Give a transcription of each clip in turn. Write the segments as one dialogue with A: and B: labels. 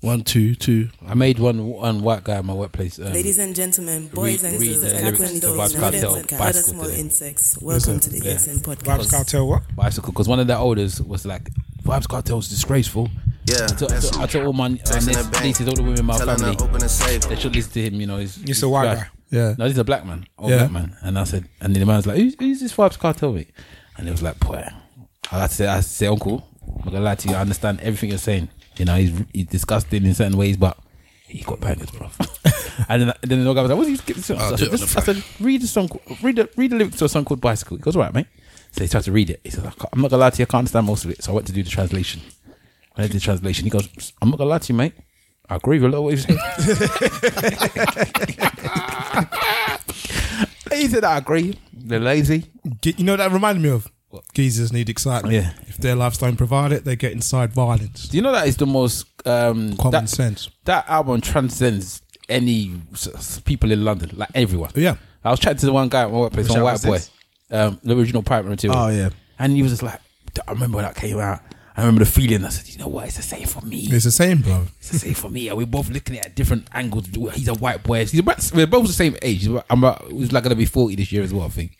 A: One, two, two. I made one one white guy in my workplace. Um,
B: Ladies and gentlemen, boys
A: read-
B: and
A: read
B: girls,
A: the
B: cats
A: lyrics
B: and
A: to
B: dogs,
A: Vibes
B: rodents
A: Cartel,
B: and other
A: bicycle
B: small
A: today.
B: insects. Welcome to the
A: Yeah.
B: ESN
C: Vibes
B: podcast.
C: Cartel, what?
A: bicycle because one of the olders was like vibes cartel's disgraceful.
D: Yeah,
A: I told, I
D: that's
A: told, I told all my uh, nieces,
D: Texting the bank,
A: nieces, all the women in my
D: telling
A: family,
D: her open a safe.
A: they should listen to him. You know, he's,
C: He's a white guy.
E: Yeah.
A: No, he's a black man, old
E: Yeah.
A: black man. And I said, and the man's like, who's, who's this vibes cartel? Mate? And he was like, boy, I had to say, I had to say, uncle, I'm not gonna lie to you. I understand everything you're saying. You know, he's he's disgusting in certain ways, but. He got bangers, bro. and then, and then the other guy was like, "What do you get this?" song?" So I,
E: do
A: said,
E: it on
A: "This-
E: the
A: I said, "Read the song, read the read the lyrics to a song called Bicycle." He goes, "All "Right, mate." So he tried to read it. He said, I can't- "I'm not gonna lie to you, I can't understand most of it." So I went to do the translation. When I did the translation, he goes, "I'm not gonna lie to you, mate. I agree with a lot of what you're saying." He said, I agree. They're lazy.
E: Ge- you know what that reminded me of? Geezers need excitement.
A: Yeah.
E: If their lives don't provide it, they get inside violence.
A: Do you know that is the most um,
E: Common
A: that,
E: sense.
A: That album transcends any s- s- people in London, like everyone.
E: Yeah.
A: I was chatting to the one guy at my workplace, one white boy, um, the original pirate material.
E: Oh, yeah.
A: and he was just like, I remember when that came out. I remember the feeling. I said, you know what? It's the same for me.
E: It's the same, bro.
A: It's the same for me. We're both looking at different angles. He's a white boy. He's about, we're both the same age. He's about, I'm about, he's like going to be 40 this year as well, I think.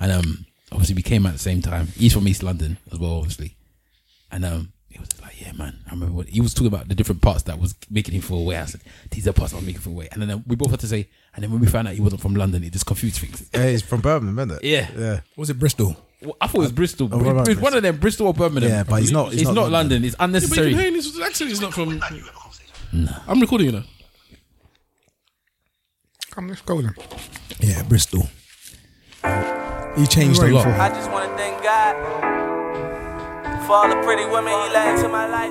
A: And um, obviously, we came out at the same time. He's from East London as well, obviously. And um, he was like, yeah, man. I remember what, he was talking about the different parts that was making him fall away. I said, these are parts that was making him fall away. And then um, we both had to say, and then when we found out he wasn't from London, it just confused things.
F: Yeah, he's from Birmingham, isn't it?
A: Yeah.
F: Yeah.
E: Was it Bristol?
A: Well, I thought it was Bristol. but
F: what
A: it
F: about
A: was one
F: Oh, Bristol?
A: of them, Bristol or Birmingham.
F: Yeah, but he's not-
A: It's,
F: he's
A: not,
F: not
A: London. It's
C: Yeah,
A: unnecessary.
C: but you can hear this accent is not from. I'm recording you know. Come, let's go then.
E: Yeah, Bristol. He changed a
C: Right
E: lot.
C: for-
G: I just wanna thank God for all the pretty women He let into my life.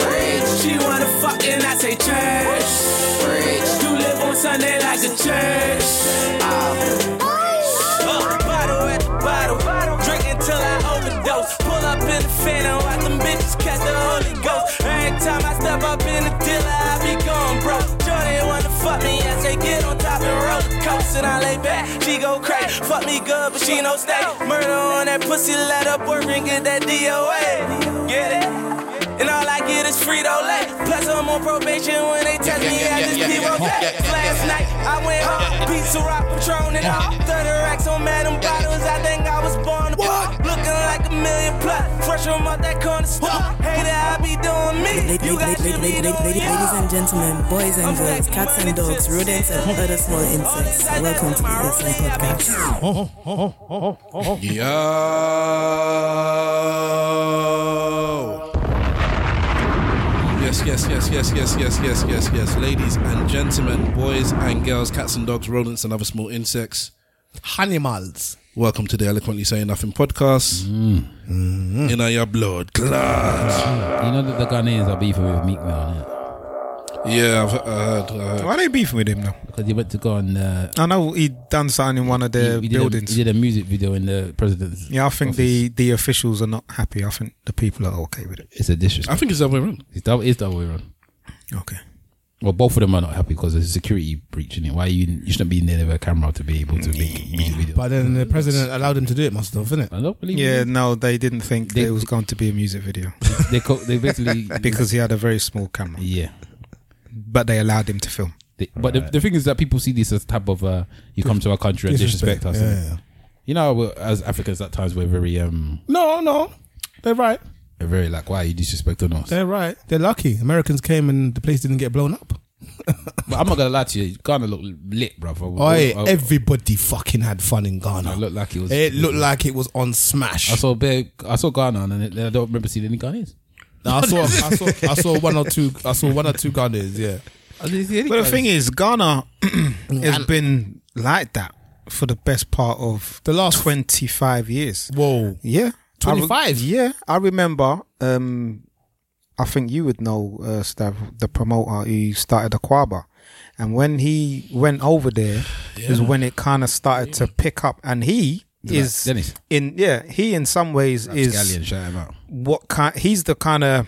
G: She wanna fuck and I say church. You live on Sunday like a church. Up, bottle at the bottle. Drink until I overdose. Pull up in the phantom, watch them bitches catch the Holy Ghost. Every time I step up in the dealer, I be gone, bro. Jordan wanna fuck me as they get on top and roller coaster. And I lay back, she go crazy. Fuck me good, but she no stay. Murder on that pussy, let up work and get that DOA. Get it? And all I get is Frito Lay. Plus I'm on probation when they test me
H: yeah,
G: I just
H: yeah,
G: be
H: yeah,
G: okay.
H: yeah, yeah,
G: Last night I went home, pizza rock patron and all. 30 racks on Madam Bottles, I think I was born to pop. Looking like a million plus, fresh from out that corner store. Hater, I be doing me.
B: Ladies,
G: You got
B: ladies,
G: to be
B: ladies,
G: doing
B: ladies, ladies
G: you.
B: and gentlemen, boys and girls, cats and dogs, rodents and other small insects. Welcome to the ESN podcast.
H: Yo. Yes, yes, yes, yes, yes, yes, yes, yes, yes. Ladies and gentlemen, boys and girls, cats and dogs, rodents and other small insects.
E: Animals.
H: Welcome to the Eloquently Saying Nothing podcast. In your blood clot.
A: You know that the Ghanaians are beefing with Meek Mill
H: Yeah, I've uh, heard. I heard.
C: Why are they beefing with him now?
A: because he went to go and uh,
C: I know he done something in one of their
A: he, he Did a,
C: buildings.
A: he did a music video in the president's.
C: yeah, I think
A: office.
C: the, the officials are not happy. I think the people are okay with it.
A: it's a
H: I
A: disrespect.
H: think it's the other way around.
A: It's double, it's double way around.
C: Okay.
A: Well, both of them are not happy because there's a security breach in it. Why you you shouldn't be in there with a camera to be able to make music videos.
E: But then the president allowed him to do it, must have, innit?
A: I don't believe
C: Yeah,
A: yeah.
C: no, they didn't think
A: They-
C: there was going to be a music video
A: they co- they basically
C: because he had a very small camera,
A: yeah.
C: but they allowed him to film.
A: They, but the, the thing is that people see this as type of uh, you come to our country and disrespect, us.
E: Yeah,
A: innit?
E: yeah.
A: You know, we're- as Africans at times we're very um
E: No, no. They're right.
A: we're very like why are you disrespecting us?
E: They're right. They're lucky. Americans came and the place didn't get blown up.
A: But I'm not gonna lie to you, Ghana look lit, bro.
E: Oi, everybody fucking had fun in Ghana.
A: It looked like it was-
E: It looked like it was on
A: I
E: smash.
A: saw Bear, I saw Ghana, and then then I don't remember seeing any Ghanaians.
E: No, I saw, I saw, I saw one or two. I saw one or two Ghanaians. Yeah,
A: I didn't see any
C: But
A: Ghanaians.
C: the thing is, Ghana has been like that for the best part of
E: The last-
C: 25 years.
E: whoa.
C: Yeah. I re-
E: 25?
C: yeah. I remember um, I think you would know, uh, Stav, the promoter who started Aquaba. And when he went over there, is when it kind of started to pick up. And he is
A: Dennis.
C: in yeah, he in some ways is
A: Scallion, shout him out.
C: what kind he's the kind of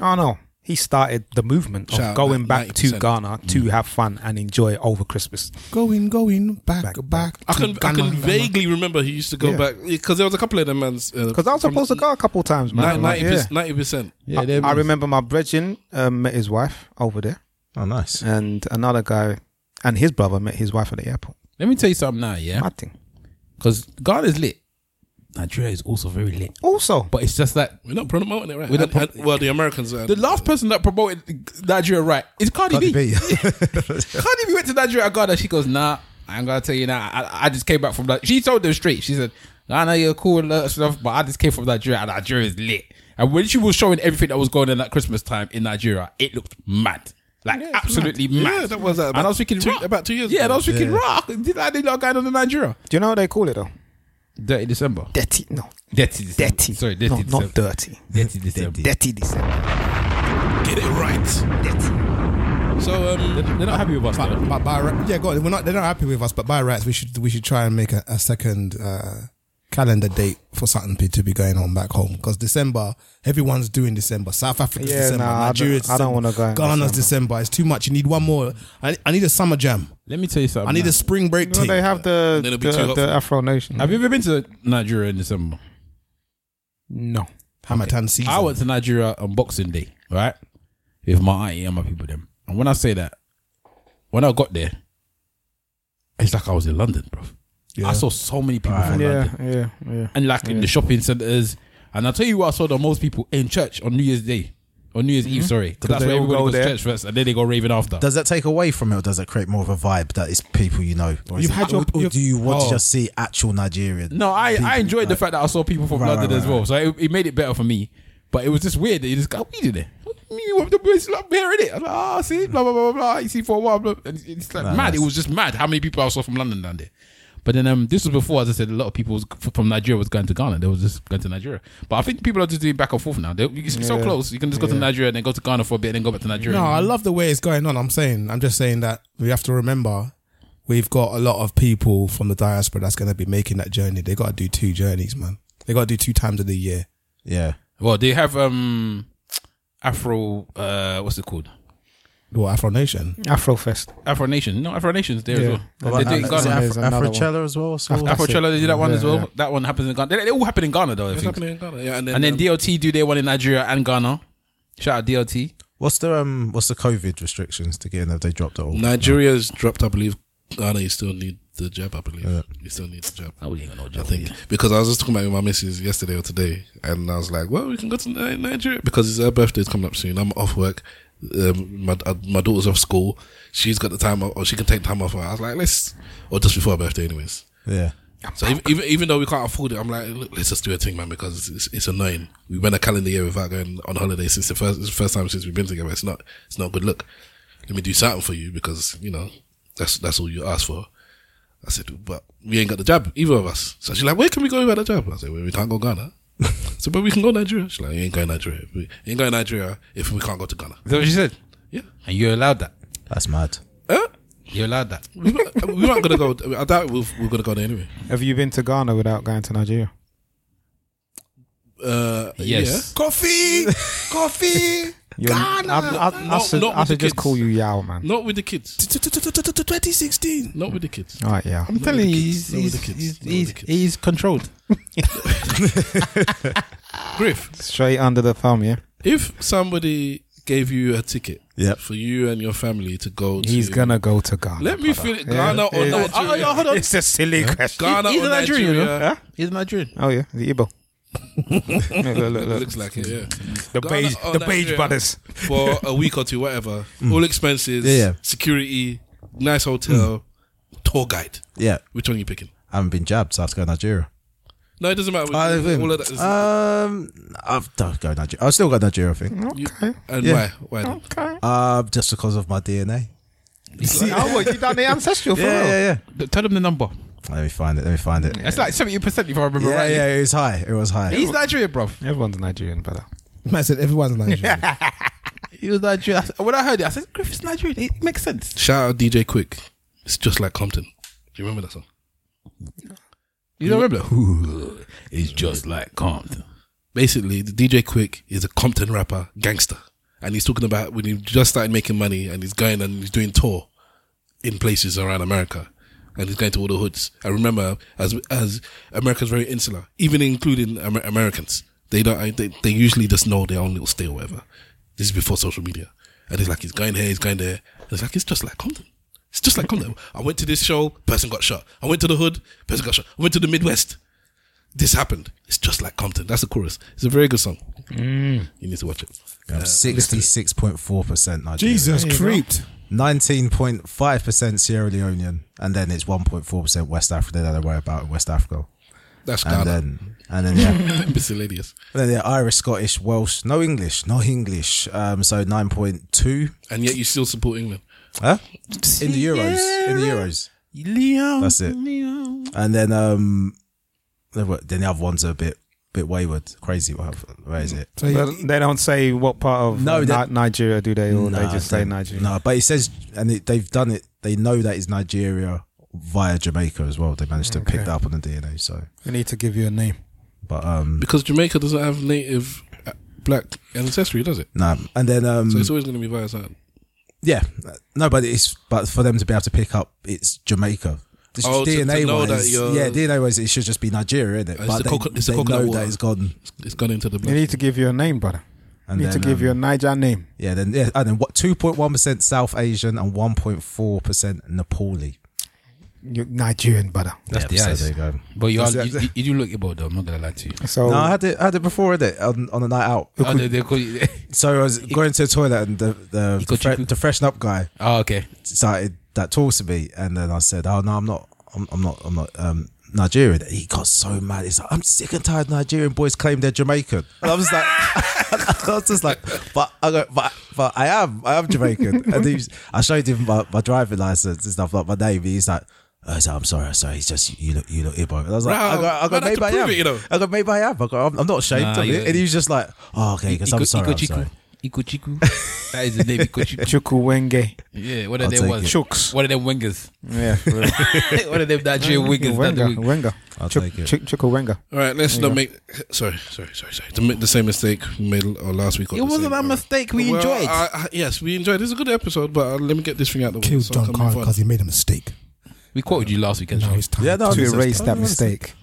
C: I don't know. He started the movement of
E: Shout out
C: going
E: that
C: back to
E: 90%.
C: Ghana to have fun and enjoy it over Christmas.
E: Mm. Going, going, back, back.
C: Back,
E: back
C: back.
D: I can I can
E: vaguely.
D: vaguely remember he used to go
C: Yeah.
D: back because there was a couple of them man's
H: uh,
C: Because I was supposed to go a couple times, man. Like, yeah.
D: ninety percent.
A: Yeah,
C: I-
A: there it
C: I
A: is.
C: remember my brethren um, met his wife over there,
F: Oh, nice.
C: and another guy and his brother met his wife at the airport.
A: Let me tell you something now, yeah?
C: Mad thing.
A: Because Ghana's lit. Nigeria is also very lit.
C: Also,
A: But it's just that
D: We're not promoting it, right?
A: We're not
D: And- and- well, the Americans. Are,
A: the last person that promoted Nigeria right is Cardi,
F: Cardi
A: B.
F: B.
A: Cardi B went to Nigeria and Ghana. She goes, nah, I ain't gonna tell you now. I, I just came back from that. She told them straight. She said, Ghana, you're cool and all that stuff, but I just came from Nigeria and Nigeria is lit. And when she was showing everything that was going on at Christmas time in Nigeria, it looked mad. Like absolutely mad.
D: Yeah, that was, uh,
A: and I was thinking
D: two-
A: "Rah."
D: about two years
A: Yeah, and I
D: ago.
A: was thinking rock. Did I did not going on in Nigeria?
C: do you know what they call it though?
A: Dirty December.
C: Dirty, no,
A: Dirty December.
C: dirty.
A: Sorry, dirty
C: no,
A: December.
C: not dirty.
A: Dirty December.
C: Dirty December.
D: get it right. So um,
A: They're not happy with us.
E: But,
A: though.
E: but by ri- yeah, go on. We're not. They're not happy with us. But by rights, we should we should try and make a, a second uh, calendar date for something to be going on back home because December, everyone's doing December. South Africa's
C: Yeah,
E: December,
C: nah, I
E: Nigeria's.
C: don't- I don't
E: December,
C: wanna go in
E: Ghana's December. It's too much. You need one more. I, I need a summer jam.
A: Let me tell you something.
E: I need
A: man.
E: a spring break.
C: No,
E: thing.
C: they have the
D: Then it'll be too
C: the,
D: hot
C: the
D: for-
C: Afro Nation.
A: Have you ever been to Nigeria in December?
C: No.
E: Hamatan season.
A: I went to Nigeria on Boxing Day, right? With my auntie and my people them. And when I say that, when I got there, it's like I was in London, bro. I saw so many people from
C: Yeah,
A: London.
C: yeah, yeah.
A: And like in the shopping centres. And I'll tell you what I saw the most people in church on New Year's Day. On New Year's Eve, sorry. Because that's
C: Mm-hmm.
A: where
C: they all
A: everybody
C: go
A: goes to
C: there.
A: church first and then they go raving after.
F: Does that take away from it, or does it create more of a vibe that it's people you know? Or, is
E: You've
F: it-
E: had your-
F: or- or
E: you've-
F: do you want
E: oh.
F: to just see actual Nigerian?
A: no, I, I enjoyed the
F: like-
A: fact that I saw people from
F: Right,
A: London
F: right,
A: as well.
F: right,
A: So it, it made it better for me. But it was just weird that you just "Oh, got weed in there. What do you mean? What the it's like hearing it. I'm like, ah, see, blah, blah, blah, blah, blah. You see for a while. Blah. And it's like
F: Nah,
A: mad. It
F: that's-
A: was just mad how many people I saw from London down there. But then um, this was before, as I said, a lot of people was, from Nigeria was going to Ghana. They was just going to Nigeria. But I think people are just doing back and forth now. They, it's so close. You can just go to Nigeria and then go to Ghana for a bit and then go back to Nigeria.
E: No, I love the way it's going on. I'm saying, I'm just saying that we have to remember we've got a lot of people from the diaspora that's going to be making that journey. They got to do two journeys, man. They got to do two times of the year.
F: Yeah.
A: well, they have um, Afro. Uh, what's it called?
E: Well, Afro Nation.
C: Afrofest.
A: Afro Nation. No, Afro Nation's there
C: Yeah.
A: as well.
F: Well,
A: They do it in
F: is
A: Ghana.
F: it Afro-
C: There's another
F: Afrochella as well. So
A: Afrochella, they did that one as
C: Yeah,
A: well.
C: yeah.
A: That one happens in Ghana. They, they all happen in Ghana though. I
D: what's
A: think.
D: happening in Ghana? Yeah, and then,
A: And then
D: um,
A: DLT do their one in Nigeria and Ghana. Shout out DLT.
F: What's the um? What's the COVID restrictions to get in? Have they dropped it all?
D: Nigeria's dropped, I believe. Ghana, you still need the jab, I believe.
F: Yeah.
D: You still need the jab.
A: Oh, we ain't got no
D: I
A: job.
D: think because I was just talking about it with my missus yesterday or today, and I was like, "Well, we can go to Ni- Nigeria because it's her birthday's coming up soon. I'm off work. Um, my uh, my daughter's off school. She's got the time off, or she can take time off. I was like, let's, or just before her birthday, anyways.
F: Yeah.
D: So even, even even though we can't afford it, I'm like, look, let's just do a thing, man, because it's, it's annoying. We went a calendar year without going on holiday since the first it's the first time since we've been together. It's not it's not a good look. Let me do something for you because you know that's that's all you asked for. I said, but we ain't got the job either of us. So she's like, where can we go without a job? I said, well, we can't go Ghana. so but we can go Nigeria. She's like, you ain't going Nigeria. We ain't going Nigeria if we can't go to Ghana.
A: Is that what she said?
D: Yeah.
A: And you allowed that.
F: That's mad.
D: Uh,
A: You allowed that.
D: we, weren't- we aren't gonna go. I doubt we've, we're gonna go there anyway.
C: Have you been to Ghana without going to Nigeria?
D: Uh, yeah.
A: Yes.
E: Coffee, coffee.
C: You're,
E: Ghana!
C: I, I, I,
D: Not-
C: should,
D: not
C: I
D: with
C: should
D: the
C: just
D: kids.
C: call you Yao, man.
D: Not with the kids.
E: 2016.
D: Not with the kids.
C: All right, Yao.
A: I'm telling you,
D: kids.
A: he's,
D: No, with
A: he's,
D: the kids.
A: he's,
D: No, with
A: he's,
D: the kids.
A: he's controlled.
D: Griff,
C: Straight under the thumb, yeah.
D: if somebody gave you a ticket
F: Yep.
D: for you and your family to go to
C: He's gonna go to Ghana.
D: let me feel it Ghana or
C: Yeah. Oh,
D: Nigeria hold on
C: a silly question.
D: Ghana
A: He's
D: or
A: a Nigerian,
D: Nigeria
C: Huh?
A: He's Nigerian.
C: Oh yeah, the Igbo. look, look, look,
D: It
C: look.
D: looks like it yeah
C: the
D: Ghana
C: beige,
D: or
C: the beige
D: Nigeria.
C: brothers.
D: for a week or two whatever all expenses
F: Yeah, yeah.
D: security nice hotel tour guide
F: Yeah.
D: which one are you picking
F: I haven't been jabbed, so I have to go Nigeria.
D: no it doesn't matter
F: I think-
D: all of that is,
F: Um, I've don't go Nigeria. I'll still go Nigeria. I think.
D: you, and
F: Yeah.
D: why why
C: Okay.
F: Uh, just because of my DNA.
C: oh, what you done the ancestral for real?
F: yeah.
A: Th- Tell him the number.
F: Let me find it. Let me find it.
A: It's like 70% if I remember
F: Yeah,
A: right.
F: yeah, it was high. It was high.
A: He's Nigerian, bro.
C: Everyone's Nigerian, brother.
E: Man said everyone's Nigerian.
A: He was Nigerian. I said- When I heard it, I said, Griffith's Nigerian. It makes sense.
D: Shout out DJ Quick. It's just like Compton. Do you remember that song?
A: You don't remember? Ooh, it's just like Compton.
D: Basically, the DJ Quick is a Compton rapper, gangster, and he's talking about when he just started making money and he's going and he's doing tour in places around America, and he's going to all the hoods. I remember as as America's very insular, even including Amer- Americans. They don't. They, they usually just know their own little state or whatever. This is before social media, and it's like he's going here, he's going there. And it's like it's just like Compton. It's just like Compton. I went to this show, person got shot. I went to the hood, person got shot. I went to the Midwest. This happened. It's just like Compton. That's the chorus. It's a very good song.
F: Mm.
D: You need to watch it.
F: I'm sixty-six point four percent Nigerian.
E: Jesus creeped.
F: Nineteen point five percent Sierra Leonean, and then it's one point four percent West Africa. They don't worry about West Africa,
D: That's
F: and
D: Ghana.
F: then and then yeah,
D: Miscellaneous.
F: and then yeah, Irish, Scottish, Welsh, no English, no English. Um, so nine point two.
D: And yet you still support England.
F: Huh? In the Euros, in the Euros.
A: Leon.
F: That's it. And then um, then what- then the other ones are a bit bit wayward, crazy. What happened? Where is it?
E: So you-
C: But they don't say what part of
F: No,
C: Ni-
F: that-
C: Nigeria do they, or they
F: Nah,
C: just say
F: don't-
C: Nigeria.
F: No, but it says, and it, they've done it. They know that it's Nigeria via Jamaica as well. They managed to pick that up on the DNA. So,
C: We need to give you a name.
F: but um,
D: Because Jamaica doesn't have native uh, black ancestry, does it?
F: no, and then um,
D: So it's always going to be via sound.
F: yeah, no, but it's but for them to be able to pick up, it's Jamaica. It's
D: Oh, to- to
F: DNA
D: know that
F: wise,
D: you're-
F: yeah, DNA wise, it should just be Nigeria, isn't it?
D: It's
F: but
D: the
F: they,
D: coco- it's the
F: they
D: coconut
F: know
D: water.
F: that it's gone.
D: It's gone into the
C: We
D: blood.
C: need to give you a name, brother.
F: And
C: need
F: then, um,
C: to give you a Niger name.
F: yeah, then yeah, and then what? Two point one percent South Asian and one point four percent Nepali.
C: you Nigerian, brother.
F: That's
A: the eyes.
F: There you go.
A: But you, are,
F: That's-
A: you,
F: that's-
A: you do look Igbo though, I'm not going to lie to you.
C: So
F: No, I had it. I had it before, did it? On, on a night out.
A: Oh, they, they call you.
F: So I was going to the toilet and the the,
A: Iko
F: fre-
A: Chiku.
F: the freshen up guy
A: oh, okay.
F: started that talk to me, and then I said, "Oh no, I'm not. I'm, I'm not. I'm not." Um, Nigerian. He got so mad. He's like, I'm sick and tired. Nigerian boys claim they're Jamaican. And I was like, I was just like, but I go, but, but I am, I am Jamaican. And he's, I showed him my, my driving license and stuff like my name. He's like, oh, he's like, I'm sorry, I'm sorry. He's just you look, you look Igbo. And I was like,
D: Wow,
F: I go, I go
D: man, that's
F: maybe
D: to
F: I am.
D: prove it, you know.
F: I go, maybe I am. I go, I'm, I'm not ashamed
A: Nah,
F: of
A: you-
F: it. And he was just like, oh, okay, because I'm sorry, I'm sorry.
A: Ikochiku. Ikochiku. That is the name Ikochiku.
C: Chukwuenge.
A: yeah, what are
F: I'll
A: they
F: take
A: ones?
F: it.
C: Chooks.
A: What are them wingers?
C: Yeah. for real.
A: what are them Nigerian wingers? that
C: Wenga.
A: do-
C: Wenga.
F: I'll
C: Chuk-
F: take it.
C: Chuk- Chukwuenge.
D: All right, let's not make. Sorry, sorry, sorry, sorry. To make the same mistake we made or last week. Or
A: It
D: the
A: wasn't
D: same-
A: a mistake. We
D: Well,
A: enjoyed.
D: I- I- yes, we enjoyed. It's a good episode, but uh, let me get this thing out the way.
E: killed
D: so I
E: John
D: can
E: Carter
D: move on.
E: because he made a mistake.
A: we quoted you last weekend.
E: Now it's time.
F: Yeah, no,
C: To
F: it's- it's-
C: erase that mistake.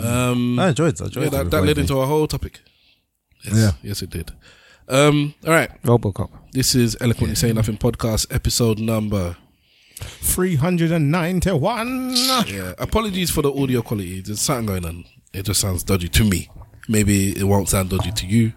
D: Um,
F: I enjoyed. it, I enjoyed.
D: yeah,
F: it
D: that,
F: with
D: that led
F: Wavy.
D: into a whole topic. Yes,
F: Yeah.
D: yes, it did. Um, all right,
C: Robocop.
D: this is eloquently saying nothing podcast episode number.
E: 391.
D: Yeah, apologies for the audio quality. There's something going on. It just sounds dodgy to me. Maybe it won't sound dodgy to you,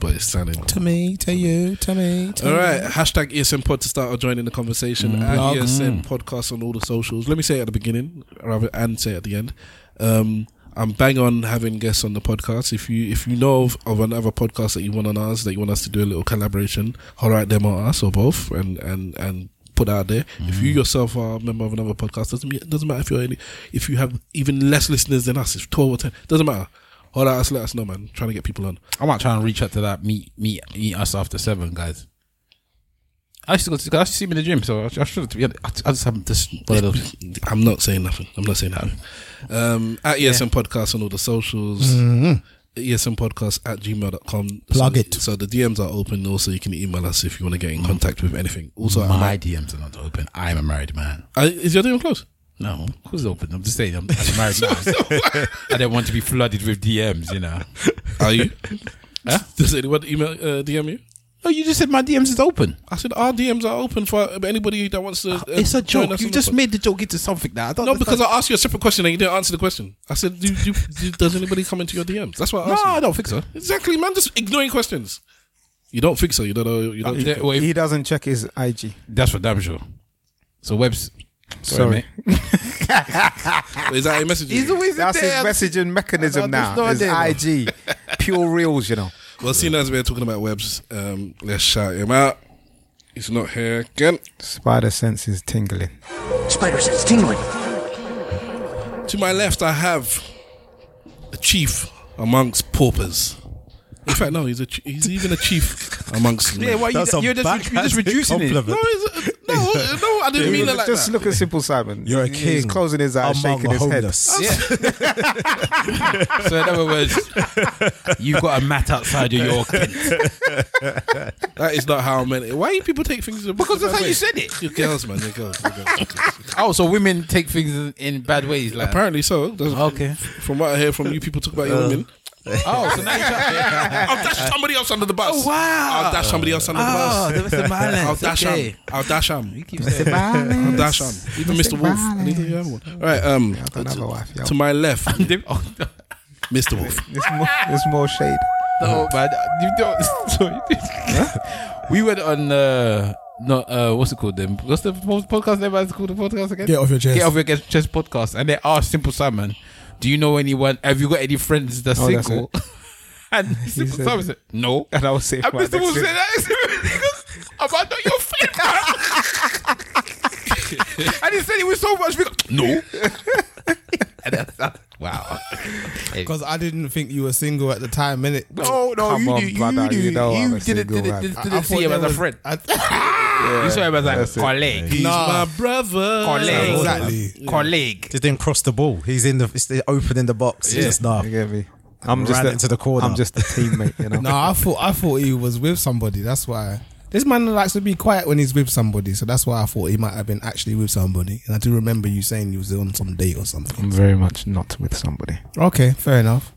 D: but it's sounding
E: To me, to you, to me. To
D: All right, hashtag ESM Pod to start or join in the conversation. At ESM Podcast on all the socials. Let me say it at the beginning rather and say it at the end. Um, I'm bang on having guests on the podcast. If you if you know of, of another podcast that you want on us, that you want us to do a little collaboration, holler at them or us or both, and and and put out there. If you yourself are a member of another podcast, doesn't mean, doesn't matter if you're any, if you have even less listeners than us, if twelve or ten, doesn't matter. Holler at us, let us know, man. Trying to get people on.
A: I might try and reach out to that meet meet meet us after seven, guys. I used to go to. I used to see him in the gym, so I, I should. Yeah, I, I just haven't just. one of those-
D: I'm not saying nothing. I'm not saying nothing. Um, at ESM Podcast on all the socials.
A: Mm-hmm.
D: ESM Podcast at gmail.com.
E: Plug
D: so,
E: it.
D: So the DMs are open also. You can email us if you want to get in contact with anything. Also, I'm
A: My
D: at,
A: DMs are not open. I am a married man.
D: I, is your DM closed?
A: No, who's open? I'm just saying. I'm, I'm married now. I don't want to be flooded with DMs. You know.
D: Are you? Does anyone email uh, DM you?
A: No, you just said my DMs is open.
D: I said our DMs are open for anybody that wants to. Uh,
A: it's a
D: join
A: joke.
D: us
A: You
D: on
A: just
D: the pod-
A: made the joke into something that I don't.
D: No, because I asked you a separate question and you didn't answer the question. I said, do, do, do, "Does anybody come into your DMs?" That's what I
A: no,
D: asked. you.
A: I don't think so.
D: Exactly, man. Just ignoring questions. You don't think so. You don't know. You don't.
A: Yeah, well,
C: He doesn't check his IG.
A: that's for damn sure. So Webs, sorry,
C: Sorry.
A: mate.
D: Is that a message?
C: That's his messaging mechanism
A: I
C: now.
A: don't
C: His
A: know
C: IG. Pure reels, you know.
D: Well, seeing as we're talking about webs, um, let's shout him out. He's not here again.
C: Spider sense is tingling.
I: Spider sense tingling.
D: To my left, I have a chief amongst paupers, In fact, no, he's a ch- he's even a chief amongst.
A: Yeah, why you,
F: That's a
A: you're, just, you're just
F: backhanded
A: reducing it.
D: No,
F: compliment.
D: he's a, no, no, I didn't mean it like
C: Just
D: that.
C: look at Simple Simon.
F: You're a
C: He's
F: king.
C: closing his eyes,
F: Among
C: shaking his head. Oh,
F: homeless.
A: Yeah. so in other words, you've got a mat outside of your Kent.
D: That is not how I meant it. Why do people take things?
A: Because that's how you said it.
D: You girls, man, you girls. you girls.
A: Oh, so women take things in, in bad ways, like
D: Apparently so. That's-
A: Okay.
D: From what I hear from you people talk about your women.
A: oh, so now you're trying-
D: I'll dash somebody else under the bus.
A: Oh, wow.
D: I'll dash somebody else under
A: Oh,
D: the
A: there was
D: bus.
A: some violence.
D: I'll dash
A: okay.
D: him. I'll dash him.
A: Keep saying that.
D: I'll dash him. Even Mr. Wolf. I need to hear one. All right. Um,
C: Another wife, yo.
D: to my left,
A: Oh, no.
D: Mr. Wolf.
C: It's more, it's more shade.
A: No, man. You don't. Sorry. we went on. Uh, no, uh, what's it called then? What's the po- podcast name? It's called the podcast again.
E: Get off your chest.
A: Get off your chest, chest podcast. And they asked Simple Simon, "Do you know anyone? Have you got any friends that's
C: Oh, that's
A: single?" and Simple
C: said-
A: Simon said, "No."
C: And I was saying,
A: And
C: right
A: Mr. Wolf
C: next to
A: said,
C: it.
A: "That is because I'm not your friend." and he said it with so much. regard. No. and that's, that's, wow.
E: Because I didn't think you were single at the time, innit?
A: No, no,
C: Come
A: you,
C: on,
A: do, you,
C: brother,
A: do,
C: you know I'm
A: you didn't,
C: a single
A: didn't,
C: man.
A: didn't,
E: I- I
A: didn't
E: thought
A: see him
E: there
A: as a
E: was-
A: friend.
E: I-
A: You saw him as
C: That's
A: a
C: it.
A: colleague.
D: He's
E: Nah.
D: my brother.
A: Colleague.
E: Exactly.
A: Colleague.
F: Just didn't cross the ball. He's in the it's the open in the box. He's just nah.
C: You get me? I'm just
F: Ran
C: a,
F: into the corner.
C: I'm just a teammate, you know.
E: no, I thought I thought he was with somebody. That's why this man likes to be quiet when he's with somebody. So that's why I thought he might have been actually with somebody. And I do remember you saying you was on some date or something.
C: I'm very much not with somebody.
E: Okay, fair enough.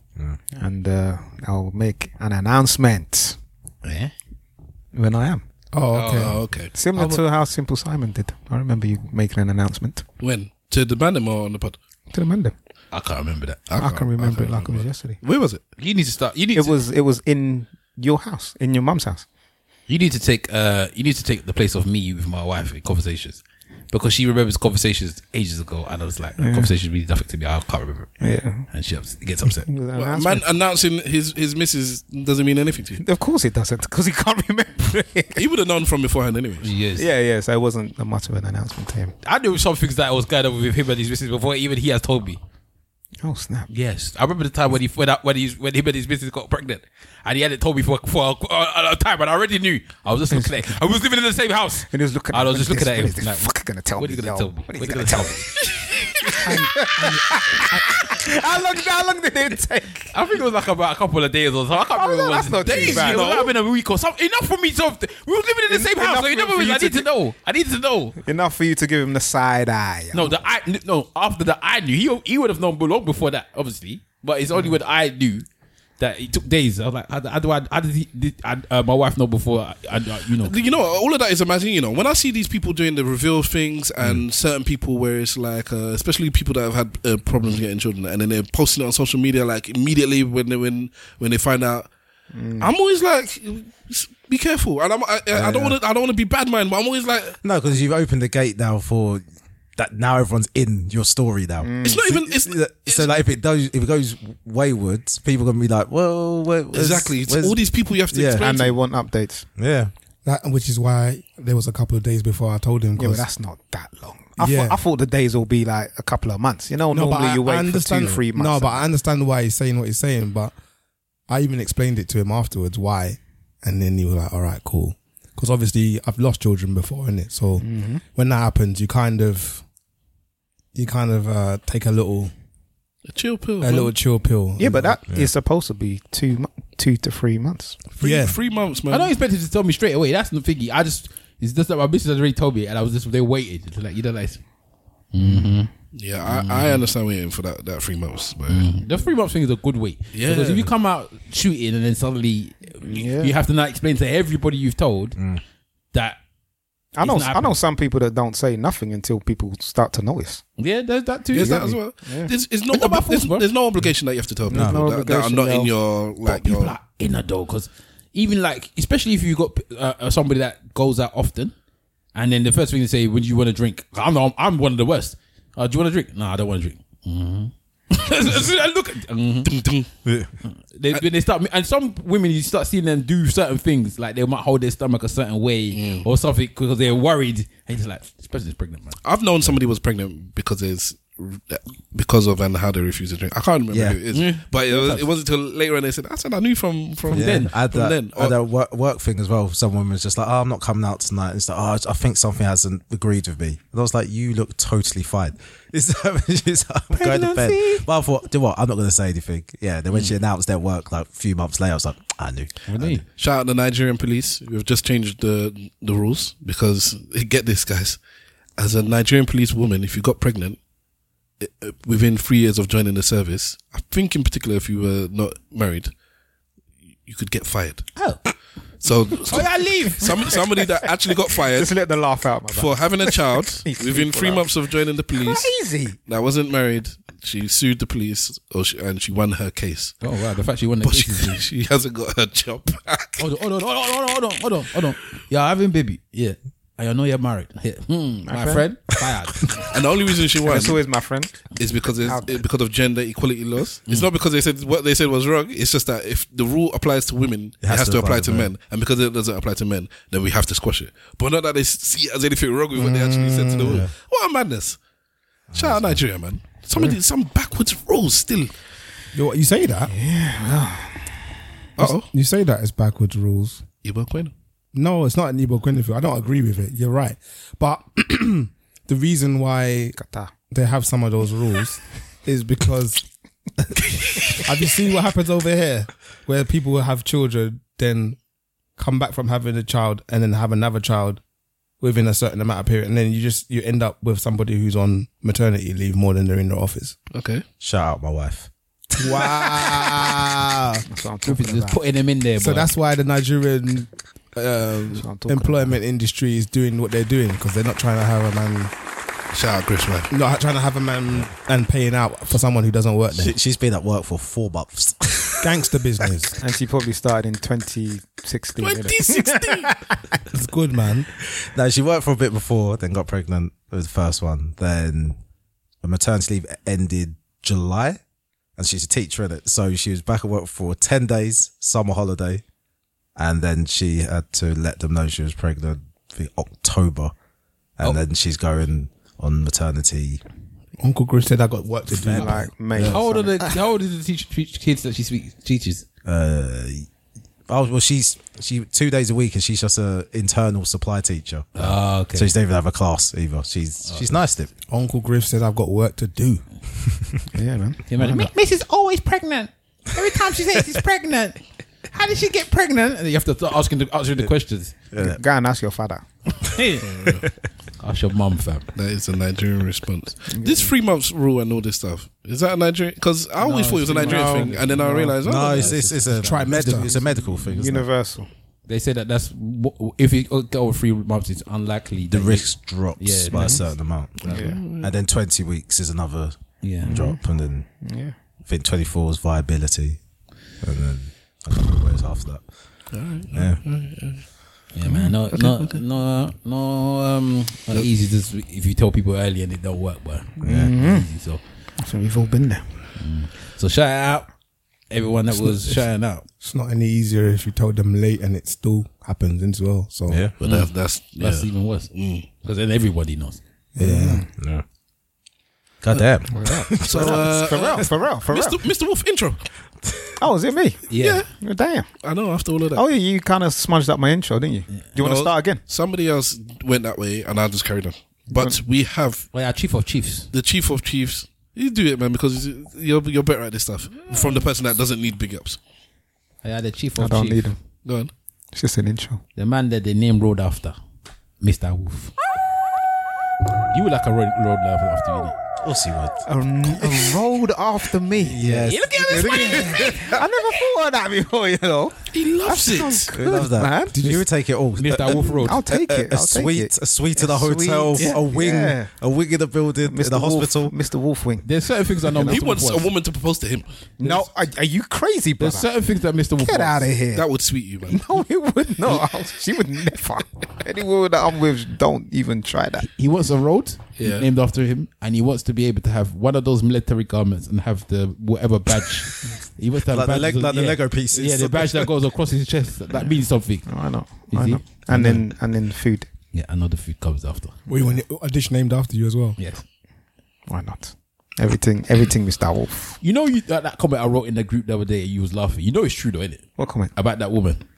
C: And uh, I'll make an announcement
F: Eh?
A: Yeah.
C: when I am.
E: Oh, okay.
D: Oh, okay.
C: Similar to how Simple Simon did. I remember you making an announcement
D: When? To the band or on the pod?
C: to the Monday.
A: I can't remember that.
C: I can remember it like it was yesterday.
D: Where was it?
A: You need to start. You need.
C: It
A: to,
C: was it was in your house, in your mum's house.
A: You need to take. Uh, you need to take the place of me with my wife in conversations, because she remembers conversations ages ago, and I was like, conversations mean nothing to me. I can't remember.
C: Yeah.
A: And she ups- gets upset.
C: It was
D: Well, a
C: an
D: man
C: announcement.
D: announcing his his missus doesn't mean anything to you.
C: Of course it doesn't, because he can't remember it.
D: He would have known from beforehand, anyway.
A: Yes.
C: yeah, yeah. So it wasn't a much of an announcement to him.
A: I knew some things that was going on with him and his business before even he has told me.
C: Oh snap!
A: Yes, I remember the time when he when I, when he's when him and his missus got pregnant, and he hadn't told me for for a, a, a time, and I already knew. I was just looking at. it. I was living in the same house.
C: And he was looking.
A: I
C: at
A: was
C: me
A: just
C: like
A: looking
C: this,
A: at him.
C: What is this
A: like,
C: fucker gonna tell
A: what
C: me?
A: are you
C: yo?
A: gonna tell me?
C: What is he gonna tell me? how long? How long did it take?
A: I think it was like about a couple of days or so. I can't
C: Oh,
A: remember.
C: no,
A: what
C: that's
A: it
C: not
A: was.
C: too
A: days.
C: bad.
A: It was like been a week or something. Enough for me to. We was living in the same
C: Enough
A: house. So
C: for
A: enough
C: you
A: of it.
C: to
A: I need to
C: get-
A: know. I need to know.
C: Enough for you to give him the side eye. yo.
A: No, the I n- no after that I knew he he would have known long before that, obviously. But it's only when I knew that it took days. I was like, how, how do I? How did, he, did I, uh, my wife know before? I, I, uh, you know,
D: You know, all of that is imagining. You know, when I see these people doing the reveal things and certain people where it's like, uh, especially people that have had uh, problems getting children, and then they're posting it on social media like immediately when they when when they find out. I'm always like, be careful, and I'm, I, I, I don't want to I don't want to be bad man, but I'm always like,
F: No, because you've opened the gate now for that. Now everyone's in your story now.
D: it's not even it's,
F: so like if it does if it goes wayward, people are gonna be like, "Well, where, where's-
D: exactly. It's
F: where's-
D: all these people you have to
F: Yeah.
D: explain.
C: And
D: to.
C: they want updates.
F: yeah."
E: That which is why there was a couple of days before I told him.
C: Yeah, but
E: 'cause-
C: that's not that long. I,
E: Yeah.
C: thought, I thought the days will be like a couple of months. You know, normally you wait for two, three months.
E: No, but I understand why he's saying what he's saying. But I even explained it to him afterwards why, and then he was like, "All right, cool." Because obviously I've lost children before, innit? So
C: Mm-hmm.
E: when that happens, you kind of, you kind of uh, take a little,
D: Chill pill.
E: a
D: man.
E: little chill pill.
C: yeah, but that is supposed to be two, mo- two to three months.
D: three,
E: yeah.
D: three months, man.
A: I don't expect him to tell me straight away. That's the thingy. I just it's just that my business already told me, and I was just they waited. It's like you know, like
D: Yeah, I, I understand waiting for that, that three months, but
A: the three month thing is a good wait.
D: Yeah.
A: because if you come out shooting and then suddenly you have to now explain to everybody you've told that.
C: I know,
A: It's not
C: I know some people that don't say nothing until people start to notice.
A: Yeah, there's that too.
D: There's that as well. There's, it's no
A: It's not my
D: obli-
A: fault,
D: there's,
A: bro.
D: there's no obligation that you have to tell people
C: no
D: that, that are
C: obligation,
D: not in
C: no.
D: your like
A: but people
D: your,
A: are in a though because even like especially if you got uh, uh, somebody that goes out often and then the first thing they say would you want to drink I'm, the, I'm one of the worst uh, do you want to drink no I don't want to drink mm-hmm. I look at mhm. they, when they start and some women you start seeing them do certain things like they might hold their stomach a certain way
D: Mm.
A: or something because they're worried and it's like especially this pregnant man
D: I've known somebody was pregnant because there's because of and how they refused to drink. I can't remember
F: Yeah.
D: who it is, but it, was, it wasn't until later on they said, "I said I knew from from
F: Yeah.
D: then."
F: I had
D: from
F: that,
D: then. oh
F: I had
D: Or-
F: that work, work thing as well. Someone was just like, oh, I'm not coming out tonight. And it's like, oh, I think something hasn't agreed with me. And I was like, you look totally fine. It's, it's- I'm going to bed. But I thought, do what? I'm not going to say anything. Yeah. Then when she
D: Hmm.
F: announced their work, like a few months later, I was like, I knew.
A: Really?
D: Shout out the Nigerian police. We've just changed the the rules because get this, guys. As a Nigerian police woman, if you got pregnant i- uh, within three years of joining the service, I think in particular if you were not married, you could get fired.
A: Oh.
D: So, so I leave. Somebody, somebody that actually got fired
C: Just let the laugh out, my man.
D: for having a child
C: These
D: within
C: people
D: three
C: are
D: months of joining the police
C: Easy.
D: that wasn't married. She sued the police, or she, and she won her case.
A: Oh wow, the fact she won the
D: But she,
A: case is-
D: she hasn't got her job back.
A: Hold on, hold on, hold on, hold on, hold on, hold on, hold on. You're having baby. Yeah. And you know you're married. Yeah. Hmm, my, friend, fired.
D: And the only reason she won
C: That's always my friend.
D: is because it's, it's because of gender equality laws. It's not because they said what they said was wrong. It's just that if the rule applies to women, it has, to, apply, to men. and because it doesn't apply to men, then we have to squash it. But not that they see it as anything wrong with what they actually said to the world. What a madness! Shout out Nigeria, man. Some of these, some backwards rules still.
E: You, you say that?
D: Uh oh,
E: You say that it's backwards rules.
D: Igbo Queen.
E: No, it's not an Igbo Gwynfield. I don't agree with it. You're right. But the reason why
C: Kata.
E: they have some of those rules is because have you seen what happens over here where people have children then come back from having a child and then have another child within a certain amount of period and then you just you end up with somebody who's on maternity leave more than they're in the office.
D: Okay,
F: Shout out my wife.
E: Wow.
C: That's what I'm
A: Griffiths
C: talking
A: just
C: about.
A: putting him in there.
E: so
A: boy.
E: that's why the Nigerian
C: That's what I'm
E: um,
C: talking
E: employment industry is doing what they're doing because they're not trying to have a man
D: shout out Chris, man.
E: not trying to have a man and paying out for someone who doesn't work there.
F: She, she's been at work for four months.
E: Gangster business.
C: And she probably started in 2016. innit?
D: 2016.
E: It's good, man.
F: no, she worked for a bit before, then got pregnant with the first one. Then her maternity leave ended July, and she's a teacher in it. So she was back at work for 10 days, summer holiday. And then she had to let them know she was pregnant for October. And then she's going on maternity.
E: Uncle Chris said I got work to do.
C: Like, mate.
A: how old are the how old is the teach, teach kids that she speaks teaches?
F: Uh, oh, well, she's she two days a week, and she's just a internal supply teacher.
A: Oh, okay.
F: So she doesn't even have a class either. She's she's nice to
E: Uncle Griff said I've got work to do.
C: Yeah, man.
A: Can you imagine? Miss is always pregnant. Every time she says she's pregnant. How did she get pregnant? And you have to start asking the, answering the questions.
C: Go and ask your father.
A: Ask your mum, fam.
D: That is a Nigerian response. This three months rule and all this stuff is that a Nigerian? Because I always thought it was a Nigerian thing, and then I realized, oh,
F: No, it's, it's, it's a trimester. It's a medical thing. Isn't it?
C: Universal.
A: They say that that's wh- if you go over three months, it's unlikely
F: The
A: that you-
F: risk drops
A: Yeah,
F: by
A: mhm.
F: a certain amount, and then twenty weeks is another
A: Yeah.
F: drop, and then
C: Yeah.
F: I think twenty four is viability, and then I don't know where it's after that. Yeah.
A: Yeah, man. No, no, no, no. Um, not easy. Just if you tell people early and it don't work, but yeah, easy. So,
C: So we've all been there.
A: so shout out everyone that was shouting out.
E: It's not any easier if you told them late and it still happens as well. So
F: Yeah.
D: but that's that's yeah. Mm.
A: That's even worse because then everybody knows.
E: yeah.
F: yeah. God damn.
D: so. Uh,
C: For real, for real, for real.
D: Mr. Mr. Wolf intro.
C: Oh, is it me?
A: Yeah,
C: Damn.
D: I know after all of that.
C: Oh, yeah, you kind of smudged up my intro, didn't you? Do you want to
D: No,
C: start again?
D: Somebody else went that way, and I just carried on. But we have
A: well, our chief of chiefs.
D: the chief of chiefs. You do it, man, because you're you're better at this stuff. From the person that doesn't need big ups.
A: Yeah, the chief
C: I
A: of
C: don't
A: chiefs.
C: need them.
D: Go on.
C: It's just an intro.
A: The man that the name rolled after, Mister Wolf. You were like a road, road lover after you. innit?
F: We'll see what.
C: A, a road after me. Yes.
F: You
C: look at this I never thought of that before, you know.
D: He loves it.
C: Sounds
F: We love
C: good,
F: that.
C: man.
F: Did you take it all?
A: Mr. Wolf Road.
C: I'll take
F: a,
C: it.
F: a
C: I'll take
F: suite,
C: it.
F: a suite in a,
C: suite,
F: hotel,
C: yeah.
F: a wing,
C: Yeah.
F: a wing in the building, in the
C: Wolf-
F: hospital.
C: Mr. Wolf Wing.
A: There's certain things I know.
D: He
A: Mr. Wolf
D: wants a
A: wants.
D: woman to propose to him.
C: No, are, are you crazy, brother?
A: There's certain things that Mr. Wolf.
C: Get
A: wants.
C: out of here.
D: That would sweet you, man.
C: No, it would not. I- She would never. Any woman that I'm with, don't even try that.
A: He wants a road
D: Yeah.
A: named after him, and he wants to be able to have one of those military garments and have the whatever badge. he wants to have
F: Like
A: badges
F: the leg-
A: on-
F: like the Lego pieces.
A: Yeah, the badge that goes across his chest that, that means something.
C: I know.
A: You
C: I
A: see?
C: know. And then and then food.
A: Yeah, another food comes after.
E: Well, you want a dish named after you as well.
A: Yes,
C: Why not? Everything, everything, Mr. Wolf.
A: You know you, that, that comment I wrote in the group the other day. You was laughing. You know it's true though, isn't it?
C: What comment?
A: About that woman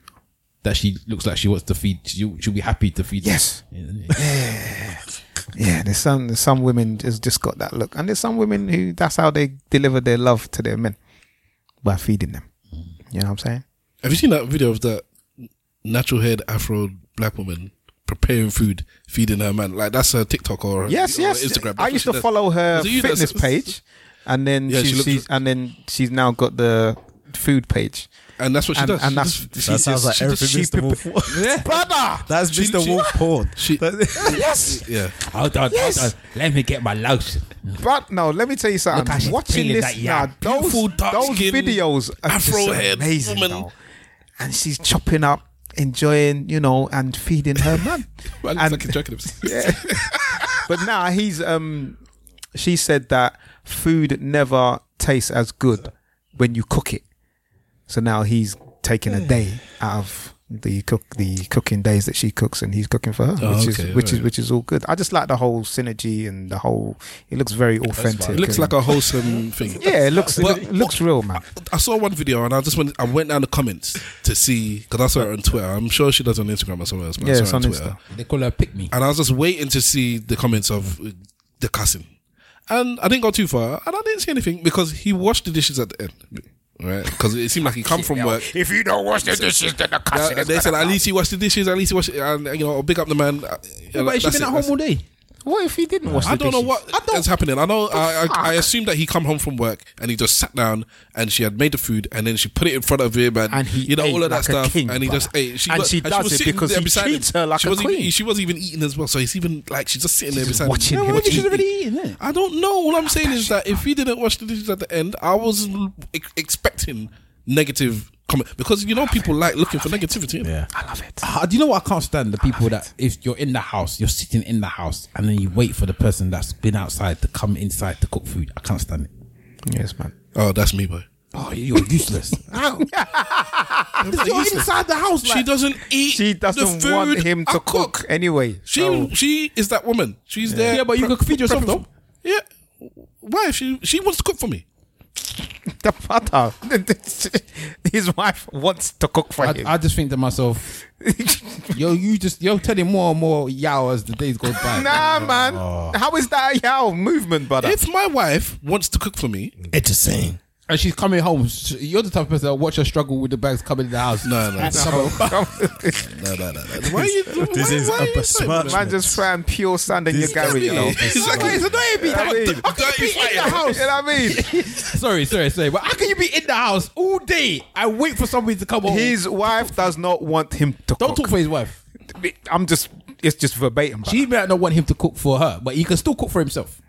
A: that she looks like she wants to feed. She, she'll be happy to feed.
C: Yes.
A: Yeah, innit?
C: Yeah, there's some there's some women has just got that look, and there's some women who that's how they deliver their love to their men by feeding them. You know what I'm saying?
D: Have you seen that video of that natural haired Afro black woman preparing food, feeding her man? Like that's her TikTok or her-
C: Yes,
D: or her
C: yes.
D: Oh, Instagram. That's
C: I
D: what
C: used
D: she
C: to
D: does.
C: follow her
D: Is it you that's-
C: fitness page, and then
D: Yeah,
C: she,
D: she looks-
C: she's and then she's now got the food page.
D: and that's what she
C: and-
D: does.
C: and
D: She
C: that's-
D: just-
C: that
D: she
F: That
D: just-
F: sounds like
D: she
F: everything
D: just- she
F: Mr. Wolf.
C: Brother,
F: That's
D: She-
F: Mr.
D: she-
F: Wolf porn.
D: She-
F: That-
C: yes,
D: Yeah,
A: Hold on, hold on. Let me get my louse.
C: but no. Let me tell you
A: Look how she's
C: something. Watching
A: peeling
C: this
A: that
C: now,
A: yam.
C: those
D: Beautiful,
C: those
D: dark-skinned,
C: videos are
D: Afro
C: just
D: head
C: amazing,
D: woman.
C: though. and she's chopping up, enjoying, you know, and feeding her man.
D: well,
C: And-
D: and, fucking joking.
C: Yeah. but now he's um she said that food never tastes as good when you cook it. So now he's taking a day out of the cook the cooking days that she cooks and he's cooking for her,
D: Oh,
C: which
D: okay,
C: is which is
D: right.
C: which is all good. I just like the whole synergy and the whole it looks very authentic.
D: It looks
C: and-
D: like a wholesome thing.
C: yeah, it looks it
D: But-
C: loo- looks real, man.
D: I saw one video and I just went. I went down the comments to see because I saw it on Twitter. I'm sure she does it on Instagram or somewhere else. But I
C: Yeah,
D: saw
C: it's
D: it
C: on
D: on Twitter.
C: Insta.
A: They call her pick me.
D: and I was just waiting to see the comments of uh, the cussing. And I didn't go too far, and I didn't see anything because he washed the dishes at the end, right? Because it seemed like he come from work.
I: If you don't wash the dishes, then the
D: Yeah,
I: cussing
D: and they said at least he washed the dishes, at least he washed, it, and you know, I'll big up the man. uh, yeah,
A: But
D: like,
A: she's
D: that's
A: been
D: it,
A: at
D: that's
A: home all
D: it.
A: day.
C: What if he didn't wash
D: I
C: the
D: don't know
C: dishes?
D: what is happening. I know. I, I I assume that he come home from work and he just sat down and she had made the food and then she put it in front of him and,
C: And he
D: you know
C: ate
D: all of that
C: like a
D: stuff
C: king,
D: and he
C: brother.
D: just ate.
C: And
D: was-
C: she does
D: was
C: it
D: sitting
C: because
D: there
C: he
D: beside
C: treats her like
D: she
C: a
D: wasn't even-
C: queen.
D: she wasn't even eating as well, so he's even like she's just sitting there
C: just
D: beside
C: watching him
D: him.
C: eat.
D: eat.
A: eating it.
D: I don't know. All I'm saying is that if he didn't watch the dishes at the end, I was l- ex- expecting negative comment because you know people like looking for negativity. innit?
F: Yeah.
C: I love it.
A: Uh, do you know what I can't stand? The people that if you're in the house, you're sitting in the house, and then you wait for the person that's been outside to come inside to cook food. I can't stand it.
C: Yes, man.
D: Oh, that's me, boy.
A: Oh, you're useless. you're inside the house.
D: she doesn't eat.
C: She doesn't
D: the food
C: want him
D: I
C: to cook, anyway.
D: She
C: so-
D: she is that woman. She's there.
A: Yeah, but you
D: prep-
A: can feed yourself,
D: prepping-
A: though.
D: Yeah. Why? She she wants to cook for me.
C: the father. His wife wants to cook for
A: I,
C: him.
A: I just think to myself, yo, you just you're telling more and more yow as the days go by.
C: nah, man.
A: Oh.
C: How is that a yow movement, brother?
D: If my wife wants to cook for me,
E: It's the same.
A: And she's coming home. sh- You're the type of person that watch her struggle with the bags coming in the house.
D: no, no, no,
A: Someone-
D: no, no, no. Why are you?
F: This
D: why,
F: is
D: why
F: a
D: are you saying that?
F: besmirch.
C: man just throwing pure sand in your garage, you know.
D: Exactly.
A: It's annoying me.
C: You know what I mean?
D: How can you be in the
C: You know
A: house?
C: what I mean?
A: sorry, sorry, sorry. But how can you be in the house all day and wait for somebody to come home?
C: His wife does not want him to
A: Oh. Don't
C: cook.
A: talk for his wife.
C: I'm just, it's just verbatim. brother.
A: She might not want him to cook for her, but he can still cook for himself.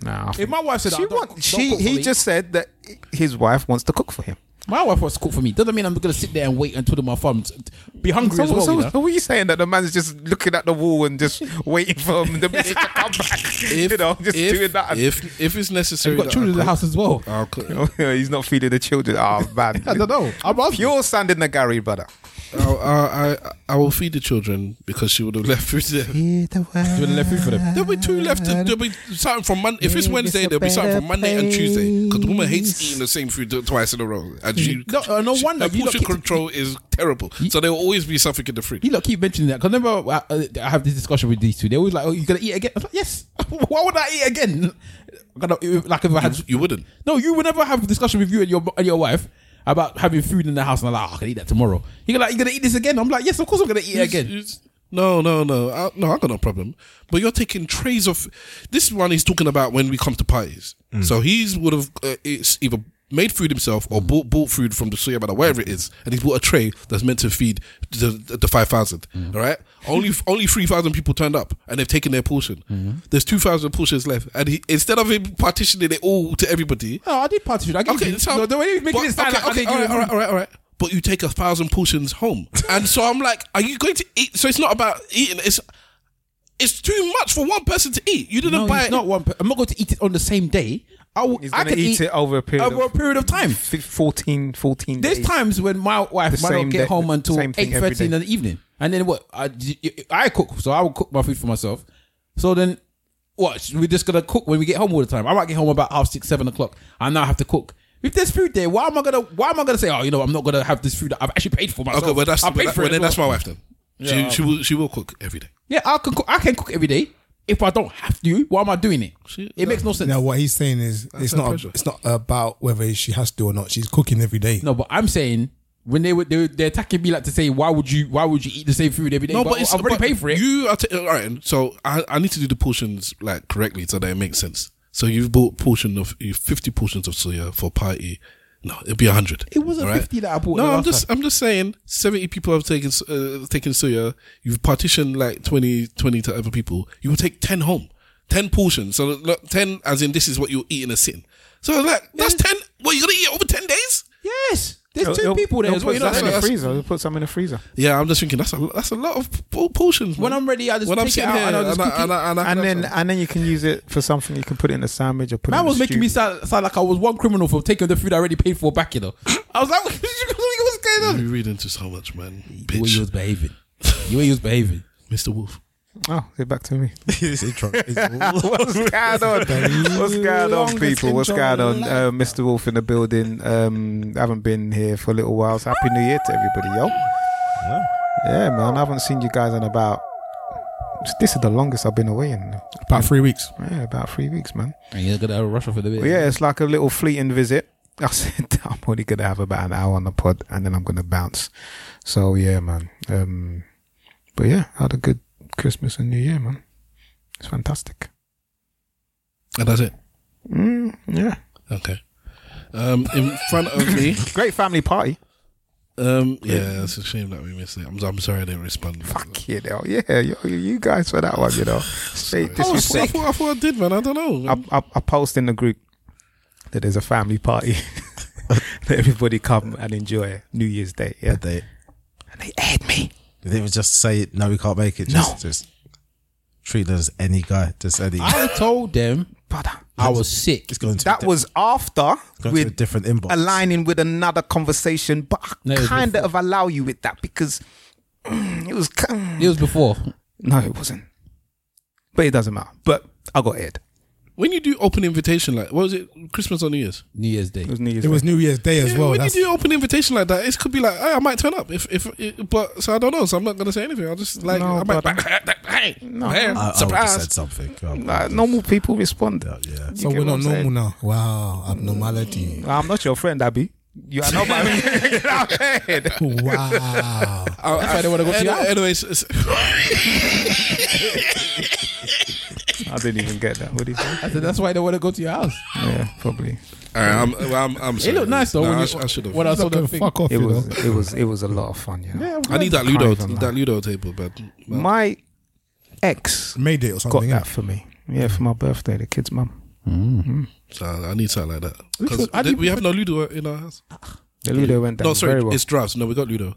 C: nah, I
A: If
C: think-
A: my wife said,
C: she
A: "I don't-
C: want,
A: don't
C: she,
A: cook for
C: he
A: me,"
C: just said that his wife wants to cook for him.
A: my wife wants to cook for me, doesn't mean I'm gonna sit there and wait until my farm be hungry
C: So,
A: as well.
C: so,
A: you know?
C: so what are you saying that the man's just looking at the wall and just waiting for him, the missus to come back? you know, just
D: if,
C: doing that. Oh,
D: If if it's necessary,
A: We've got
D: that I
A: children in the
D: cook,
A: house as well.
D: I'll cook.
C: He's not feeding the children. Oh man,
A: I don't know. I'm asking.
C: Pure sand in the Gary, brother.
D: I'll, I I I will feed the children because she would have left food there.
A: You wouldn't left food for them.
D: There'll be two left. There'll be something from Monday. If it's Wednesday, there'll be something from Monday and Tuesday. Because the woman hates eating the same food twice in a row. And she,
A: No, uh, no
D: she-
A: wonder.
D: Her
A: You lot
D: portion
A: keep-
D: control is terrible. So there will always be something in the fridge.
A: You lot keep mentioning that because remember I, I have this discussion with these two. They're always like, "Oh, you gonna eat again?" I was like, "Yes." Why would I eat again? I'm gonna- like if I had,
D: You wouldn't.
A: no, you would never have a discussion with you and your and your wife about having food in the house. And I'm like, oh, "I can eat that tomorrow." You're like, "You gonna eat this again?" I'm like, "Yes, of course I'm gonna eat it again."
D: You- No, no, no. I, no, I got no problem. But you're taking trays of. This one he's talking about when we come to parties. So he's would have uh, it's either made food himself or bought bought food from the suya or wherever it is, and he's bought a tray that's meant to feed the the, the five thousand. All right, only only three thousand people turned up, and they've taken their portion. There's two thousand portions left, and he, instead of him partitioning it all to everybody,
A: No, I did partition. I gave
D: Okay,
A: you.
D: so
A: no, the way he was making
D: but-
A: it sound
D: okay,
A: like I
D: okay,
A: gave you
D: all right,
A: the food.
D: all right, all right, all right. But you take a thousand portions home, and so I'm like, are you going to eat? So it's not about eating. It's it's too much for one person to eat. You didn't
A: No,
D: buy
A: it's not one. per- I'm not going to eat it on the same day. I will,
C: He's
A: I
C: gonna
A: can
C: eat it over a period
A: over
C: of-
A: a period of time.
C: F- 14, 14
A: There's
C: days.
A: times when my wife
C: The
A: might
C: same
A: not get
C: day-
A: home until
C: same
A: eight
C: thing
A: thirty
C: every
A: in
C: day.
A: the evening, and then what? I, I cook, so I will cook my food for myself. So then what? We're just gonna cook when we get home all the time. I might get home about half six, seven o'clock. I now have to cook. If there's food there, why am I gonna? Why am I gonna say? Oh, you know, I'm not gonna have this food that I've actually paid for myself.
D: Okay, well that's
A: I paid
D: well, that-
A: for
D: well,
A: it.
D: then
A: as
D: that's my
A: well.
D: wife then.
A: Yeah.
D: She, she will she will cook every day.
A: Yeah, I can cook. I can cook every day. If I don't have to, why am I doing it?
D: She-
A: it makes no sense.
E: Now what he's saying is it's
D: her
E: not
D: pleasure.
E: it's not about whether she has to or not. She's cooking every day.
A: No, but I'm saying when they were they were, they're attacking me like to say why would you why would you eat the same food every day?
D: No, but it's
A: I've already
D: but
A: paid for it.
D: You are ta- all right. So I, I need to do the portions like correctly so that it makes sense. So you've bought portion of you fifty portions of soya for party. No, it'd be hundred.
A: It wasn't 50 that I bought
D: No,
A: the
D: I'm
A: last
D: just I'm just saying seventy people have taken s- uh, taken soya. You've partitioned like 20, 20 to other people. You will take ten home, ten portions. So look, ten as in this is what you'll eat in a sitting. So like that's ten. What you gonna eat over ten days?
A: yes, there's
C: He'll-
A: 2
C: he'll-
A: people there
C: he'll
A: as well.
C: put
A: You know what
C: some
A: I
C: in
A: mean?
C: the freezer. He'll put some in the freezer.
D: Yeah, I'm just thinking that's a that's a lot of po- portions.
A: When
D: man.
A: I'm ready, I just
D: when I'm
A: take it
D: sitting
A: out
D: here
A: and I just cook it.
D: I- and I-
C: And then
D: that's all.
C: and then you can use it for something. You can put it in a sandwich or put it
A: Man
C: in
A: was
C: a
A: making me
C: stew.
A: sound, sound like I was one criminal for taking the food I already paid for back. You know, I was like, what's going on?
D: You read into so much, man.
A: The way you
D: Bitch.
A: was behaving, the way you was behaving.
D: Mr. Wolf.
C: Oh, get back to me.
F: It's intro.
C: What's going on? What's going on,
E: Longest
C: people? What's
E: intro
C: going on?
E: of
C: Uh, Mr. Wolf in the building. Um, haven't been here for a little while. So happy New Year to everybody, yo. Yeah, man. I haven't seen you guys in about. This is the longest I've been away in.
E: About three weeks.
C: Yeah, about three weeks, man.
A: And you're gonna have a rush off in a bit.
C: But yeah, it's like a little fleeting visit. I said I'm only gonna have about an hour on the pod, and then I'm gonna bounce. So yeah, man. Um, but yeah, had a good Christmas and New Year, man. It's fantastic.
D: And that's it.
C: Mm, yeah,
D: Okay. Um, in front of me.
C: great family party.
D: Um, yeah, it's a shame that we missed it. I'm, I'm sorry I didn't respond.
C: Fuck you know, yeah, yo, you guys for that one, you know.
D: I,
C: Straight
D: was, I,
C: disrespect.
D: thought, I thought I did, man. I don't know.
C: I, I, I post in the group that there's a family party. Let everybody come and enjoy New Year's Day. Yeah,
F: they
C: and they aired me.
F: they would just say no, we can't make it. Just, just treat us as any guy, just any.
A: I told them
C: Brother,
A: I was sick.
F: It's going to
C: that
F: a di-
C: was after
F: going to a
C: with
F: different inbox.
C: aligning with another conversation, but
A: No, it
C: I
A: was
C: kind
A: before.
C: of allow you with that because mm, it was. ki-
A: It was before.
C: No, it wasn't. But it doesn't matter. But I got aired.
D: when you do open invitation, like, what was it? Christmas or New Year's?
A: New Year's Day.
C: It was New Year's.
E: It was New Year's Day as
D: Yeah,
E: well.
D: when you
E: That's
D: do open invitation like that, it could be like, hey, I might turn up. if if it, But, so I don't know. So I'm not going to say anything. I'll just, like,
C: No,
D: I might,
C: brother.
D: hey,
C: No.
D: hey,
F: I, I would have
D: surprise.
F: said something. Um,
C: Like, normal people respond.
F: yeah, yeah.
E: so
C: get
E: we're not
C: what I'm
E: normal
C: saying?
E: now. Wow, abnormality.
C: I'm not your friend, Abby. You are not my friend.
E: wow.
D: That's why they want to go
A: to your house.
D: Anyways, it's-
C: I didn't even get that. What did you
A: I
C: say?
A: said that's why they want to go to your house.
C: Yeah, probably.
D: All right, I'm, well, I'm, I'm
A: It
D: sorry.
A: looked nice though.
D: Nah,
A: when
D: I,
A: you-
D: sh- I should have.
A: When I saw the
E: Fucking
A: thing.
E: fuck off, you
C: It
E: know.
C: was. It was. It was a lot of fun. You know?
D: I need that Ludo,
C: Can't even
D: that Ludo table, but well,
C: My ex
E: Made it or
C: got
E: something.
C: that for me. Yeah, for my birthday, the kid's mum.
D: so I need something like that because
A: was- I didn't-
D: we have no Ludo in our house.
C: The Ludo went down
D: No, sorry,
C: very well.
D: it's drafts. No, we got Ludo.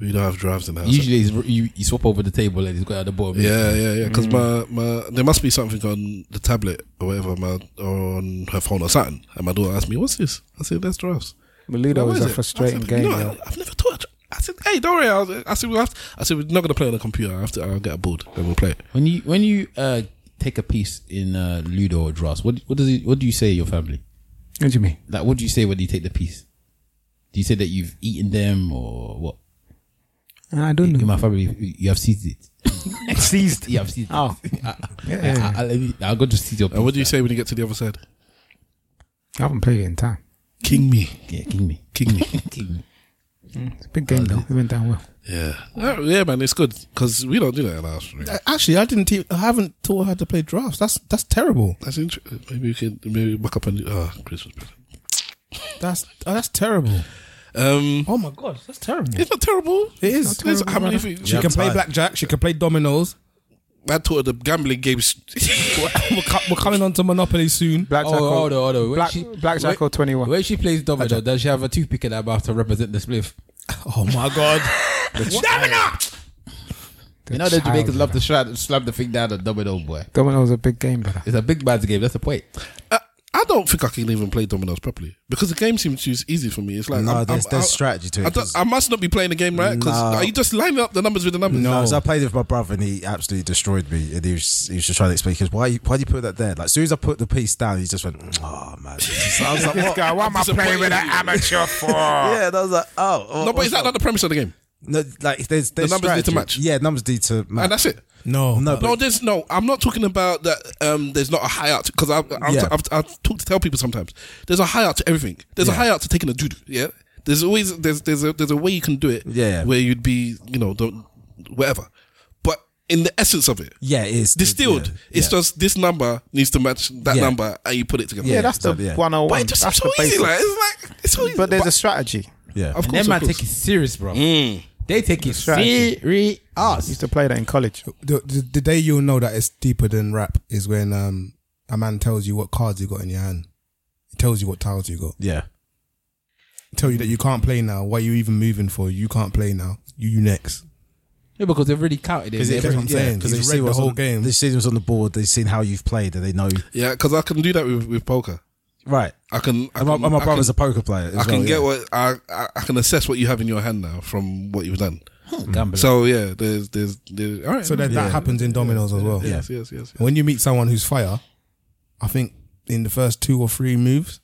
D: We don't have drafts in the house.
A: Usually, he's, you, you swap over the table and he's got out the ball.
D: yeah, yeah, yeah. Because
C: Mm.
D: my, my there must be something on the tablet or whatever, my or on her phone or something. And my daughter asked me, "What's this?" I said, "That's drafts."
C: But Ludo
D: What
C: was a
D: it?
C: frustrating
D: I said,
C: game.
D: "No,
C: yo.
D: I, have never taught. dra- I said, "Hey, don't worry." I, was, I said, "We'll have to, I said, "We're not gonna play on the computer. I have to. I'll get bored and we'll play." it."
A: When you when you uh, take a piece in uh, Ludo or draughts, what what does it, what do you say to your family?
C: What do you mean?
A: Like, what do you say when you take the piece? Do you say that you've eaten them or what?
C: I don't
A: In
C: know.
A: my family, you you have seized it.
C: Seized.
A: You have seized it.
C: Oh,
A: I, I, I, will go to seize your piece.
D: And what do you say when you get to the other side?
C: I haven't played it in time.
D: King me,
A: Yeah, king me.
D: king me.
A: King me.
C: It's a big game though. It went down well.
D: Yeah, Uh, yeah, man, it's good because we don't do that in our house. really.
E: Actually, I didn't. Te- I haven't taught her to play drafts. That's that's terrible.
D: That's interesting. Maybe we can maybe back up on oh, Christmas present.
E: That's uh, that's terrible.
D: Um,
E: Oh my god, that's terrible.
D: it's not terrible.
E: It is.
D: There's how many things?
E: She
D: Yeah.
E: can play
F: time.
E: blackjack. She can play dominoes.
D: I taught her the gambling games.
E: We're, co- we're coming on to Monopoly soon.
C: Black
A: Oh, hold on, hold on. When
C: Black,
A: she-
C: Blackjack or
A: when-
C: 21.
A: When she plays domino, does she have a toothpick in her mouth to represent the spliff?
E: Oh my god.
A: you know the
C: child,
A: Jamaicans love to slap, slap the thing down at domino, boy.
C: Domino's a big game, brother.
A: It's a big man's game. That's the point.
D: I don't don't think I can even play dominoes properly because the game seems too easy for me. It's like
F: No,
D: I'm-
F: there's-
D: I'm-
F: there's
D: I-
F: strategy to it,
D: I, don't-
F: 'cause-
D: I must not be playing the game right because
F: No.
D: are you just lining up the numbers with the numbers?
F: No, so I played with my brother and he absolutely destroyed me. And he was, he was just trying to explain, because why, you- why do you put that there? Like, as soon as I put the piece down, he just went, oh, man. So I was like,
I: This
F: what?
I: guy, what am I playing with an amateur for?
F: Yeah, and I was like, oh.
D: No, but is that not the premise of the game?
F: No, like, there's, there's
D: numbers need to
F: strategy.
D: match.
F: Yeah, numbers need to match.
D: And that's it.
E: No,
F: No,
D: No, there's no. I'm not talking about that. Um, there's not a high out because I've I've,
F: Yeah.
D: I've, I've talked to tell people sometimes. There's a high out to everything. There's a high out to taking a dude. Yeah. There's always there's there's a there's a way you can do it.
F: Yeah, yeah.
D: Where you'd be you know don't whatever, but in the essence of it,
F: yeah, it is.
D: distilled,
F: Yeah,
D: it's
F: yeah.
D: just this number needs to match that
F: Yeah.
D: number, and you put it together.
F: Yeah,
C: Yeah, that's the
F: exactly, yeah.
C: one hundred
D: But
C: one.
D: it just
C: That's
D: so
C: the
D: easy.
C: basic.
D: Like it's like it's so easy.
C: But there's a strategy.
F: Yeah.
A: And
D: of course,
A: them man
D: of course.
A: take it serious, bro.
F: Mm.
A: They take it
C: Strategy.
A: serious.
C: Used to play that in college.
E: the, the, the day you'll know that it's deeper than rap is when um, a man tells you what cards you got in your hand. He tells you what tiles you got.
F: yeah.
E: He tell you that you can't play now. What are you even moving for? You can't play now. You, you next.
A: Yeah, because they've already counted it.
E: Because it
A: They've
E: counts.
A: already-
E: I'm saying.
F: because
E: He's
F: they've
E: read
F: seen
E: the
F: what's
E: whole
F: on,
E: game.
F: They've seen what's on the board. They've seen how you've played, and they know.
D: Yeah, because I can do that with, with poker.
F: Right.
D: I can. I
F: And my,
D: can-
F: and my
D: I
F: brother's
D: can-
F: a poker player. As
D: I can
F: well,
D: get
F: yeah.
D: what I, I I can assess what you have in your hand now from what you've done.
A: Gambling.
D: So yeah, there's there's, there's all right.
E: So that, that happens in dominoes as well.
D: yes, yes, yes, yes.
E: When you meet someone who's fire, I think in the first two or three moves,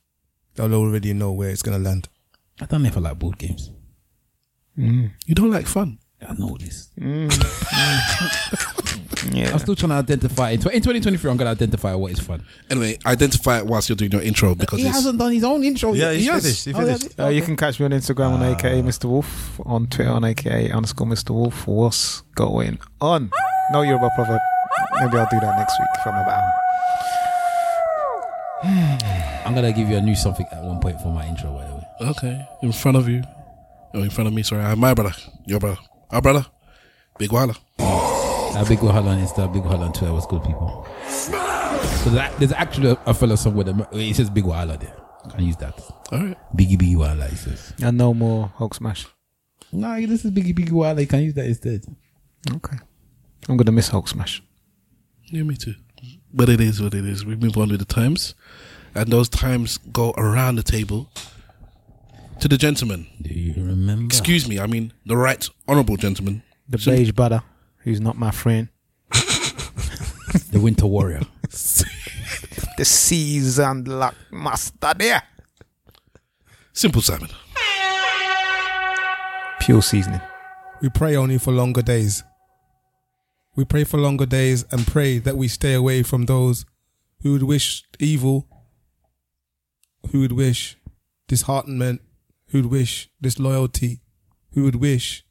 E: they'll already know where it's going to land.
A: I don't ever like board games.
D: You don't like fun.
A: I know this.
F: Mm.
C: Yeah.
A: I'm still trying to identify. In tw- in 2023, I'm going to identify what is fun.
D: Anyway, identify it whilst you're doing your intro because
A: He
D: it's,
A: hasn't done his own intro
F: Yeah,
A: yet.
F: he
A: has.
F: finished, he
A: Oh, yeah,
F: finished.
A: yeah.
C: Uh, you can catch me on Instagram on AKA Mr. Wolf, on Twitter on AKA underscore Mr. Wolf. What's going on? No Yoruba proverb. Maybe I'll do that next week if I'm about.
A: I'm going to give you a new something at one point for my intro, by the way.
D: okay in front of you. Oh, in front of me. Sorry, I have my brother, your brother, our brother, Big Wala.
A: Uh, big Wahala on Insta, Big Wahala on Twitter. What's good, people? So that, there's actually a, a fella somewhere that it says Big Wahala there. I use that.
D: All right.
A: Biggie Biggie Wahala, he says.
C: And no more Hulk smash.
A: Nah, this is Biggie Biggie Wahala. You can use that instead.
C: Okay. I'm gonna miss Hulk smash.
D: Yeah, me too. But it is what it is. We move on with the times, and those times go around the table to the gentleman.
A: Do you remember?
D: Excuse me. I mean the right honourable gentleman.
C: The
D: Sim-
C: beige brother, who's not my friend.
A: the Winter Warrior.
C: The seasoned luck master there.
D: Simple Simon.
C: Pure seasoning.
E: We pray only for longer days. We pray for longer days and pray that we stay away from those who would wish evil, who would wish disheartenment, who would wish disloyalty, who would wish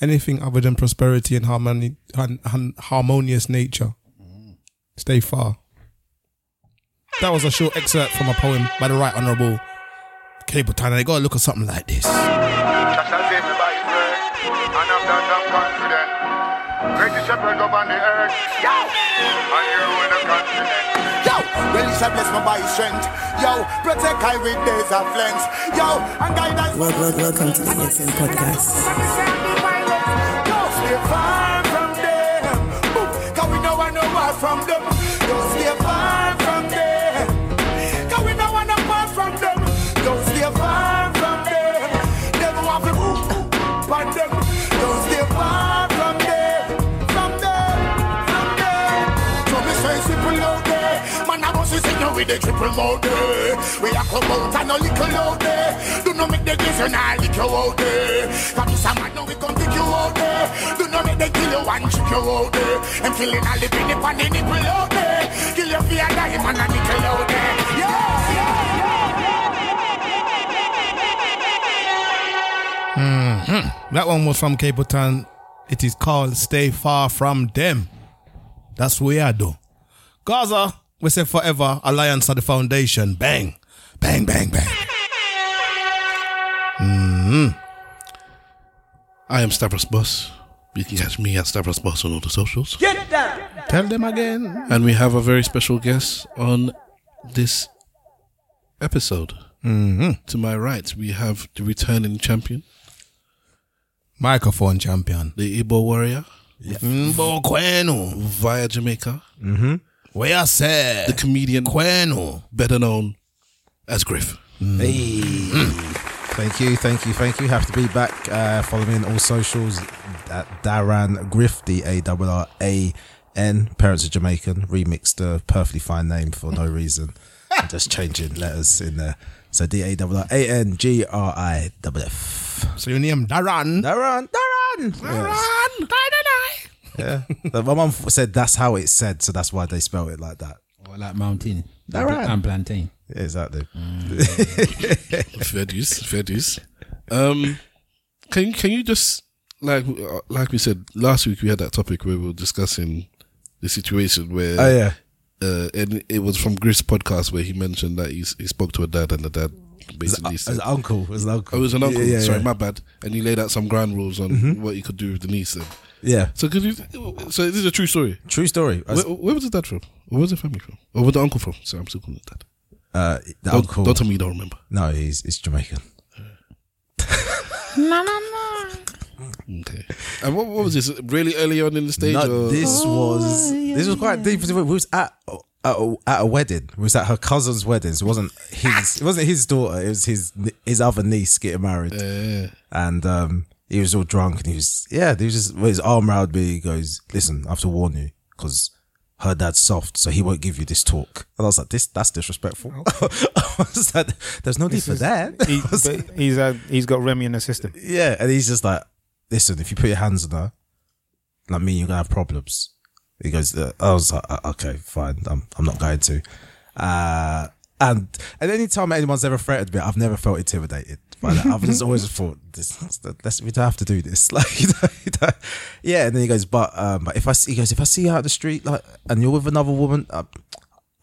E: anything other than prosperity and harmony, han, han- harmonious nature. Stay far. That was a short excerpt from a poem by the Right Honourable Cable Tanner. They gotta look at something like this.
J: Just as if by birth, and of that I'm confident. Greatest shepherd upon the earth,
K: Yo,
J: and you're with a confident.
K: yo, well, it's a bless my by strength. Yo, protect I with days of length. Yo, and guidance.
B: Wel- wel- welcome to the Instant Podcast.
K: Don't stay far from them. Boom. Cause we know I know why from them. Don't stay far from them. Cause we know I know why from them. Don't stay far from them. Never want to move. But them. Don't stay far from them. From them. From them. So me say simple out there. Man, I want to see you with the triple mode. eh. We are come out and a little out there. Do not make the decision, I lick you out there. Cause this a man, now we come pick you out there. Do not make the kill you and trick you out there. I'm feeling all the pain upon the nipple out there. Kill you for a dime and a nickel out there. Yeah, yeah, yeah.
E: That one was from Cape Town. It is called Stay Far From Them. That's weirdo. Gaza, we say forever, Alliance of the Foundation. Bang. Bang, bang, bang.
D: I am Stavros Boss. You can catch me at Stavros Boss on all the socials.
E: Tell them again.
D: And we have a very special guest on this episode. Mm-hmm. To my right, we have the returning champion,
E: Microphone champion.
D: the Igbo warrior
E: Mbo Kwenu.
D: via Jamaica,
E: We are said.
D: comedian
E: Kwenu.
D: better known as Griff.
F: Hey. Thank you, thank you, thank you. Have to be back. Uh, follow me on all socials at Darren Griff, D A R R A N. Parents are Jamaican. Remixed a perfectly fine name for no reason. I'm just changing letters in there. So D A R R A N G R I F F.
E: So your name Daran.
F: Daran. Daran.
E: Daran.
F: Yeah. But My mum said that's how it's said, so that's why they spell it like that.
A: Or like mountain.
F: Alright.
A: And plantain.
F: Yeah, exactly.
D: Mm. fair dues, fair dues. Um, can can you just like uh, like we said last week? We had that topic where we were discussing the situation where
F: Oh, yeah.
D: uh, and it was from Griff's podcast where he mentioned that he, s- he spoke to a dad and the dad basically
F: As
D: said,
F: an uncle. As an uncle.
D: "Oh, it was an uncle."
F: Yeah, yeah,
D: Sorry,
F: yeah.
D: my bad. And he laid out some ground rules on
E: Mm-hmm.
D: what you could do with the niece. Then.
F: Yeah.
D: So could you? So this is a true story.
F: True story.
D: Where, where was the dad from? Where was the family from? Or where was the uncle from? Sorry, I'm still calling it dad.
F: Uh, the
D: Don't,
F: uncle.
D: don't tell me you don't remember.
F: No, he's it's Jamaican.
D: Okay. And what, what was this? Really early on in the stage?
F: No,
D: or?
F: this was this was quite deep. We was at at a, at a wedding. We was at her cousin's wedding. So it wasn't his. It wasn't his daughter. It was his his other niece getting married. And um, he was all drunk, and he was yeah. He was just with his arm around me. He goes, "Listen, I have to warn you because." Her dad's soft, so he won't give you this talk. And I was like, "This, that's disrespectful." I was like, "There's no need for that."
C: He,
F: I was like-
C: but he's uh, he's got Remy in the system.
F: yeah, and he's just like, listen, if you put your hands on her, like me, you're gonna have problems. He goes, uh, I was like, uh, okay, fine, I'm, I'm not going to. Uh, and at any time anyone's ever threatened me, I've never felt intimidated by that. I've just always thought, this, this, we don't have to do this. Like, you know, you don't- yeah. And then he goes, but um, but if I see, he goes, if I see you out the street, like, and you're with another woman, uh,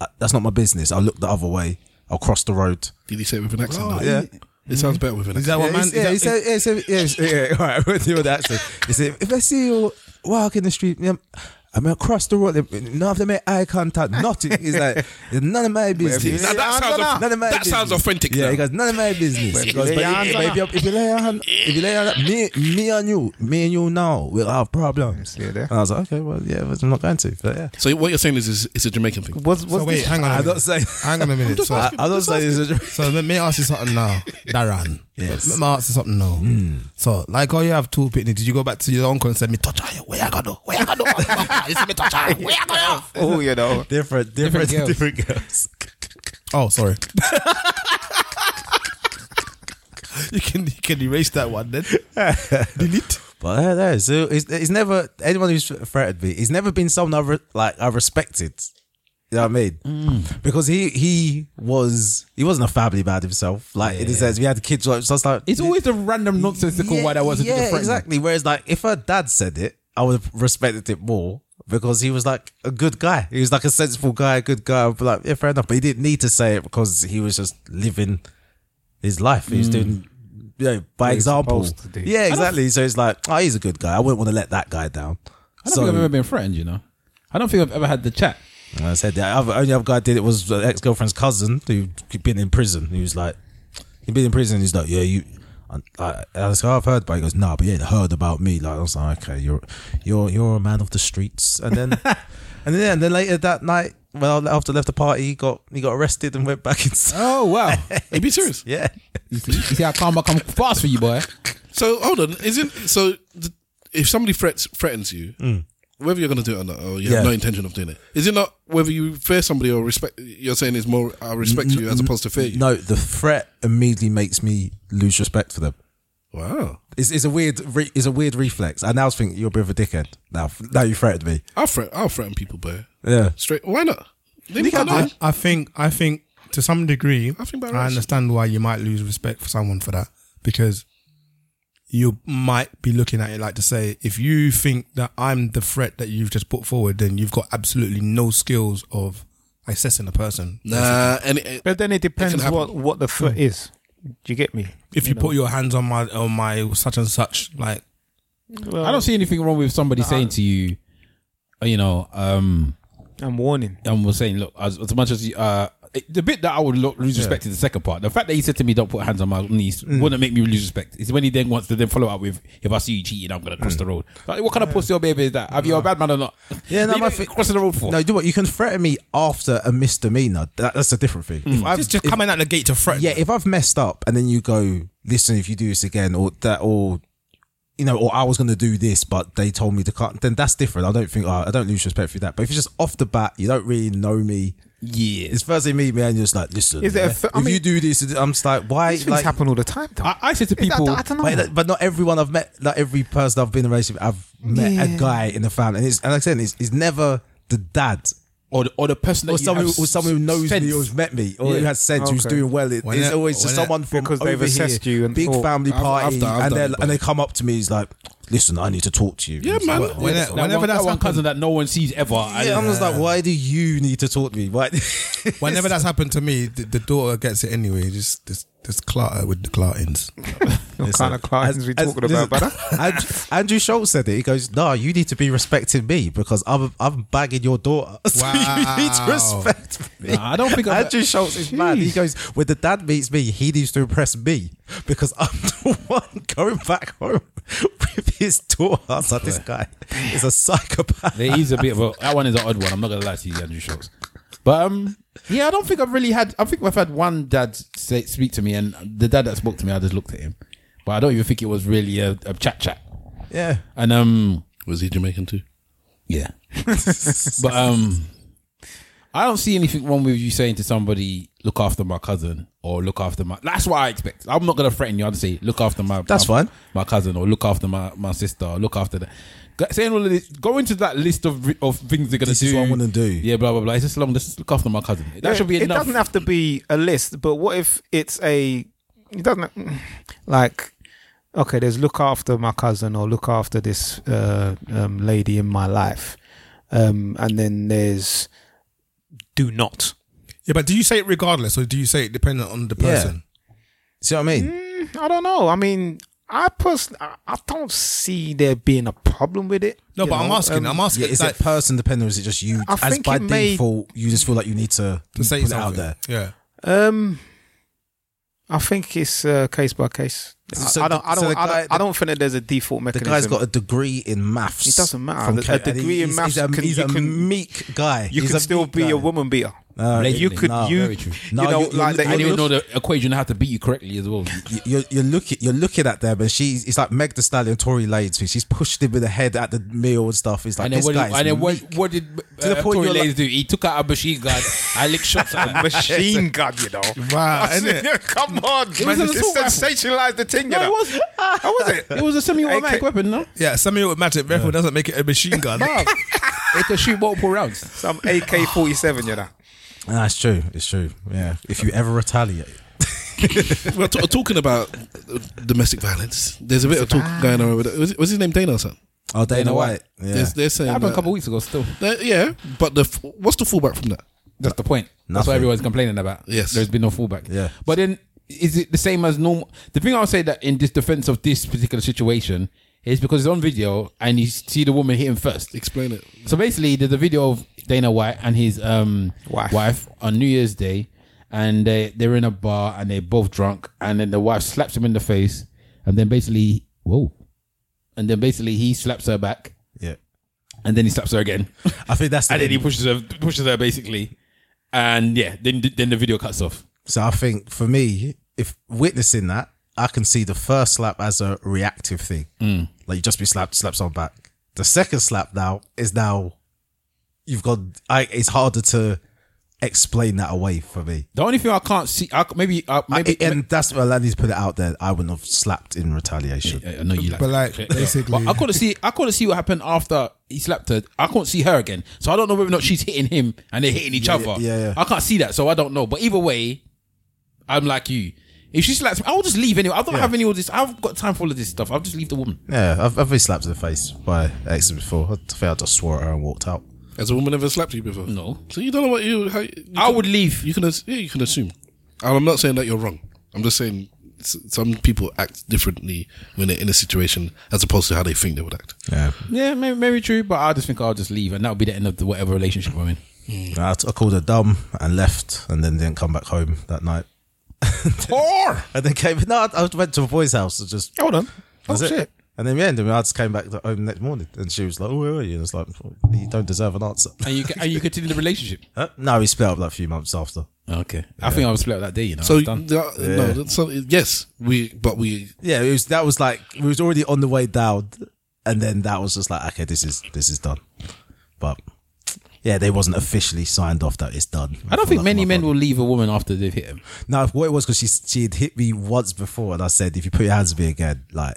F: uh, that's not my business. I'll look the other way. I'll cross the road.
D: Did he say it with an accent? though?
F: Yeah.
D: It sounds better with an
E: Oh, Is that
D: accent.
E: what
F: Yeah,
E: man?
F: he's- yeah, he
E: is that,
F: said, yeah, he said- yeah, he said- yeah, all right, we'll deal with that. So, he said, if I see you walking the street, yeah, I mean, across the road, none of them make eye contact, nothing. He's like, it's none of my business.
D: Now, that sounds
F: None of
D: au-
F: my
D: that
F: business.
D: sounds authentic
F: Yeah,
D: now.
F: he goes, none of my business. He goes,
C: lay
F: but
C: your hands
F: if,
C: on
F: but if you, if you lay your hand, if you lay your hand, me, me and you, me and you now, we'll have problems.
C: Yeah, there.
F: And I was like, okay, well, yeah, but I'm not going to. But yeah.
D: So what you're saying is, is it's a Jamaican thing.
C: What's,
E: so
C: what's
E: wait,
C: this?
E: hang on. a
F: I'm
E: minute.
F: not saying,
E: Hang on a minute. So,
F: I, I'm not saying it's a
E: so let me ask you something now, Daran.
F: Yes.
E: Let me ask you something now. So, like how you have two pitney, did you go back to your uncle and say, me touch her? Where I gotta do? Where I gotta do? You see me touch her? Where I gotta do?
C: Oh, you know.
F: different, different,
A: girls.
F: different girls.
E: Oh, sorry. you, can, you can erase that one then. Delete.
F: But yeah, there. So it's, it's never anyone who's threatened me. It's never been someone I've re- like I've respected. You know what I mean? Because he he was he wasn't a family man himself. Like in the sense, we had kids. Like, so it's like
A: It's always the random nonsensical
F: yeah,
A: why that wasn't
F: yeah,
A: different.
F: exactly. Whereas like if her dad said it, I would have respected it more because he was like a good guy. He was like a sensible guy, a good guy. I'd be like, yeah, fair enough. But he didn't need to say it because he was just living his life.
A: Mm.
F: He was doing you know, by example.
C: supposed to do.
F: Yeah, exactly. So it's like, oh, he's a good guy. I wouldn't want to let that guy down.
A: I don't
F: so
A: think I've ever been threatened, you know. I don't think I've ever had the chat.
F: and I said the other, only other guy did it was an ex girlfriend's cousin who'd been in prison. He was like, he'd been in prison. He's like, yeah, you. and I, I was like, oh, I've heard, but he goes, nah, but you ain't heard about me. Like I was like, okay, you're, you're, you're a man of the streets. And then, and then, yeah, and then later that night, well, after I left the party, he got, he got arrested and went back inside.
A: Oh wow!
D: Are you being serious?
F: Yeah,
A: you, see, you see how calm I come fast for you, boy.
D: So hold on, isn't so? The, if somebody threats threatens you, whether you're going to do it or not, or
F: Mm.
D: you
F: Yeah.
D: have no intention of doing it, is it not whether you fear somebody or respect? You're saying it's more I respect you as opposed to fear you.
F: no, the threat immediately makes me lose respect for them.
D: Wow,
F: It's, it's a weird, re, it's a weird reflex. I now think you're a bit of a dickhead. Now, now you threatened me.
D: I'll threat I'll threaten people, but
F: Yeah.
D: straight. Why not? They can't do
E: I,
D: it.
E: I think I think to some degree I,
D: I think by rights.
E: understand why you might lose respect for someone for that because you might be looking at it like to say if you think that I'm the threat that you've just put forward then you've got absolutely no skills of assessing a person
D: Nah, eh, and it,
C: But then it depends
D: happen.
C: what, what the foot is. Do you get me?
E: if you, put your hands on my on my such and such like
A: I don't see anything wrong with somebody saying to you, uh, you know, um,
C: I'm warning.
A: and was saying, look, as, as much as you, uh, it- the bit that I would lo- lose respect is the second part. The fact that he said to me, "Don't put hands on my knees,"
F: Mm.
A: wouldn't make me lose respect. It's when he then wants to then follow up with, "If I see you cheating, I'm gonna
F: Mm.
A: cross the road." Like, what kind of pussy or baby is that? Have you a bad man or not?
F: Yeah, no,
A: You
F: my
A: don't
F: thing-
A: crossing the road for.
F: No, you do what? You can threaten me after a misdemeanor. That, that's a different thing.
C: Hmm.
F: If I've,
E: Just, just
F: if-
E: coming out the gate to threaten.
F: yeah, if I've messed up and then you go, listen, if you do this again, or that, or you know, or I was going to do this, but they told me to cut, then that's different. I don't think oh, I don't lose respect for that. But if it's just off the bat, you don't really know me.
A: Yeah,
F: It's first they meet me and you're just like, listen,
C: Is it a
F: yeah,
C: th- I
F: if you
C: mean-
F: do this, I'm just like, why?
C: These things
F: Like,
C: happen all the time. Though.
A: I, I said to
C: I-
A: people,
C: I, don't know.
F: but, but not everyone I've met, like every person I've been in a relationship, I've met a guy in the family, and it's and like I said, it's, it's never the dad
A: or the, or the person that
F: or
A: you
F: someone,
A: have
F: who, or someone who knows
A: sense.
F: me, who's met me, or who
A: Yeah.
F: has said who's
C: Okay.
F: doing well. It,
E: When
F: it's
E: it-
F: always just
E: when it-
F: someone from
C: Because
F: over
C: they've assessed
F: here,
C: you and
F: big
C: thought-
F: family
D: I've- I've
F: party,
D: done- I've
F: and
D: done
F: they
D: it,
F: and they
D: but-
F: come up to me. He's like, "Listen, I need to talk to you."
D: Yeah,
F: It's
D: man.
F: like,
D: When
A: That one-
E: Whenever
A: that
E: that's
A: one
E: happened-
A: cousin that no one sees ever.
F: yeah, I'm just like, "Why do you need to talk to me?" Why?
E: Whenever that's happened to me, the, the daughter gets it anyway. Just just just clutter with the clutterings.
C: What kind of clients we talking about, brother?
F: Andrew, Andrew Schultz said it. He goes, "No, you need to be respecting me because I'm I'm bagging your daughter. So you need to
E: Wow.
F: respect me."
A: Nah, I don't think I've-
F: Andrew Schultz is mad. He goes, "When the dad meets me, he needs to impress me because I'm the one going back home with his daughter." I was like, "This guy is a psychopath."
A: There is a bit of a that one is an odd one. I'm not gonna lie to you, Andrew Schultz. But um, yeah, I don't think I've really had. I think I've had one dad say, speak to me, and the dad that spoke to me, I just looked at him. But I don't even think it was really a, a chat chat.
F: Yeah,
A: And um,
D: Was he Jamaican too?
A: yeah. but um, I don't see anything wrong with you saying to somebody, "Look after my cousin," or "Look after my." That's what I expect. I'm not gonna threaten you. I'd say, "Look after my."
F: That's
A: my,
F: fine.
A: My cousin, or look after my my sister, or look after that. Go- Saying all of this, go into that list of of things they're gonna
F: This
A: do.
F: is what I wanna do.
A: Yeah, blah blah blah. It's just long. Just look after my cousin. That
C: Yeah,
A: should be
C: it
A: enough.
C: doesn't have to be a list, but what if it's a? It doesn't like. Okay, there's look after my cousin or look after this uh, um, lady in my life, um, and then there's do not.
E: Yeah, but do you say it regardless, or do you say it dependent on the
F: Yeah.
E: person?
F: see what I mean?
C: I don't know. I mean, I personally, I I don't see there being a problem with it.
E: No,
C: you
E: but I'm
C: know,
E: asking.
C: um,
E: I'm asking.
F: Yeah, is
E: like,
F: it person dependent, or is it just you?
C: I
F: as
C: think
F: by
C: it may-
F: default, you just feel like you need to,
E: to say
F: put it
E: something
F: out there.
E: Yeah.
C: Um, I think it's uh, case by case. I-
F: So
C: I don't.
F: the-
C: I
F: so
C: don't.
F: the
C: I,
F: guy-
C: don't I don't think that there's a default
F: The
C: mechanism.
F: guy's got a degree in maths.
C: It doesn't matter.
F: From
C: A
F: Kent, and
C: degree in
F: he's-
C: maths
F: He's a,
C: can-
F: he's
C: you
F: a
C: can-
F: meek guy.
C: You
F: He's
C: can
F: a
C: still
F: meek
C: be
F: guy.
C: a woman beater.
F: No,
C: you
A: Blatantly.
C: could.
F: no.
C: you,
A: Very true.
F: No,
C: you know,
F: you- you
C: like
F: look-
A: I
C: the,
A: don't
F: you
A: even
F: look-
A: know the equation how to beat you correctly as well.
F: You're, you're looking. You're looking at them, and she's. It's like Meg The Stallion, Tory Lanez. who She's pushed him with the head at the meal and stuff. It's like
A: And then
F: this
A: what? Did,
F: guy. is
A: and then what,
F: meek.
A: what did
F: To the
A: uh,
F: point
A: Tory
F: you're like-
A: Lanez do? He took out a machine gun. I licked shots at him.
C: machine gun, you know.
E: Wow.
C: I said, Come on, man.
A: an
C: It
A: assault rifle.
C: sensationalized the thing, you
A: No, it
C: know.
A: was.
C: How was it?
A: It was a semi-automatic
C: AK
A: weapon, no?
E: Yeah, semi-automatic rifle doesn't make it a machine gun.
A: Bruv, it can shoot multiple rounds.
C: Some AK 47, you know.
F: Ah, it's true. It's true. Yeah. If you ever retaliate,
D: Well, t- talking about uh, domestic violence, there's a bit of talk going on. With, was, was his name Dana or something?
F: oh Dana,
A: Dana
F: White.
A: White.
F: Yeah.
D: There's- They're saying
A: That happened a
D: that-
A: couple of weeks ago. Still,
D: that- yeah, but the f- what's the fallback from that?
A: that's the point. That's
F: Nothing.
A: what everyone's complaining about.
D: Yes.
A: there's been no fallback.
F: Yeah.
A: but then is it the same as normal? The thing I would say that in this defense of this particular situation is because it's on video and you see the woman hit him first.
D: Explain it.
A: So basically, there's a video of Dana White and his um,
C: Wife.
A: on New Year's Day, and they they're in a bar and they're both drunk, and then the wife slaps him in the face, and then basically, whoa, and then basically he slaps her back,
F: yeah.
A: and then he slaps her again,
F: I think that's. The
A: and then he
F: thing.
A: pushes her pushes her basically, and yeah, then then the video cuts off.
F: So I think for me, if witnessing that, I can see the first slap as a reactive thing.
A: Mm.
F: Like you just be slapped, slaps on back. The second slap now is now you've got. I, it's harder to explain that away for me.
A: The only thing I can't see, I, c- maybe uh, maybe.
F: I, and that's why Lanny's put it out there. I wouldn't have slapped in retaliation.
A: I know you like,
E: But like, basically-
A: But I couldn't see. I couldn't see what happened after he slapped her. I couldn't see her again, so I don't know whether or not she's hitting him and they're hitting each other.
F: yeah, yeah.
A: I can't see that, so I don't know. But either way, I'm like you. If she slaps me, I'll just leave anyway. I don't have any of this. I've got time for all of this stuff. I'll just leave the woman.
F: Yeah, I've, I've been slapped in the face by exes before. I think I just swore at her and walked out.
D: Has a woman ever slapped you before?
A: No.
D: So you don't know what you. How, you
A: I would leave.
D: You can. as- Yeah, you can assume. And I'm not saying that you're wrong. I'm just saying s- some people act differently when they're in a situation as opposed to how they think they would act.
F: Yeah.
A: Yeah, maybe, maybe true, but I just think I'll just leave, and that'll be the end of the whatever relationship I'm in.
F: I, I called her dumb and left, and then didn't come back home that night.
A: Or
F: and then came. No, I, I went to a boy's house and just
C: Hold on. Oh,
F: That's it.
C: shit.
F: And then yeah, and then I just came back to home the next morning, and she was like, "Oh, where were you?" And it's like, "You don't deserve an answer."
A: And you ca- and you continue the relationship.
F: Huh? No, we split up like a few months after.
A: Okay, I think I was split up that day. You know, I
D: So
A: was done.
D: yeah, no, so yes, we but we
F: Yeah, it was. That was like we was already on the way down, and then that was just like, okay, this is this is done. But yeah, they wasn't officially signed off that it's done.
A: I don't
F: For
A: think
F: like
A: many
F: my
A: men
F: brother.
A: will leave a woman after they've hit him.
F: No, what it was because she she had hit me once before, and I said, if you put your hands on me again, like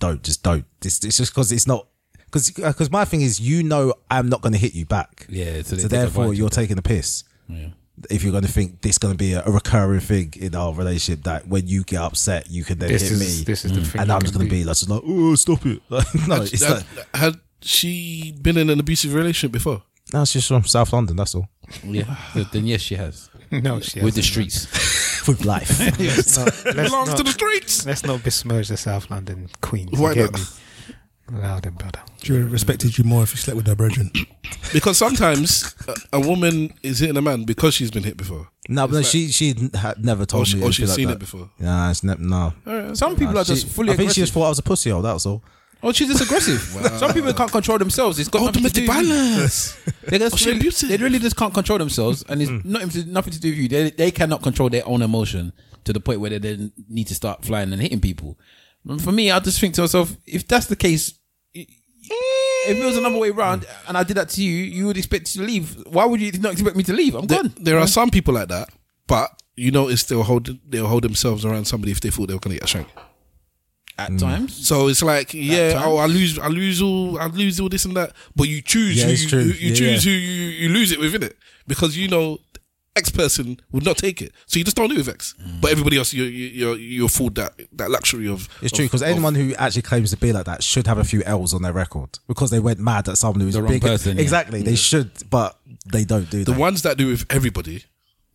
F: don't, just don't. This it's just because it's not because because my thing is, you know, I'm not going to hit you back.
A: Yeah, so
F: so,
A: they take
F: therefore
A: advantage
F: you're
A: of that.
F: taking the piss. If you're going to think this going to be a, a recurring thing in our relationship, that when you get upset, you can then
C: This
F: hit
C: is-
F: me, Mm.
C: this is the thing
F: and
C: you
F: I'm just
C: can
F: going to
C: do.
F: be like, just like, oh, stop it. Like, no, it's like,
D: had, had she been in an abusive relationship before?
F: no, it's just from South London. That's all.
A: Yeah, So then yes, she has
C: No, she
A: with the
C: hasn't.
A: streets.
F: With life,
C: Let's not- let's
D: Belongs
C: not-
D: to the streets.
C: Let's not besmirch the South London Queens. you
D: Why
C: get
D: not?
C: me? Loud and brother.
E: She would have respected you more if you slept with her brethren.
D: Because sometimes a, a woman is hitting a man because she's been hit before.
F: no, but she she had never told
D: Or she-
F: me.
D: or
F: anything
D: she'd
F: like
D: seen
F: that.
D: it before.
F: Nah, it's ne- no.
A: Some people
F: Nah,
A: are just
F: she-
A: fully.
F: I think she
A: aggressive.
F: just thought I was a pussy hole. That's all.
A: Oh, she's just aggressive. Some people can't control themselves. It's got nothing to do
D: Ultimate
A: with
D: balance.
A: you. They just
D: she
A: really,
D: abusive.
A: they really just can't control themselves, and
F: Hmm.
A: it's nothing to, nothing to do with you. They they cannot control their own emotion to the point where they then need to start flying and hitting people. And for me, I just think to myself, if that's the case, i- if it was another way around, and I did that to you, you would expect to leave. Why would you not expect me to leave? I'm
D: There,
A: gone.
D: there are some people like that, but you notice they'll hold they'll hold themselves around somebody if they thought they were gonna get shanked.
A: At times,
D: So it's like, yeah,
A: times.
D: oh, I lose, I lose all, I lose all this and that. But you choose,
F: Yeah,
D: who
F: it's
D: you,
F: true.
D: you- you
F: Yeah,
D: choose
F: yeah.
D: who you, you lose it within it because you know X person would not take it, so you just don't do it with X.
F: Mm.
D: But everybody else, you you you you afford that that luxury of.
F: It's
D: of-
F: true because
D: of-
F: anyone who actually claims to be like that should have a few L's on their record because they went mad at someone who's
A: The wrong
F: big.
A: person, yeah.
F: Exactly, they should, but they don't do
D: the
F: that.
D: ones that do with everybody,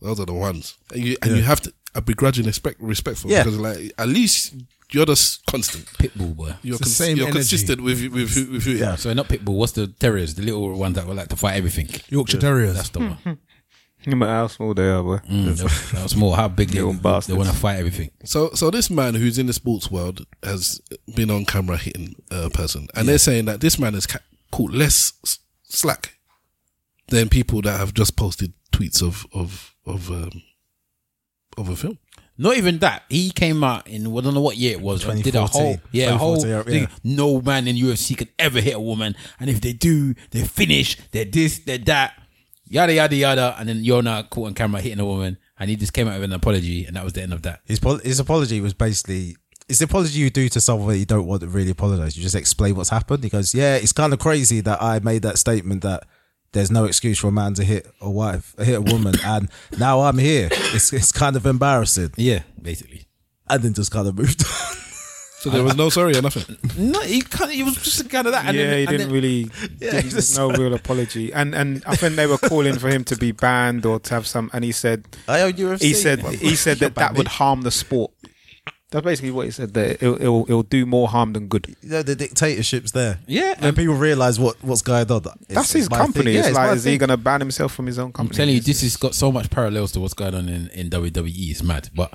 D: those are the ones, and you and you have to a begrudging respect respectful
F: Yeah.
D: because like at least you're just constant.
A: pitbull boy.
D: You're,
E: It's the
D: cons-
E: same
D: you're
E: energy.
D: consistent with with who- with who.
F: Yeah.
A: So not pitbull. What's the terriers? The little ones that would like to fight everything.
E: Yorkshire Terriers.
A: That's the
C: Hmm,
A: one.
C: No matter how small they are, boy.
A: Mm, that- that was more how big they,
C: Little
A: they
C: bastards.
A: want to fight everything.
D: So, so this man who's in the sports world has been on camera hitting a person, and they're saying that this man has ca- caught less s- slack than people that have just posted tweets of of of um, of a film.
A: Not even that. He came out in I don't know what year it was. And did a whole
F: 2014.
A: yeah a whole
F: 2014,
A: thing.
F: yeah.
A: No man in UFC could ever hit a woman, and if they do, they finish. They're this. They're that. Yada yada yada. And then you're now caught on camera hitting a woman, and he just came out with an apology, and that was the end of that.
F: His pol- his apology was basically it's the apology you do to someone that you don't want to really apologize. You just explain what's happened. He goes, "Yeah, it's kind of crazy that I made that statement that." There's no excuse for a man to hit a wife, hit a woman, and now I'm here. It's it's kind of embarrassing,
A: Yeah, basically.
F: and then just kind of moved on.
D: So there was no sorry or nothing.
A: No, he kind of, he was just kind of that. And
C: yeah,
A: then,
C: he
A: and
C: didn't
A: then-
C: really.
F: Yeah, he
C: did
F: just-
C: no real apology, and and I think they were calling for him to be banned or to have some. And he said,
F: I own UFC.
C: he said, he said that that would harm the sport. That's basically what he said. That it'll, it'll, it'll do more harm than good.
F: you know, the dictatorship's there.
A: Yeah,
F: When people realise what, what's going on. It's,
C: That's
F: it's
C: his
F: my
C: company.
F: thing. Yeah,
C: It's
F: it's
C: like,
F: my
C: is he
F: thing.
C: going to ban himself from his own company?
A: I'm telling you, this has got so much parallels to what's going on in in WWE. It's mad, but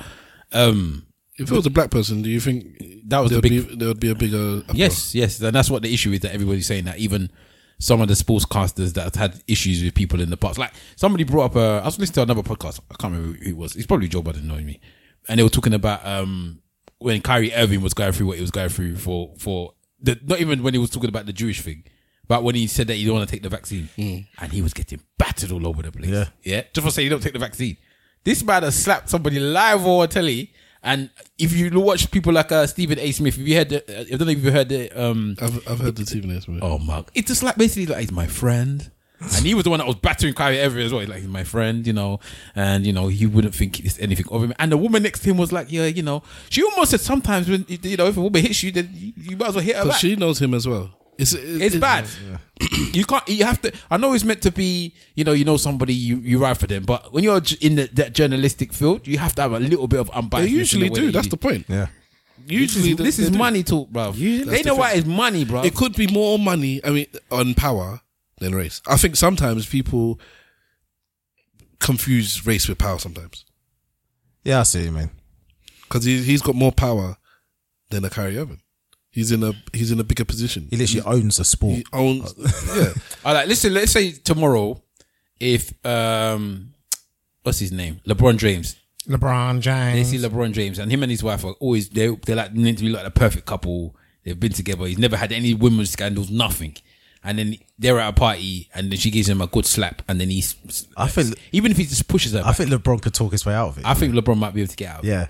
A: um.
D: If it was a black person, do you think
A: That was the
D: there would
A: big-
D: be, there would be a bigger uproar?
A: Yes, yes, and that's what the issue is that everybody's saying that even some of the sportscasters that have had issues with people in the past, like somebody brought up. A, I was listening to another podcast. I can't remember who it was. It's probably Joe Budden knowing me, and they were talking about um when Kyrie Irving was going through what he was going through for for the not even when he was talking about the Jewish thing. But when he said that he didn't want to take the vaccine, and he was getting battered all over the place,
F: Yeah.
A: yeah, just for saying you don't take the vaccine, this man has slapped somebody live on telly. And if you watch people like uh, Stephen A. Smith, if you heard, the, uh, I don't know if you heard the um,
D: I've I've heard the TV news. man.
A: Oh, Mark. It's just like basically like he's my friend. And he was the one that was battering Kyrie Irving as well. He's like, he's my friend, you know, and, you know, he wouldn't think it's anything of him. And the woman next to him was like, yeah, you know, she almost said sometimes when, you know, if a woman hits you, then you you might as well hit her
D: But
A: back.
D: she knows him as well. It's
A: it's bad. you can't. You have to. I know it's meant to be. You know, you know somebody. You, you ride for them. But when you're j- in the, that journalistic field, you have to have a little bit of unbiased.
D: They usually do. That's the point.
F: Yeah.
D: Usually,
A: This is- this is money talk, bro. They know what is money, bro.
D: It could be more money. I mean, on power than race. I think sometimes people confuse race with power sometimes
F: Yeah, I see what you mean.
D: because he, he's got more power than a Kyrie Irving. He's in a he's in a bigger position.
F: He literally owns the sport.
D: He owns yeah.
A: All right, listen. Let's say tomorrow, if um, what's his name, LeBron James.
E: LeBron
A: They
E: James.
A: see LeBron James and him and his wife are always they they're like meant to be like the perfect couple. They've been together. He's never had any women's scandals, nothing. And then they're at a party, and then she gives him a good slap, and then he's
F: I think
A: even if he just pushes her.
F: I think LeBron could talk his way out of it.
A: I think LeBron might be able to get out. of it.
F: yeah.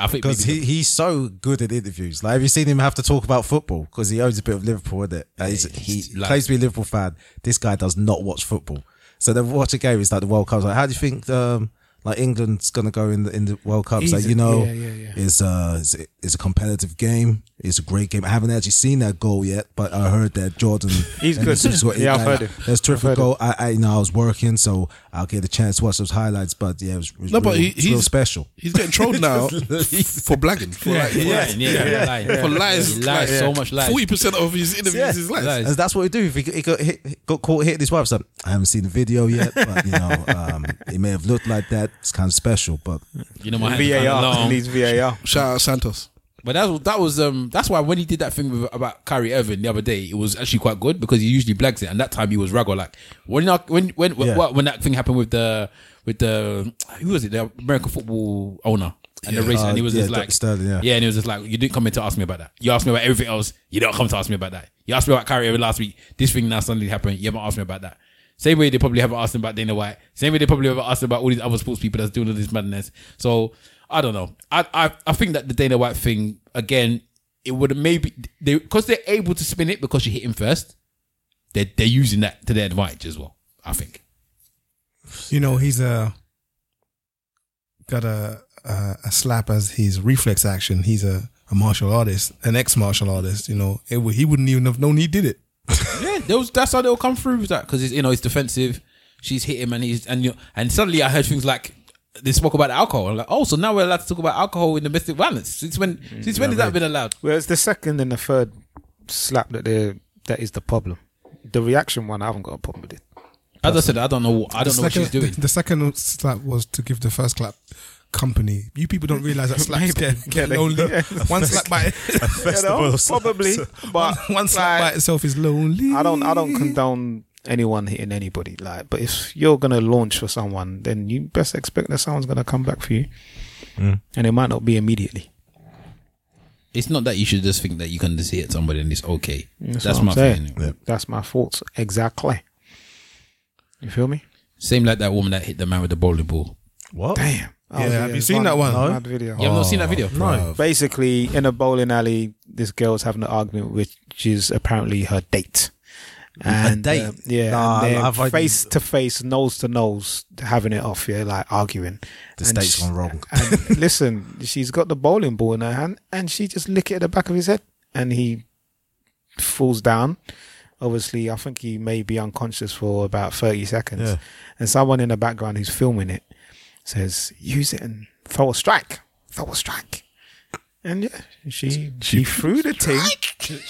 A: I think
F: Because
A: maybe
F: he, he's so good at interviews. Like, have you seen him have to talk about football? Because he owns a bit of Liverpool, isn't it? Like, he's- he
A: like-
F: claims to be a Liverpool fan. This guy does not watch football. So they watch a game. It's like the World Cup. Like, how do you think um, like England's gonna go in the in the World Cup? It's like, you know,
E: yeah, yeah, yeah.
F: it's uh, it's, it's a competitive game. It's a great game. I haven't actually seen that goal yet, but I heard that Jordan.
C: He's
F: and
C: good.
F: he's got-
C: Yeah, I've heard him.
F: That's
C: I've
F: terrific
C: heard
F: goal. I, I you know I was working, so I'll get a chance to watch those highlights. But yeah, it was, it was
D: No, but
F: real-
D: he-
F: it's real
D: he's-
F: special.
D: He's getting trolled now for blagging. For like,
A: he- yeah, yeah, yeah, lying.
D: for lies,
A: He lies, so much lies.
D: Forty percent of his interviews
F: Yeah.
D: is lies.
A: Lies.
F: And that's what we do. If he, he got hit, got caught hitting his wife, so I haven't seen the video yet, but you know, um, it may have looked like that. It's kind of special, but
A: you know my hands are
C: VAR.
A: long.
C: Needs VAR.
D: Shout out Santos.
A: But that was, that was um that's why when he did that thing with, about Kyrie Irving the other day, it was actually quite good because he usually blags it, and that time he was raggle like when I- when when
F: Yeah.
A: when, when that thing happened with the with the who was it the American football owner and the
D: Yeah.
A: race and he
F: Uh,
A: was
F: yeah,
A: just
F: Doc
A: like
F: Sterling, yeah.
A: and he was just like you didn't come in to ask me about that you asked me about everything else you don't come to ask me about that you asked me about Kyrie Irving last week this thing now suddenly happened you haven't asked me about that. Same way they probably haven't asked him about Dana White. Same way they probably haven't asked him about all these other sports people that's doing all this madness. So I don't know. I I, I think that the Dana White thing again, it would maybe they because they're able to spin it because you hit him first. They they're using that to their advantage as well. I think.
E: You know, he's a got a a, a slap as his reflex action. He's a, a martial artist, an ex martial artist. You know, it, would- he wouldn't even have known he did it.
A: Yeah, those, that's how they'll come through with that because you know it's defensive. She's hit him and he's and you and suddenly I heard things like they spoke about alcohol. I'm like, oh, so now we're allowed to talk about alcohol in domestic violence. Since when?
C: Mm,
A: Since when has that been allowed?
C: Well, it's the second and the third slap that they that is the problem. The reaction one, I haven't got a problem with it.
A: As I said, I don't know. I don't know
E: The
A: what she's
E: second-
A: doing.
E: The, the second slap was to give the first clap company. You people don't realize that slaps get, get
C: Yeah,
E: lonely.
C: yeah.
E: One slap by
C: You know, probably, but
E: one slap by
C: like,
E: itself is lonely.
C: I don't, I don't condone anyone hitting anybody. Like, but if you're gonna launch for someone, then you best expect that someone's gonna come back for you,
E: Mm.
C: and it might not be immediately.
A: It's not that you should just think that you can just hit somebody and it's okay. That's,
C: what I'm
A: my
C: saying.
A: thing.
C: That's my thoughts exactly. You feel me?
A: Same like that woman that hit the man with the bowling ball.
F: what?
C: Damn. Oh,
E: Yeah, have you seen that one? No.
C: Mad video.
A: You have not seen
F: Oh,
A: that video?
E: No.
C: basically in a bowling alley this girl's having an argument which is apparently her date and
F: date?
C: uh, yeah
F: Nah,
C: and they're
F: I've- I've-
C: face to face nose to nose having it off yeah like arguing
F: The
C: And
F: state's
C: she-
F: gone wrong.
C: and listen she's got the bowling ball in her hand and she just lick it at the back of his head and he falls down obviously i think he may be unconscious for about 30 seconds
F: Yeah.
C: and someone in the background who's filming it says use it and throw a strike throw a strike and yeah, she she threw the thing,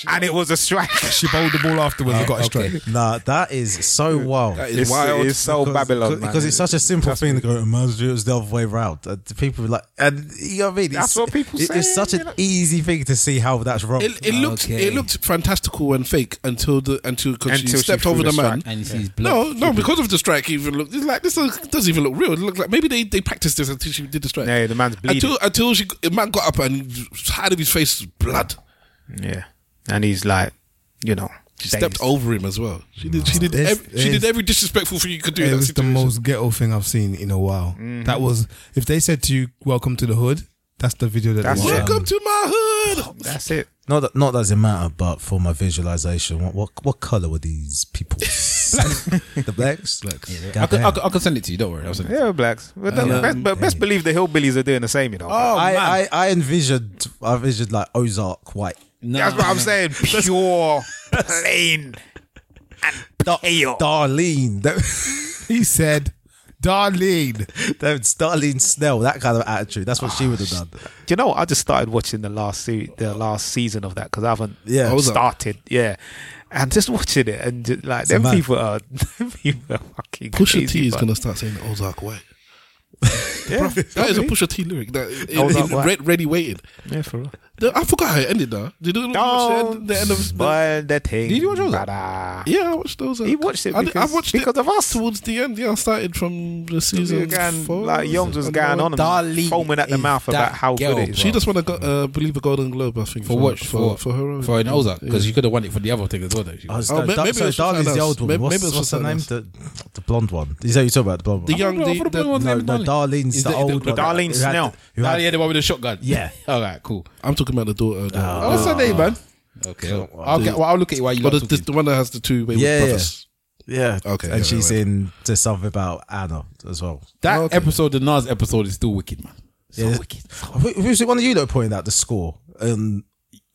C: and it was a strike.
E: She bowled the ball afterwards and got it straight.
F: Nah, that is so wild.
D: That
C: It's,
D: is wild.
C: it's so Babylon man.
F: because it's such a simple thing to go. Imagine it was the other way around. Uh, the people were like, and you know what I mean. It's-
C: That's what people
F: it-
C: say,
F: It's such
C: you
F: an
C: know?
F: easy thing to see how that's wrong.
D: It, it looked
A: Okay.
D: it looked fantastical and fake until the until, 'cause she
C: Until she
D: stepped
C: threw
D: over
C: the
D: the man.
A: And he sees
D: No,
A: blood.
D: no, because of the strike, he even looked. It's like this does- doesn't even look real. It looked like maybe they, they practiced this until she did the strike.
C: yeah, the man's bleeding.
D: until until she the man got up and out of his face was blood.
C: yeah, and he's like, you know,
D: She stepped over him as well. She did. She did.
E: It's-
D: Every, she did
E: it's-
D: every disrespectful thing you could do. in
E: It
D: that
E: was the
D: situation.
E: most ghetto thing I've seen in a while. That was if they said to you, "Welcome to the hood." That's the video that.
C: That's
E: they
C: it.
E: watched. Um,
D: Welcome to my hood.
C: That's it.
F: Not that, not does it matter, but for my visualization, what what, what color were these people? the blacks. Blacks.
A: I could, I, could, I could send it to you. Don't worry. I'll send it.
C: Yeah, blacks. But,
D: Uh,
C: that- best, but best Oh, believe the hillbillies are doing the same, you know.
F: I, I, I envisioned I envisioned like Ozark white
C: That's what I'm saying. Pure, plain, and pale.
F: Darlene. That-
E: he said, Darlene.
F: That's Darlene Snell, that kind of attitude. That's what she would have done.
C: Do you know what? I just started watching the last se- the last season of that because I haven't
F: Yeah.
C: um,
F: I was up.
C: started. Yeah, and just watching it and just, like
F: a
C: them
F: man.
C: people are them people are fucking
D: Pusha
C: crazy,
D: T is
C: man.
D: gonna start saying the Ozark way.
C: yeah,
D: That is a Pusha T lyric. That it,
C: Ozark
D: it,
C: Way.
D: re- ready waited.
C: yeah for real.
D: The- I forgot how it ended though. Did you watch the, end, the end of the,
C: spoil the thing.
D: Did you watch Ozark?
C: brother.
D: Yeah, I watched those. uh,
C: He watched it
D: I, did- I
C: because-
D: watched
C: because
D: it
C: of us.
D: towards the end. Yeah, I started from the
C: We were
D: season.
C: going-
D: four,
C: like Youngs was
D: and
C: going
D: all
C: on
A: Darlene
C: and foaming at the
A: is
C: mouth about
A: that
C: how
A: girl,
C: good it is.
D: She just won a, go- uh, believe a Golden Globe, I think,
A: for what
D: for for her own-
A: for an Ozark because she could have won it for the other thing as well. Though. She-
F: I was,
D: Oh,
F: oh,
D: may- maybe
F: so
D: it's just
F: Darlene's the
D: something
F: old
D: else.
F: one.
D: May-
F: what's
D: maybe it's
F: what's
D: just
F: her name? The, the blonde one. Is that you talking about? The blonde
D: The
F: one.
D: young,
A: I
D: the,
A: thought the
D: the-
A: blonde
F: no,
A: one-
F: no, Darlene's
A: Is
F: the,
A: the-
F: old
A: the-
F: one. that-
C: Darlene
F: who had-
C: Snell.
F: who had-
A: Ah, yeah, the one with the shotgun.
F: Yeah.
A: All right, cool.
D: I'm talking about the daughter. The,
A: Oh, what's her name, man? Okay. I'll, get- well, I'll look at you while you
D: But
A: lot
D: the, the,
A: talking.
D: the one that has the two baby
F: Yeah, yeah.
D: brothers.
F: Yeah.
D: Okay,
F: And
D: yeah,
F: she's
D: right, right.
F: in to something about Anna as well.
A: That
D: Okay.
A: episode, the Nas episode, is still wicked, man. So
F: Yeah.
A: wicked.
F: Who, who's it? One of you that pointed out the score um,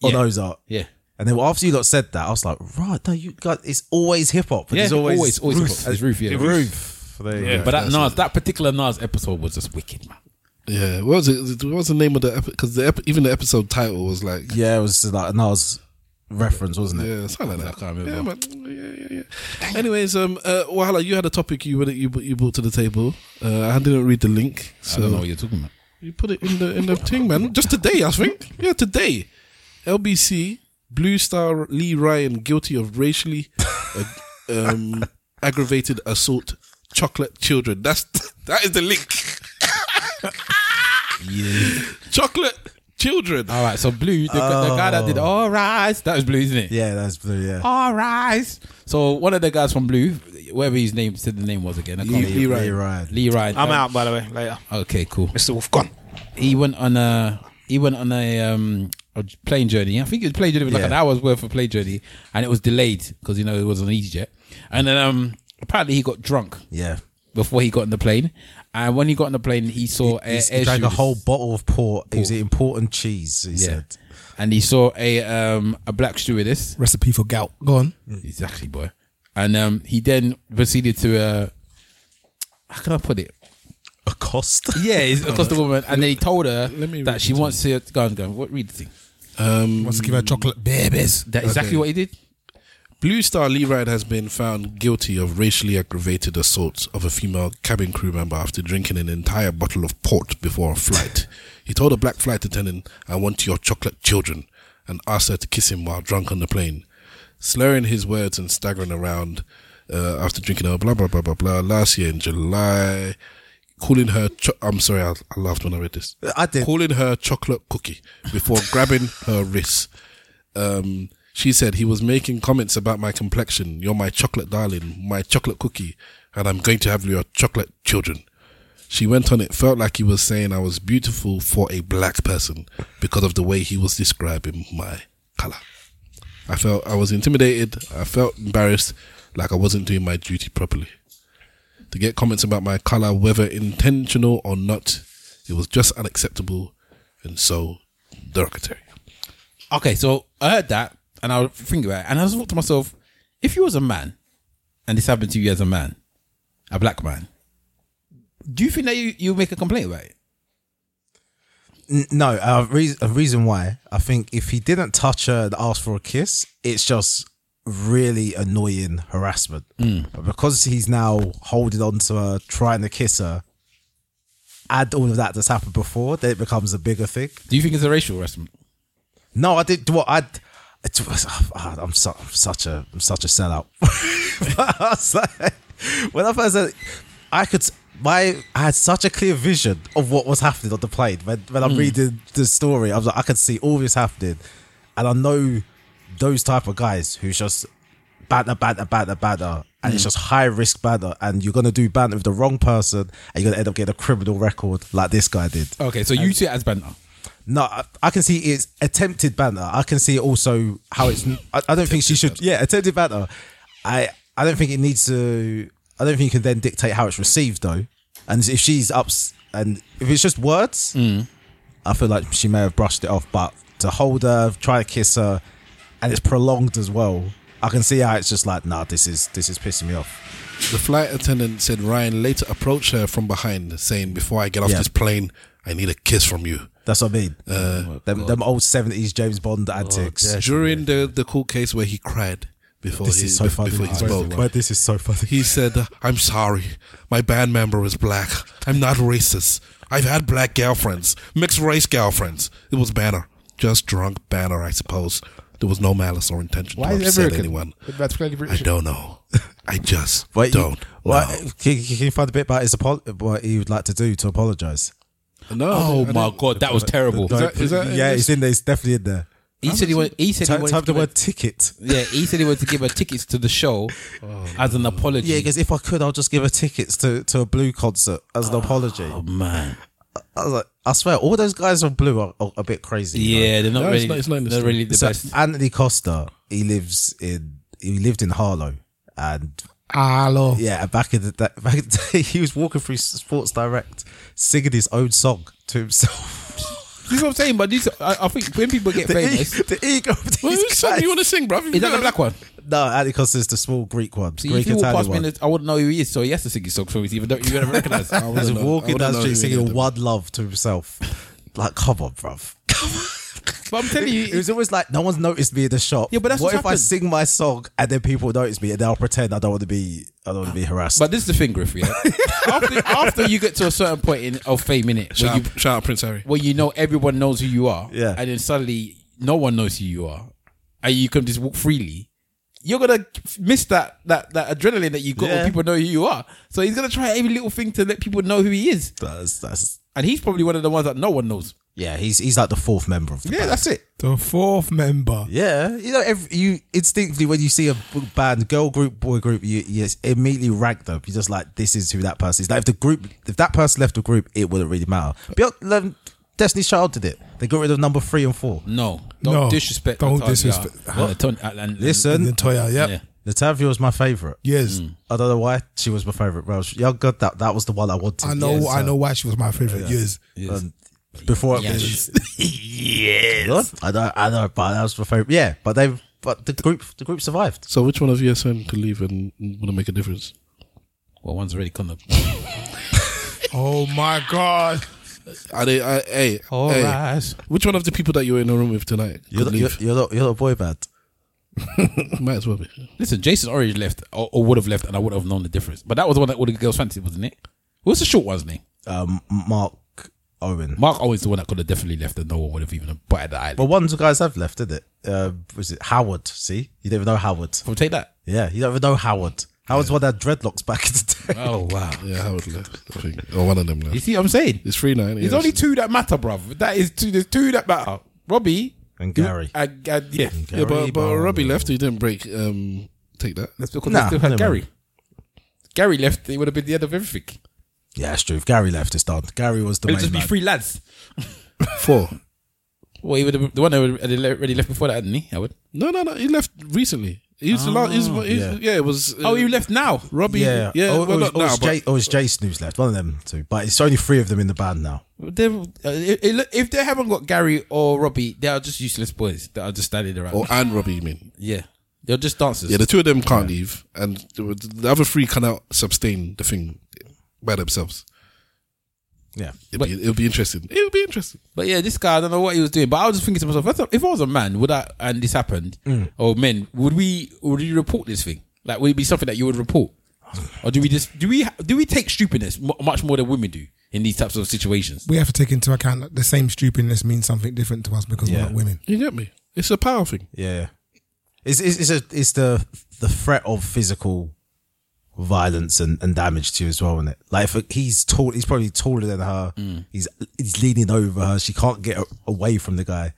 F: on
A: Yeah.
F: Ozark.
A: Yeah.
F: And then after you lot said that, I was like, right, no, you guys, it's always hip hop.
A: Yeah,
F: it's always,
A: always- always
F: Ruth.
A: hip-hop. It's Ruth, yeah.
F: Ruth. There you
D: Yeah.
F: go.
A: But that Nas, that particular Nas episode was just wicked, man.
D: Yeah, what was it? What was the name of the episode? Because the ep- even the episode title was like, yeah,
F: Yeah, it was like a Nas reference, wasn't it?
D: something like that.
A: I can't remember.
D: Yeah, man. Yeah, yeah, yeah. Anyways, um, uh, Wahala, you had a topic you you you brought to the table. Uh, I didn't read the link,
A: I don't know
D: so
A: what you're talking about.
D: you put it in the in the thing, man. Just today, I think. Yeah, today, LBC Blue Star Lee Ryan guilty of racially uh, um, aggravated assault chocolate children. That's that is the link. Chocolate children.
A: All right, so Blue, the, the guy that did All Rise, that was Blue, isn't it?
F: Yeah, that's blue, yeah.
A: All Rise. So one of the guys from Blue, whatever his name said the name was again, I can't
D: Lee-
A: remember.
D: Lee Ryan.
F: You're right.
A: Lee Ryan.
C: I'm
A: Um,
C: out by the way. Later,
A: Okay, cool.
C: Mr. Wolf gone.
A: He went on a he went on a um a plane journey. I think it was plane journey, it was like
F: Yeah.
A: an hour's worth of plane journey, and it was delayed because you know it was an EasyJet. And then um apparently he got drunk
F: Yeah.
A: before he got on the plane, and when he got on the plane, he saw
F: He,
A: air,
F: he
A: air
F: drank a
A: stewardess.
F: whole bottle of port. It was
A: Port.
F: important cheese, he said.
A: and he saw a um a black stewardess.
E: Recipe for gout. Go on.
F: Hmm.
A: Exactly, boy. And um, he then proceeded to uh, how can I put it?
F: A cost?
A: Yeah, he's across the woman, and then he told her
D: Let me
A: that
D: read
A: she
D: the
A: wants to go and go. What read the thing?
D: Um,
E: Wants to give her chocolate babies.
A: That exactly what he did.
D: Blue Star Lee Ride has been found guilty of racially aggravated assault of a female cabin crew member after drinking an entire bottle of port before a flight. he told a black flight attendant, I want your chocolate children, and asked her to kiss him while drunk on the plane. Slurring his words and staggering around uh, after drinking her blah, blah, blah, blah, blah, last year in July, calling her, cho- I'm sorry, I, I laughed when I read this
F: I did.
D: calling her chocolate cookie before grabbing her wrists. Um, she said he was making comments about my complexion. You're my chocolate darling, my chocolate cookie, and I'm going to have your chocolate children. She went on. It felt like he was saying I was beautiful for a black person because of the way he was describing my color. I felt I was intimidated. I felt embarrassed, like I wasn't doing my duty properly. To get comments about my color, whether intentional or not, it was just unacceptable and so derogatory.
A: Okay, so I heard that, and I was thinking about it, and I just thought to myself, if you was a man, and this happened to you as a man, a black man, do you think that you you make a complaint about it?
F: N- No, a, reas a reason why I think if he didn't touch her and ask for a kiss, it's just really annoying harassment. But because he's now holding on to her, trying to kiss her, add all of that that's happened before, then it becomes a bigger thing.
A: Do you think it's a racial harassment?
F: No, I did what I. It was, ah, I'm, su- I'm such a I'm such a sellout. But I was like, when I first said, I could my I had such a clear vision of what was happening on the plane. When when I'm reading the story, I was like, I could see all this happening, and I know those type of guys who just banter, banter, banter, banter, and it's just high risk banter, and you're gonna do banter with the wrong person, and you're gonna end up getting a criminal record like this guy did.
A: Okay, so you see it as banter.
F: No, I, I can see it's attempted banter. I can see also how it's. I, I don't think she should. Yeah, attempted banter. I I don't think it needs to. I don't think you can then dictate how it's received though. And
D: Mm.
F: if she's ups and if it's just words, I feel like she may have brushed it off. But to hold her, try to kiss her, and it's prolonged as well. I can see how it's just like, nah, this is this is pissing me off.
D: The flight attendant said Ryan later approached her from behind, saying, "Before I get off
F: Yeah.
D: this plane, I need a kiss from you."
F: That's what I mean.
D: Uh, Oh,
F: them, them old seventies James Bond antics.
D: during the the court case where he cried before
F: This
D: he,
F: is so
D: be-
F: funny.
D: before he
F: Wait,
D: spoke.
F: wait, this is so funny.
D: He said, "I'm sorry, my band member is black. I'm not racist. I've had black girlfriends, mixed race girlfriends. It was banner, just drunk banner, I suppose. There was no malice or intention
L: Why
D: to
L: is it
D: upset
L: American?
D: anyone.
L: That's clearly
D: I
L: British.
D: don't know. I just
F: Wait, you-
D: don't.
F: What, can, can you find a bit about his apo- what he would like to do to apologize?
D: No.
A: Oh my god, that was terrible.
F: No, yeah, he's in there. He's definitely in there.
A: He said he wanted. He said
F: Type-
A: he wanted to
F: type the
A: give her-
F: word ticket.
A: Yeah, he said he wanted to give her tickets to the show as an apology.
F: Yeah, because if I could, I'll just give her tickets to, to a blue concert as an apology. Oh
A: man,
F: I, was like, I swear, all those guys on blue are, are a bit crazy.
A: Yeah,
F: bro.
A: they're not No, it's really- not- it's not in the they're story. really the
F: So,
A: best.
F: Anthony Costa, he lives in he lived in Harlow, and
E: Hello.
F: yeah, and back in the da- back in the day, he was walking through Sports Direct singing his own song to himself.
A: This is what I'm saying, but these, I, I think when people get
F: The e-
A: famous,
F: the ego of these
A: whose song
F: guys.
A: you want
D: to sing, bro?
A: Is that the black one?
F: No, Anthony Costa is the small Greek one,
A: See,
F: Greek
A: if you walk
F: Italian
A: past me,
F: one.
A: in the- I wouldn't know who he is, so he has to sing his song for me, even though you don't recognize. I
F: He's
A: wouldn't know. I
F: walking
A: wouldn't
F: down
A: know
F: the street
A: who he is.
F: singing one love to himself. Like, come on, bruv.
A: But I'm telling you,
F: it was always like no one's noticed me in the shop. Yeah,
A: but that's
F: what
A: what's
F: if I
A: happened.
F: sing my song and then people notice me and then I'll pretend I don't want to be I don't want to be harassed.
A: But this is the thing, Griff. Yeah, after, after you get to a certain point in of fame, in it,
D: Shout,
A: where you
D: out, shout out Prince Harry.
A: where you know everyone knows who you are,
F: Yeah.
A: and then suddenly no one knows who you are, and you can just walk freely. You're gonna miss that that that adrenaline that you got
F: Yeah.
A: when people know who you are. So he's gonna try every little thing to let people know who he is,
F: that's that's
A: and he's probably one of the ones that no one knows.
F: yeah, he's he's like the fourth member of the
A: Yeah,
F: band.
A: that's it.
E: The fourth member.
F: Yeah, you know, every, you instinctively when you see a band, girl group, boy group, you, you just immediately rank them. You're just like, this is who that person is. Like if the group, if that person left the group, it wouldn't really matter. Beyond, um, Destiny's Child did it. They got rid of number three and four.
A: No, don't
E: No,
A: disrespect.
E: don't
A: Natalia
E: disrespect-
A: and Anton- and- and-
F: Listen,
E: Natoya, yep.
A: Yeah.
F: Latavia was my favorite.
E: Yes.
F: I don't know why she was my favorite. Well, she- yeah, God, that that was the one I wanted.
E: I know
F: Yes,
E: I
F: uh,
E: know why she was my favorite. Yes.
F: um, before it
A: Yes.
F: was, yes. I know, I know, but that was my favorite. Yeah, but they, but the group, the group survived.
D: So, which one of E ESM could leave and wouldn't make a difference?
A: Well, one's already come up.
E: Oh my god.
D: Are they? Uh, hey, hey. Which one of the people that you were in the room with tonight could
F: You're, the- you're,
D: leave?
F: you're, the- you're the boy band.
D: Might as well be.
A: Listen, Jason Orange left or, or would have left, and I would have known the difference. But that was the one that all the girls fancied, wasn't it? What's the short one's name?
F: um, Mark Owen.
A: Mark Owen's the one that could have definitely left, and no one would have even batted an eyelid.
F: But one of the guys have left, didn't it? Uh, was it Howard? See, you don't even know Howard.
A: We'll take that.
F: Yeah, you don't even know Howard. Howard's one that had dreadlocks back in the day.
A: Oh wow!
D: Yeah, Howard left. I think, or one of them
A: You
D: left.
A: see what I'm saying?
D: It's free now.
A: There's only two that matter, bruv. That is two. There's two that matter. Robbie
F: And Gary.
A: and, and- yeah.
F: Gary
D: Yeah, but but
F: Barlow.
D: Robbie left. He didn't break. Um, take that.
A: That's because
F: Nah,
A: they still had
F: never
A: Gary.
F: mind.
A: Gary left. It would have been the end of everything.
F: Yeah, it's true. If Gary left, it's done. Gary was the
A: It'd
F: main
A: just be
F: man.
A: three lads.
D: Four.
A: Well, he would have, the one that would- had already left before that, hadn't he? I would.
D: No, no, no. He left recently. He's the last. He's, he's, yeah.
F: yeah.
D: it was. uh,
A: Oh, he left now.
D: Robbie.
F: Yeah,
D: Yeah,
F: Or, or was-
D: well, not
F: or
D: now,
F: was
D: but
F: Jay, or was Jason who's left? One of them two. But it's only three of them in the band now.
A: They, uh, it- it- if they haven't got Gary or Robbie, they are just useless boys that are just standing around.
F: Oh.
D: or oh, and Robbie. You mean?
A: yeah, they're just dancers.
D: Yeah, the two of them can't leave, and the the other three cannot sustain the thing by themselves.
F: Yeah.
D: It'll be, it'll be interesting. It'll be interesting.
A: but yeah, this guy, I don't know what he was doing. But I was just thinking to myself, if I- if I was a man, would I? And this happened,
F: Mm.
A: or men, would we? Would we report this thing? Like, would it be something that you would report, or do we just do we do we take stupidness mu much more than women do in these types of situations?
E: We have to take into account that the same stupidness means something different to us because we're
F: Yeah.
E: not women.
D: You get me? It's a power thing.
F: Yeah. It's, it's, it's, a, it's the the threat of physical violence and, and damage to you as well, isn't it? Like, if he's tall, he's probably taller than her. He's he's leaning over her. She can't get a- away from the guy.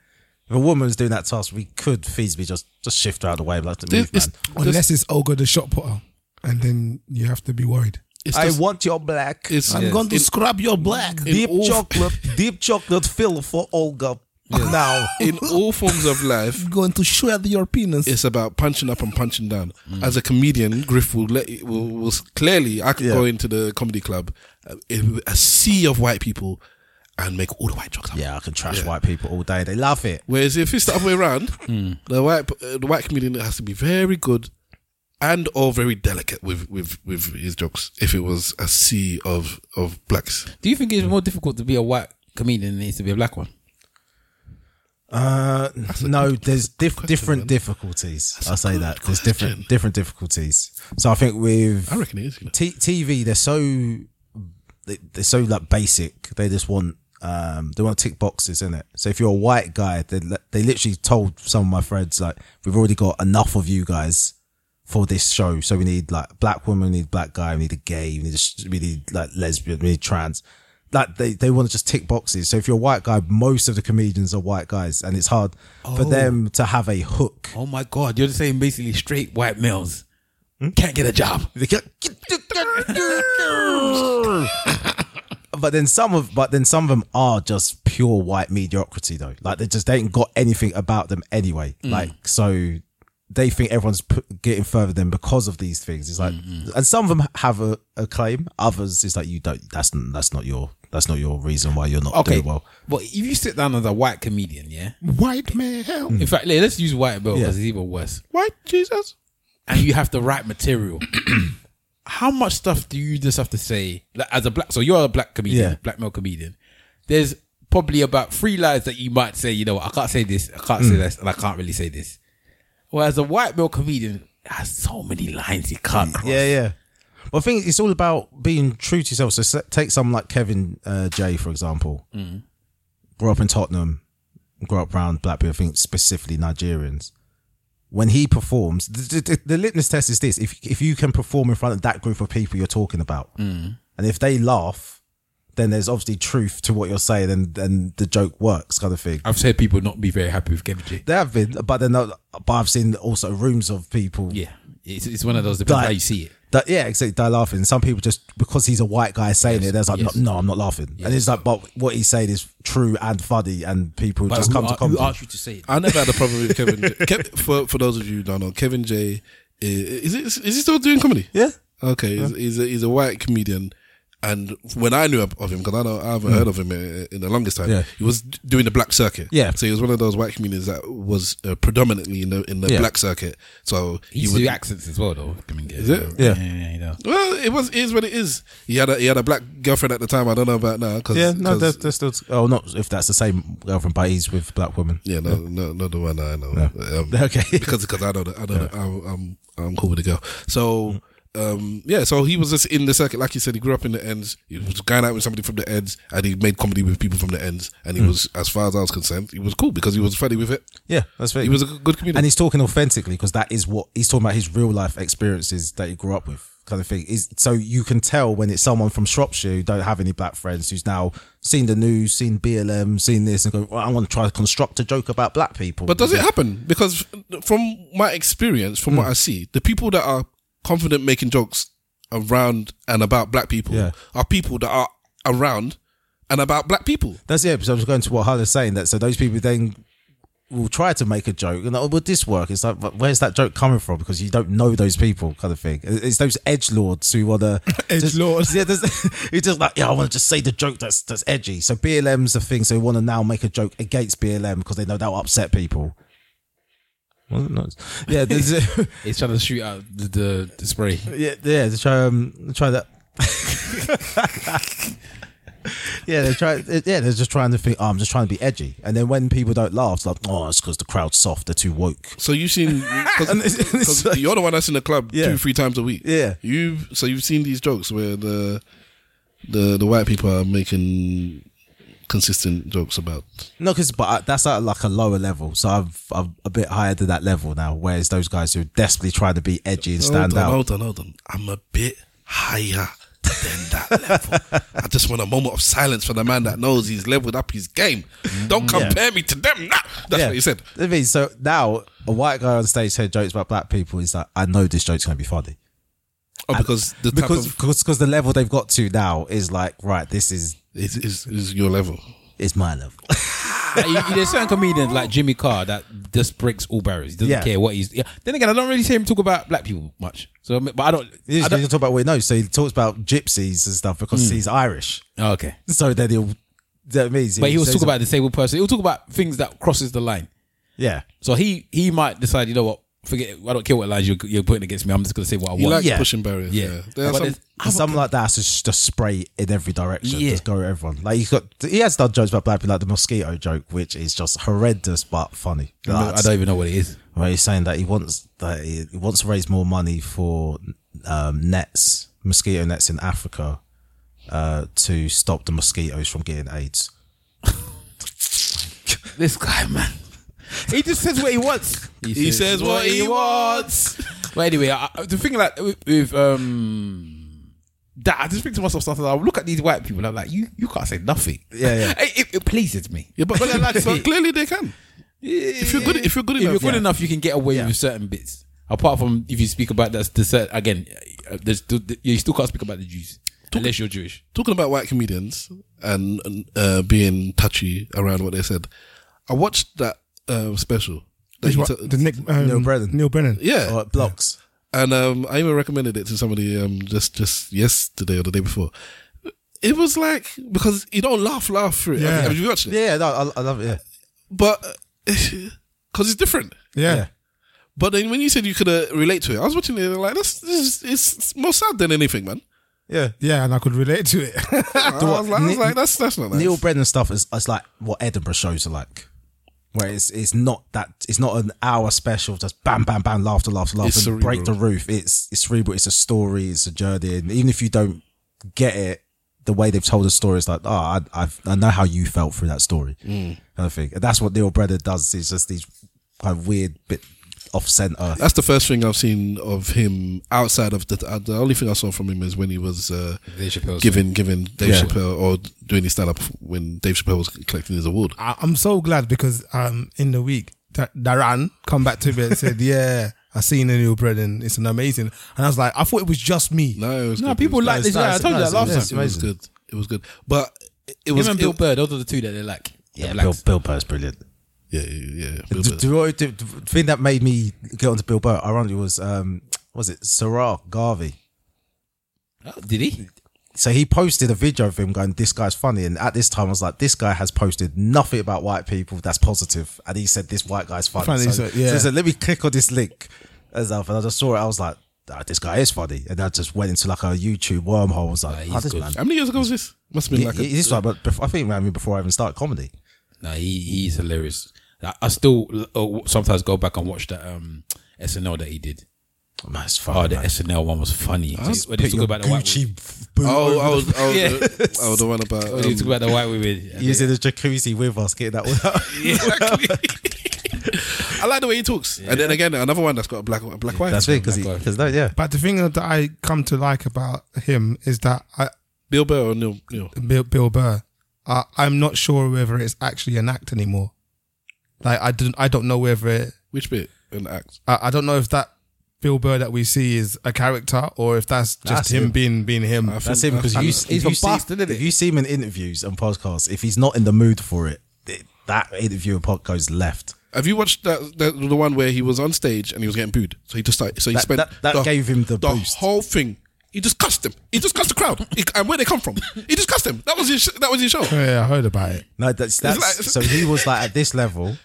F: If a woman's doing that task, we could feasibly just just shift her out of the way. Like, move,
D: It's-
F: man.
E: Unless it's Olga the shot putter. And then you have to be worried.
D: It's
F: I
D: just-
F: want your black.
D: it's-
F: I'm going to
D: in-
F: scrub your black.
D: in
F: Deep
D: all-
F: chocolate, deep chocolate fill for Olga. Now,
D: in all forms of life,
F: going to shred your penis.
D: it's about punching up and punching down.
F: Mm.
D: As a comedian, Griff will let will, will clearly I could
F: Yeah.
D: go into the comedy club, uh, in a sea of white people, and make all the white jokes.
F: Yeah, I can trash white people all day. They love it.
D: Whereas if it's the other way around,
F: Mm.
D: the white uh, the white comedian has to be very good and or very delicate with with with his jokes. If it was a sea of of blacks,
A: Do you think it's more difficult to be a white comedian than it is to be a black one?
F: Uh, no, there's diff- different difficulties. I'll say that there's different different difficulties. So I think with I
D: reckon it is, you know.
F: T- TV, they're so they- they're so like basic. They just want um they want to tick boxes in it. So if you're a white guy, they li- they literally told some of my friends like we've already got enough of you guys for this show. So we need like black women, we need black guy, we need a gay, we need a, sh- we need like lesbian, we need trans. Like they, they want to just tick boxes. So if you're a white guy, most of the comedians are white guys, and it's hard for
A: Oh.
F: them to have a hook.
A: Oh my god, you're saying basically straight white males can't get a job.
F: Hmm? They can't- But then some of but then some of them are just pure white mediocrity though. Like they just they ain't got anything about them anyway.
L: Mm.
F: Like so they think everyone's p- getting further than because of these things. It's like and some of them have a, a claim. Others it's like you don't. That's that's not your that's not your reason why you're not
A: Okay,
F: doing well.
A: But if you sit down as a white comedian, yeah.
E: White man, help.
A: In fact, let- let's use white belt because it's even worse.
E: White Jesus.
A: and you have to write material. How much stuff do you just have to say like, as a black? So you're a black comedian,
F: Yeah.
A: black male comedian. There's probably about three lines that you might say. You know, I can't say this, I can't say
F: Mm.
A: this, and I can't really say this. Whereas a white male comedian has so many lines he can't cross.
F: Yeah, yeah. Well, I think it's all about being true to yourself. So se- take someone like Kevin uh, J for example.
A: Mm.
F: grew up in Tottenham, grew up around black people, I think specifically Nigerians. When he performs, the, the, the litmus test is this: if if you can perform in front of that group of people you're talking about,
A: Mm.
F: and if they laugh, then there's obviously truth to what you're saying, and and the joke works, kind of thing.
A: I've said people not be very happy with Kevin J.
F: They have been, but then uh, but I've seen also rooms of people.
A: Yeah, it's, it's one of those depends how you see it.
F: That, yeah, exactly. They're laughing. Some people just because he's a white guy saying it, there's like,
A: yes.
F: no, no, I'm not laughing. And it's like, but what he's saying is true and funny, and people just come to comedy.
D: I never had a problem with Kevin. J. Kev, for for those of you who don't know, Kevin J. Is, is he- is he still doing comedy?
F: Yeah.
D: Okay. He's, he's, a, he's a white comedian, and when I knew of him, because I know I haven't
F: Mm.
D: heard of him in, in the longest time,
F: Yeah.
D: he was d- doing the black circuit.
F: Yeah.
D: So he was one of those white comedians that was uh, predominantly in the in the
A: Yeah.
D: black circuit. So
A: He used to do accents as well, though. Kevin J.
D: Is it?
A: Yeah, yeah, yeah, he does.
D: Well, it was it is what it is. He had a, he had a black girlfriend at the time. I don't know about now. Cause,
F: yeah, no,
D: 'cause-
F: they're, they're still. Oh, not if that's the same girlfriend, but he's with black women.
D: Yeah, no, no, not the one I know. Um,
F: Okay.
D: because because I know that I know that I'm, I'm I'm cool with the girl. So
F: Mm.
D: um yeah, so he was just in the circuit, like you said, he grew up in the ends. He was going out with somebody from the ends, and he made comedy with people from the ends. And he
F: Mm.
D: was, as far as I was concerned, he was cool because he was funny with it.
F: Yeah, that's fair.
D: He was a good good comedian.
F: and he's talking authentically because that is what he's talking about his real life experiences that he grew up with, kind of thing. Is so you can tell when it's someone from Shropshire who don't have any black friends who's now seen the news, seen BLM, seen this, and go, well, I want to try to construct a joke about black people.
D: But does it happen? Because f- from my experience, from
F: Mm.
D: what I see, the people that are confident making jokes around and about black people
F: Yeah.
D: are people that are around and about black people.
F: That's yeah. Because I was going to what Hala's saying that so those people then will try to make a joke and oh, would this work? It's like but where's that joke coming from? Because you don't know those people, kind of thing. It's those edge lords who want to edge lords. Yeah, there's, who just like yeah, I want to just say the joke that's that's edgy. So BLM's a thing. So they want to now make a joke against BLM because they know that'll upset people. Wasn't nice. Yeah, there's,
A: He's trying to shoot out the, the, the spray.
F: yeah, yeah. They try um try that. yeah, they try. Yeah, they're just trying to think. Oh, I'm just trying to be edgy, and then when people don't laugh, it's like, oh, it's because the crowd's soft. They're too woke.
D: So you've seen because you're the one that's in the club
F: Yeah.
D: two, three times a week.
F: Yeah.
D: You so you've seen these jokes where the the the white people are making consistent jokes about.
F: No, because but I, that's at like a lower level. So I've I'm a bit higher to that level now. Whereas those guys who are desperately trying to be edgy and stand
D: hold on,
F: out.
D: Hold on, hold on. I'm a bit higher than that level. I just want a moment of silence for the man that knows he's leveled up his game. Don't
F: Mm-hmm. Yeah.
D: compare me to them. Nah. That's
F: Yeah.
D: what he said.
F: I mean, so now a white guy on stage saying jokes about black people is like, I know this joke's going to be funny.
D: Oh, because the type
F: because
D: of-
F: because, because the level they've got to now is like, right, this is
D: is is, is your level.
F: It's my level.
A: like, you- you- there's certain comedians like Jimmy Carr that just breaks all barriers. He doesn't
F: Yeah.
A: care what he's. Yeah. Then again, I don't really see him talk about black people much. So, but I don't.
F: He
A: I
F: doesn't
A: don't
F: talk about what he knows. So he talks about gypsies and stuff because
A: Mm.
F: he's Irish.
A: Oh, okay.
F: So then he'll that means.
A: But he was
F: says
A: talking about a disabled person. He will talk about things that crosses the line.
F: Yeah.
A: So he he might decide, you know what, forget it. I don't care what lines you're, you're putting against me. I'm just going to say what I
D: He
A: want.
D: likes
F: Yeah.
D: pushing barriers.
A: Yeah.
D: Yeah. There are
A: But
D: some-
A: there's-
F: And something like that has to sh- just spray in every direction.
A: Yeah.
F: Just go at everyone. Like he's got, he has done jokes about black people, like the mosquito joke, which is just horrendous but funny.
A: I don't even know what it is.
F: Where he's saying that he wants that he he wants to raise more money for um, nets, mosquito nets in Africa, uh, to stop the mosquitoes from getting AIDS.
A: This guy, man. He just says what he wants.
D: He says what he wants.
A: But anyway, I, I- the thing like with, with um that, I just think to myself sometimes. I look at these white people. I'm like, you you can't say nothing.
F: Yeah, yeah.
A: It, it, it pleases me.
D: Yeah, but, but like, like, so clearly they can.
A: If
D: you're good- if you're good
A: if you're
D: enough,
A: good
D: yeah.
A: enough, you can get away with certain bits. Apart from if you speak about that, the cer- again, uh, there's, the, you still can't speak about the Jews unless you're Jewish.
D: talking about white comedians and, and uh, being touchy around what they said, I watched that uh, special. That he t-
E: the Nick, um,
F: Neil Brennan.
E: Neil Brennan.
D: yeah,
F: Or it blocks.
D: and um, I even recommended it to somebody um, just just yesterday or the day before. It was like because you don't laugh laugh through it.
E: Yeah.
D: Have you watched it?
F: Yeah, no, I, I love it. Yeah.
D: But because it's different.
E: Yeah.
D: But then when you said you could uh, relate to it, I was watching it and like that's this is, it's more sad than anything, man.
F: Yeah.
E: Yeah, and I could relate to it.
D: Uh, I was, like, I was
F: Ne-
D: like, that's that's not nice.
F: Neil Brennan stuff is, is like what Edinburgh shows are like. Where it's, it's not that it's not an hour special of just bam bam bam laughter laughter laughter
D: It's
F: and break the
D: cerebral.
F: roof. It's it's cerebral. It's a story. It's a journey. And even if you don't get it, the way they've told the story is like oh I I've, I know how you felt through that story
D: Mm.
F: kind of thing. And that's what Neil Brennan does. It's just these kind of weird bit off center.
D: That's the first thing I've seen of him outside of the. Uh, the only thing I saw from him is when he was uh,
A: Dave Chappelle's-
D: giving giving Dave
F: Yeah.
D: Chappelle or doing his stand up when Dave Chappelle was collecting his award.
E: I, I'm so glad because um in the week Da- Daran come back to me and said, "Yeah, I seen the Neil Brennan. It's an amazing." And I was like, I thought it was just me.
D: No, it was
A: No,
D: good.
A: people
D: it was,
A: like this. Yeah, I told you that last
F: Yeah,
A: time.
F: it's
D: It was
F: amazing.
D: good. It was good, but it was
A: Him and
D: it-
A: Bill Burr, those are the two that they like.
F: Yeah,
A: They
F: Bill,
A: like-
F: Bill Burr's brilliant.
D: yeah, yeah. yeah. Bill
F: Do,
D: Burr.
F: do, you know what- the the thing that made me get onto Bill Burr ironically was um was it Sarah Garvey.
A: Oh, did he?
F: so he posted a video of him going, "This guy's funny." And at this time, I was like, "This guy has posted nothing about white people that's positive." And he said, "This white guy's funny."
E: Funny,
F: so,
E: so- yeah.
F: so I said, "Let me click on this link." And stuff. And I just saw it. I was like, "Ah, "This guy is funny." And I just went into like a YouTube wormhole. I was like, "Oh, this man."
D: How many years ago was this? Must have
F: He-
D: been like
F: he-
D: a,
F: this one, but before, I think around me before I even started comedy.
A: No, he he's hilarious. I, I still uh, sometimes go back and watch that um, SNL that he did.
F: Oh, man, it's
A: Oh,
F: funny.
A: the
F: man.
A: SNL one was funny.
F: Just
A: When they
F: put
A: talk
F: your
A: about the white
F: Gucci
A: women-
F: f- boot
D: oh,
F: over the-
D: I was, I was,
A: Yeah.
D: the, I was the one about.
A: when you talk
D: Um,
A: about the white women. and
F: using the jacuzzi with us, getting that one out.
D: I like the way he talks, and then again, another one that's got a black a black wife.
F: That's it, because because no, yeah,
E: But the thing that I come to like about him is that I,
D: Bill Burr or Neil. Neil.
E: Bill, Bill Burr, I, I'm not sure whether it's actually an act anymore. Like I don't, I don't know whether it,
D: Which bit in the act?
E: I, I don't know if that Bill Burr that we see is a character or if that's just
F: That's
E: him
F: him.
E: being being him.
F: That's him because you,
E: And-
F: if
A: he's
F: you
A: a
F: see-
A: bastard, innit?
F: If you see him in interviews and podcasts, if he's not in the mood for it, it- that interview and pod goes left.
D: Have you watched that, that the one where he was on stage and he was getting booed? So he just like so he
F: That-
D: spent
F: that- that gave him the boost.
D: whole thing. He just cussed them. He just cussed the crowd He- and where they come from. He just cussed them. That was his. That was his show.
E: yeah, I heard about it.
F: No, that's, that's
D: like-
F: so he was like at this level.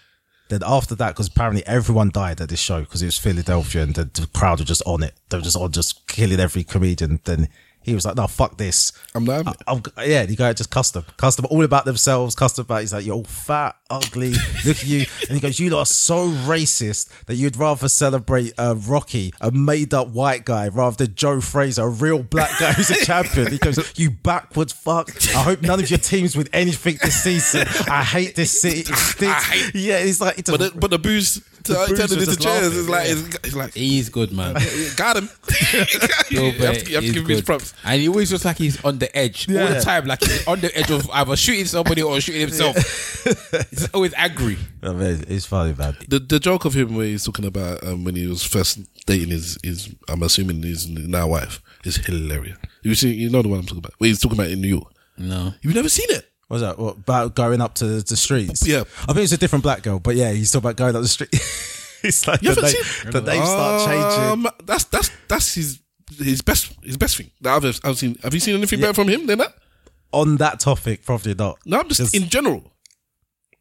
F: Then after that, because apparently everyone died at this show because it was Philadelphia and the, the crowd were just on it. They were just on, just killing every comedian. Then he was like, "No, fuck this."
D: I'm not having
F: I,
D: it.
F: I'm, yeah, and you go just custom, custom, all about themselves, custom about. He's like, "You're all fat, ugly. Look at you." And he goes, "You lot are so racist that you'd rather celebrate uh, Rocky, a made-up white guy, rather than Joe Fraser, a real black guy who's a champion." He goes, "You backwards fuck. I hope none of your teams win anything this season. I hate this city. It stinks." yeah, he's like, it's
D: But
F: a-
D: the, but the booze
F: The
D: uh,
F: booze
D: turned it
F: was
D: into
F: just
D: chairs. It's like
F: laughing,
D: it's, it's like
A: He's good, man.
D: it got him. you
A: Bill
D: have
A: Burr
D: to, you have
A: is
D: to give him his
A: good.
D: props.
A: And he always looks like he's on the edge all the
F: Yeah.
A: time, like he's on the edge of either shooting somebody or shooting himself. he's always angry.
F: I mean, it's funny, man.
D: The the joke of him where he's talking about um, when he was first dating his his I'm assuming his now wife is hilarious. You see, you know the one I'm talking about. Where he's talking about in New York.
A: No,
D: You've never seen it.
F: What was that? What, about going up to the streets?
D: Yeah.
F: I think it's a different black girl, but yeah, he's talking about going up the street. it's like the,
D: haven't
F: name,
D: seen-
F: the names start changing.
D: Um, that's that's that's his his best his best thing that I've I've seen. Have you seen anything better from him than that?
F: on that topic? Probably not.
D: No, I'm just, in general.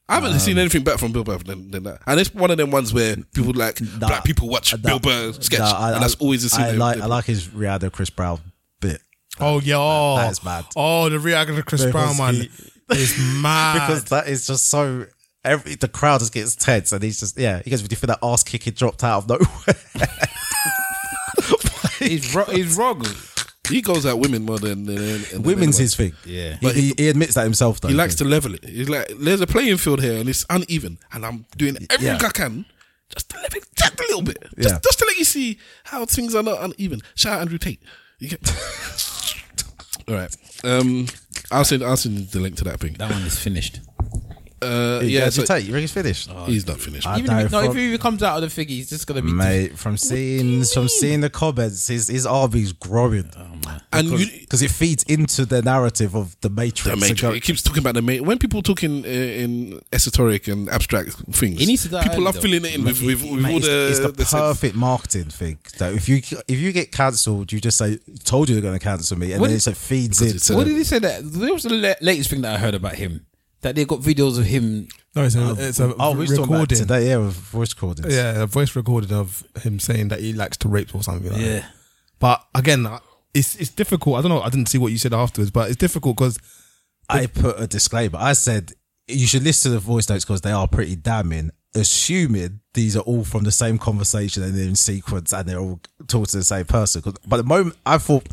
D: I haven't seen
F: Um,
D: anything better from Bill Burr than, than that, and it's one of them ones where people like black people watch Bill Burr sketch,
F: Nah, I-
D: and that's
F: I-
D: always the scene.
F: I
D: they-
F: like,
D: they-
F: I like his Rihanna Chris Brown bit.
E: Oh yeah, oh,
F: that is mad.
E: Oh, the reaction to Chris
F: Because
E: Brown man
F: he-
E: is
D: Ah.
E: mad.
F: because that is just so every the crowd just gets tense and he's just yeah he goes you feel that ass kicking dropped out of nowhere
A: He's ro- he's wrong.
D: He goes at women more than, than, than- than
F: women's
D: anyone.
F: his thing
A: Yeah.
F: but he, he admits that himself though
D: He likes to level it. He's like, there's a playing field here, and it's uneven, and I'm doing everything
F: Yeah.
D: I can just to level it just a little bit, just,
F: Yeah.
D: just to let you see how things are not uneven. Shout out Andrew Tate. You get- All right, um, I'll send I'll send the link to that thing.
A: That one is finished.
F: yeah,
D: Uh, yeah,
F: yeah
D: so Oh,
F: so, you think he's finished
D: he's not finished.
F: I
A: Even if,
F: know
A: he- no, if
F: from-
A: he even comes out of the figure, he's just gonna be.
F: mate from seeing from seeing the comments his his RB's growing
D: and you,
F: because it feeds into the narrative of the
D: The
F: Matrix,
D: Matrix.
F: and go-
D: It keeps talking about the Matrix. When people talk in uh, in esoteric and abstract things,
A: He needs to die
D: people
A: early,
D: love
A: though.
D: filling it in with, with, with
F: Mate,
D: all
F: it's,
D: the,
F: it's the,
D: sense.
F: perfect marketing thing. That if you if you get cancelled, you just say told you they're going to cancel me, and
A: What
F: then
A: did-
F: it sort of feeds
D: Because
F: in.
D: it's
F: to
D: a-
A: What did he say that? What was the la- latest thing that I heard about him? That they got videos of him.
E: no, it's a, it's a
F: Oh, we're talking about
E: recording.
F: today, yeah, with voice recording.
E: Yeah, a voice recording of him saying that he likes to rape or something. Like that. But again, I- it's it's difficult. I don't know. I didn't see what you said afterwards, but it's difficult because
F: I put a disclaimer. I said you should listen to the voice notes because they are pretty damning. Assuming these are all from the same conversation and they're in sequence and they're all talking to the same person. 'Cause- But the moment I thought,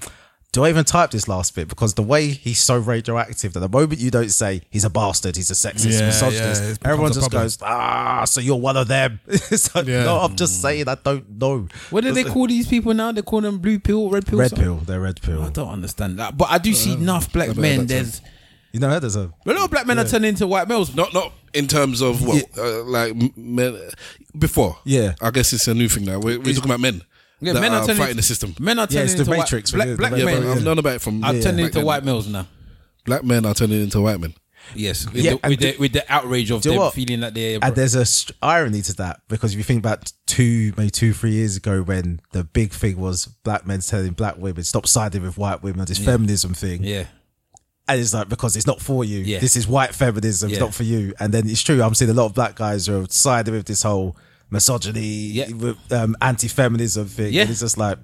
F: do I even type this last bit? Because the way he's so radioactive that the moment you don't say he's a bastard, he's a sexist,
E: Yeah,
F: misogynist,
E: yeah, it becomes
F: everyone
E: a
F: just
E: problem.
F: goes, ah, so you're one of them. It's like,
E: Yeah.
F: No, I'm just saying I don't know.
A: What do they call these people now? They call them blue pill, red pill,
F: Red
A: something?
F: pill, they're red
A: I
F: pill.
A: don't understand that, but I do see
D: Uh,
A: enough black men. There's
F: You know, there's a
A: a lot of black men are turning into white males.
D: Not not in terms of what uh, like m- men before.
F: Yeah.
D: I guess it's a new thing now. We're, we're talking about men.
A: Yeah,
D: that
A: men are
D: are
A: turning
D: fighting the system.
A: Men are turning
F: it's the
A: into
F: Matrix,
A: White,
F: yeah, the
A: black black
D: yeah,
A: men
D: but I've known about it from.
A: are turning
D: back
A: into
D: then.
A: white males now.
D: Black men are turning into white men.
A: Yes, with,
F: Yeah,
A: the,
F: and
A: with, the,
F: do-
A: with the outrage of
F: Do you
A: them
F: know what?
A: feeling that they're.
F: And there's a st- irony to that because if you think about two, maybe two, three years ago when the big thing was black men telling black women stop siding with white women, this feminism thing,
A: yeah,
F: and it's like because it's not for you.
A: Yeah.
F: This is white feminism, it's
A: Yeah.
F: not for you. And then it's true. I'm seeing a lot of black guys who are siding with this whole misogyny,
A: Yeah.
F: um, anti-feminism thing.
A: Yeah.
F: And it's just like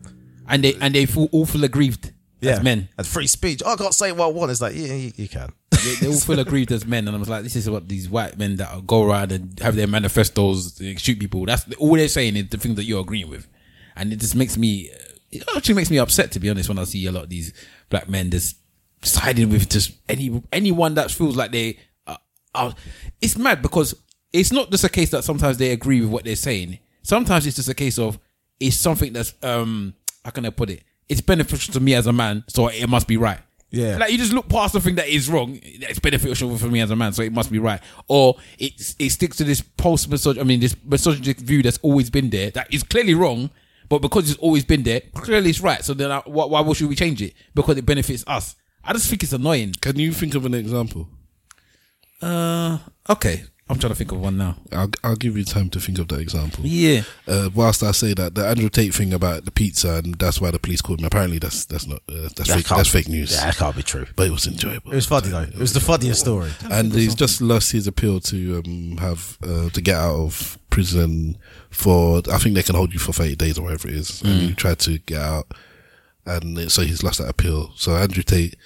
A: and they and they feel all feel aggrieved
F: yeah,
A: as men.
F: and free speech. I can't say what I want. It's like yeah, you, you can.
A: They, they all feel aggrieved as men, and I was like, this is what these white men that go around and have their manifestos, they shoot people. That's all they're saying is the thing that you're agreeing with, and it just makes me. It actually makes me upset to be honest when I see a lot of these black men just siding with just any anyone that feels like they are. are it's mad because it's not just a case that sometimes they agree with what they're saying. Sometimes it's just a case of it's something that's um how can I put it? It's beneficial to me as a man, so it must be right.
F: Yeah.
A: Like you just look past something that is wrong. It's beneficial for me as a man, so it must be right. Or it it sticks to this post misog I mean this misogynistic view that's always been there that is clearly wrong, but because it's always been there, clearly it's right. So then I, why, why should we change it? Because it benefits us. I just think it's annoying.
D: Can you think of an example?
A: Uh, okay. I'm trying to think of one now.
D: I'll, I'll give you time to think of that example.
A: Yeah.
D: uh, whilst I say that the Andrew Tate thing about the pizza and that's why the police called him. Apparently, that's that's not uh, that's fake,
F: can't-
D: that's fake news.
F: Yeah, that can't be true.
D: But it was enjoyable.
F: It was funny though. It was the funniest story.
D: and he's just lost his appeal to um, have uh, to get out of prison for. I think they can hold you for thirty days or whatever it is. And he tried to get out, and it- so he's lost that appeal. So Andrew Tate,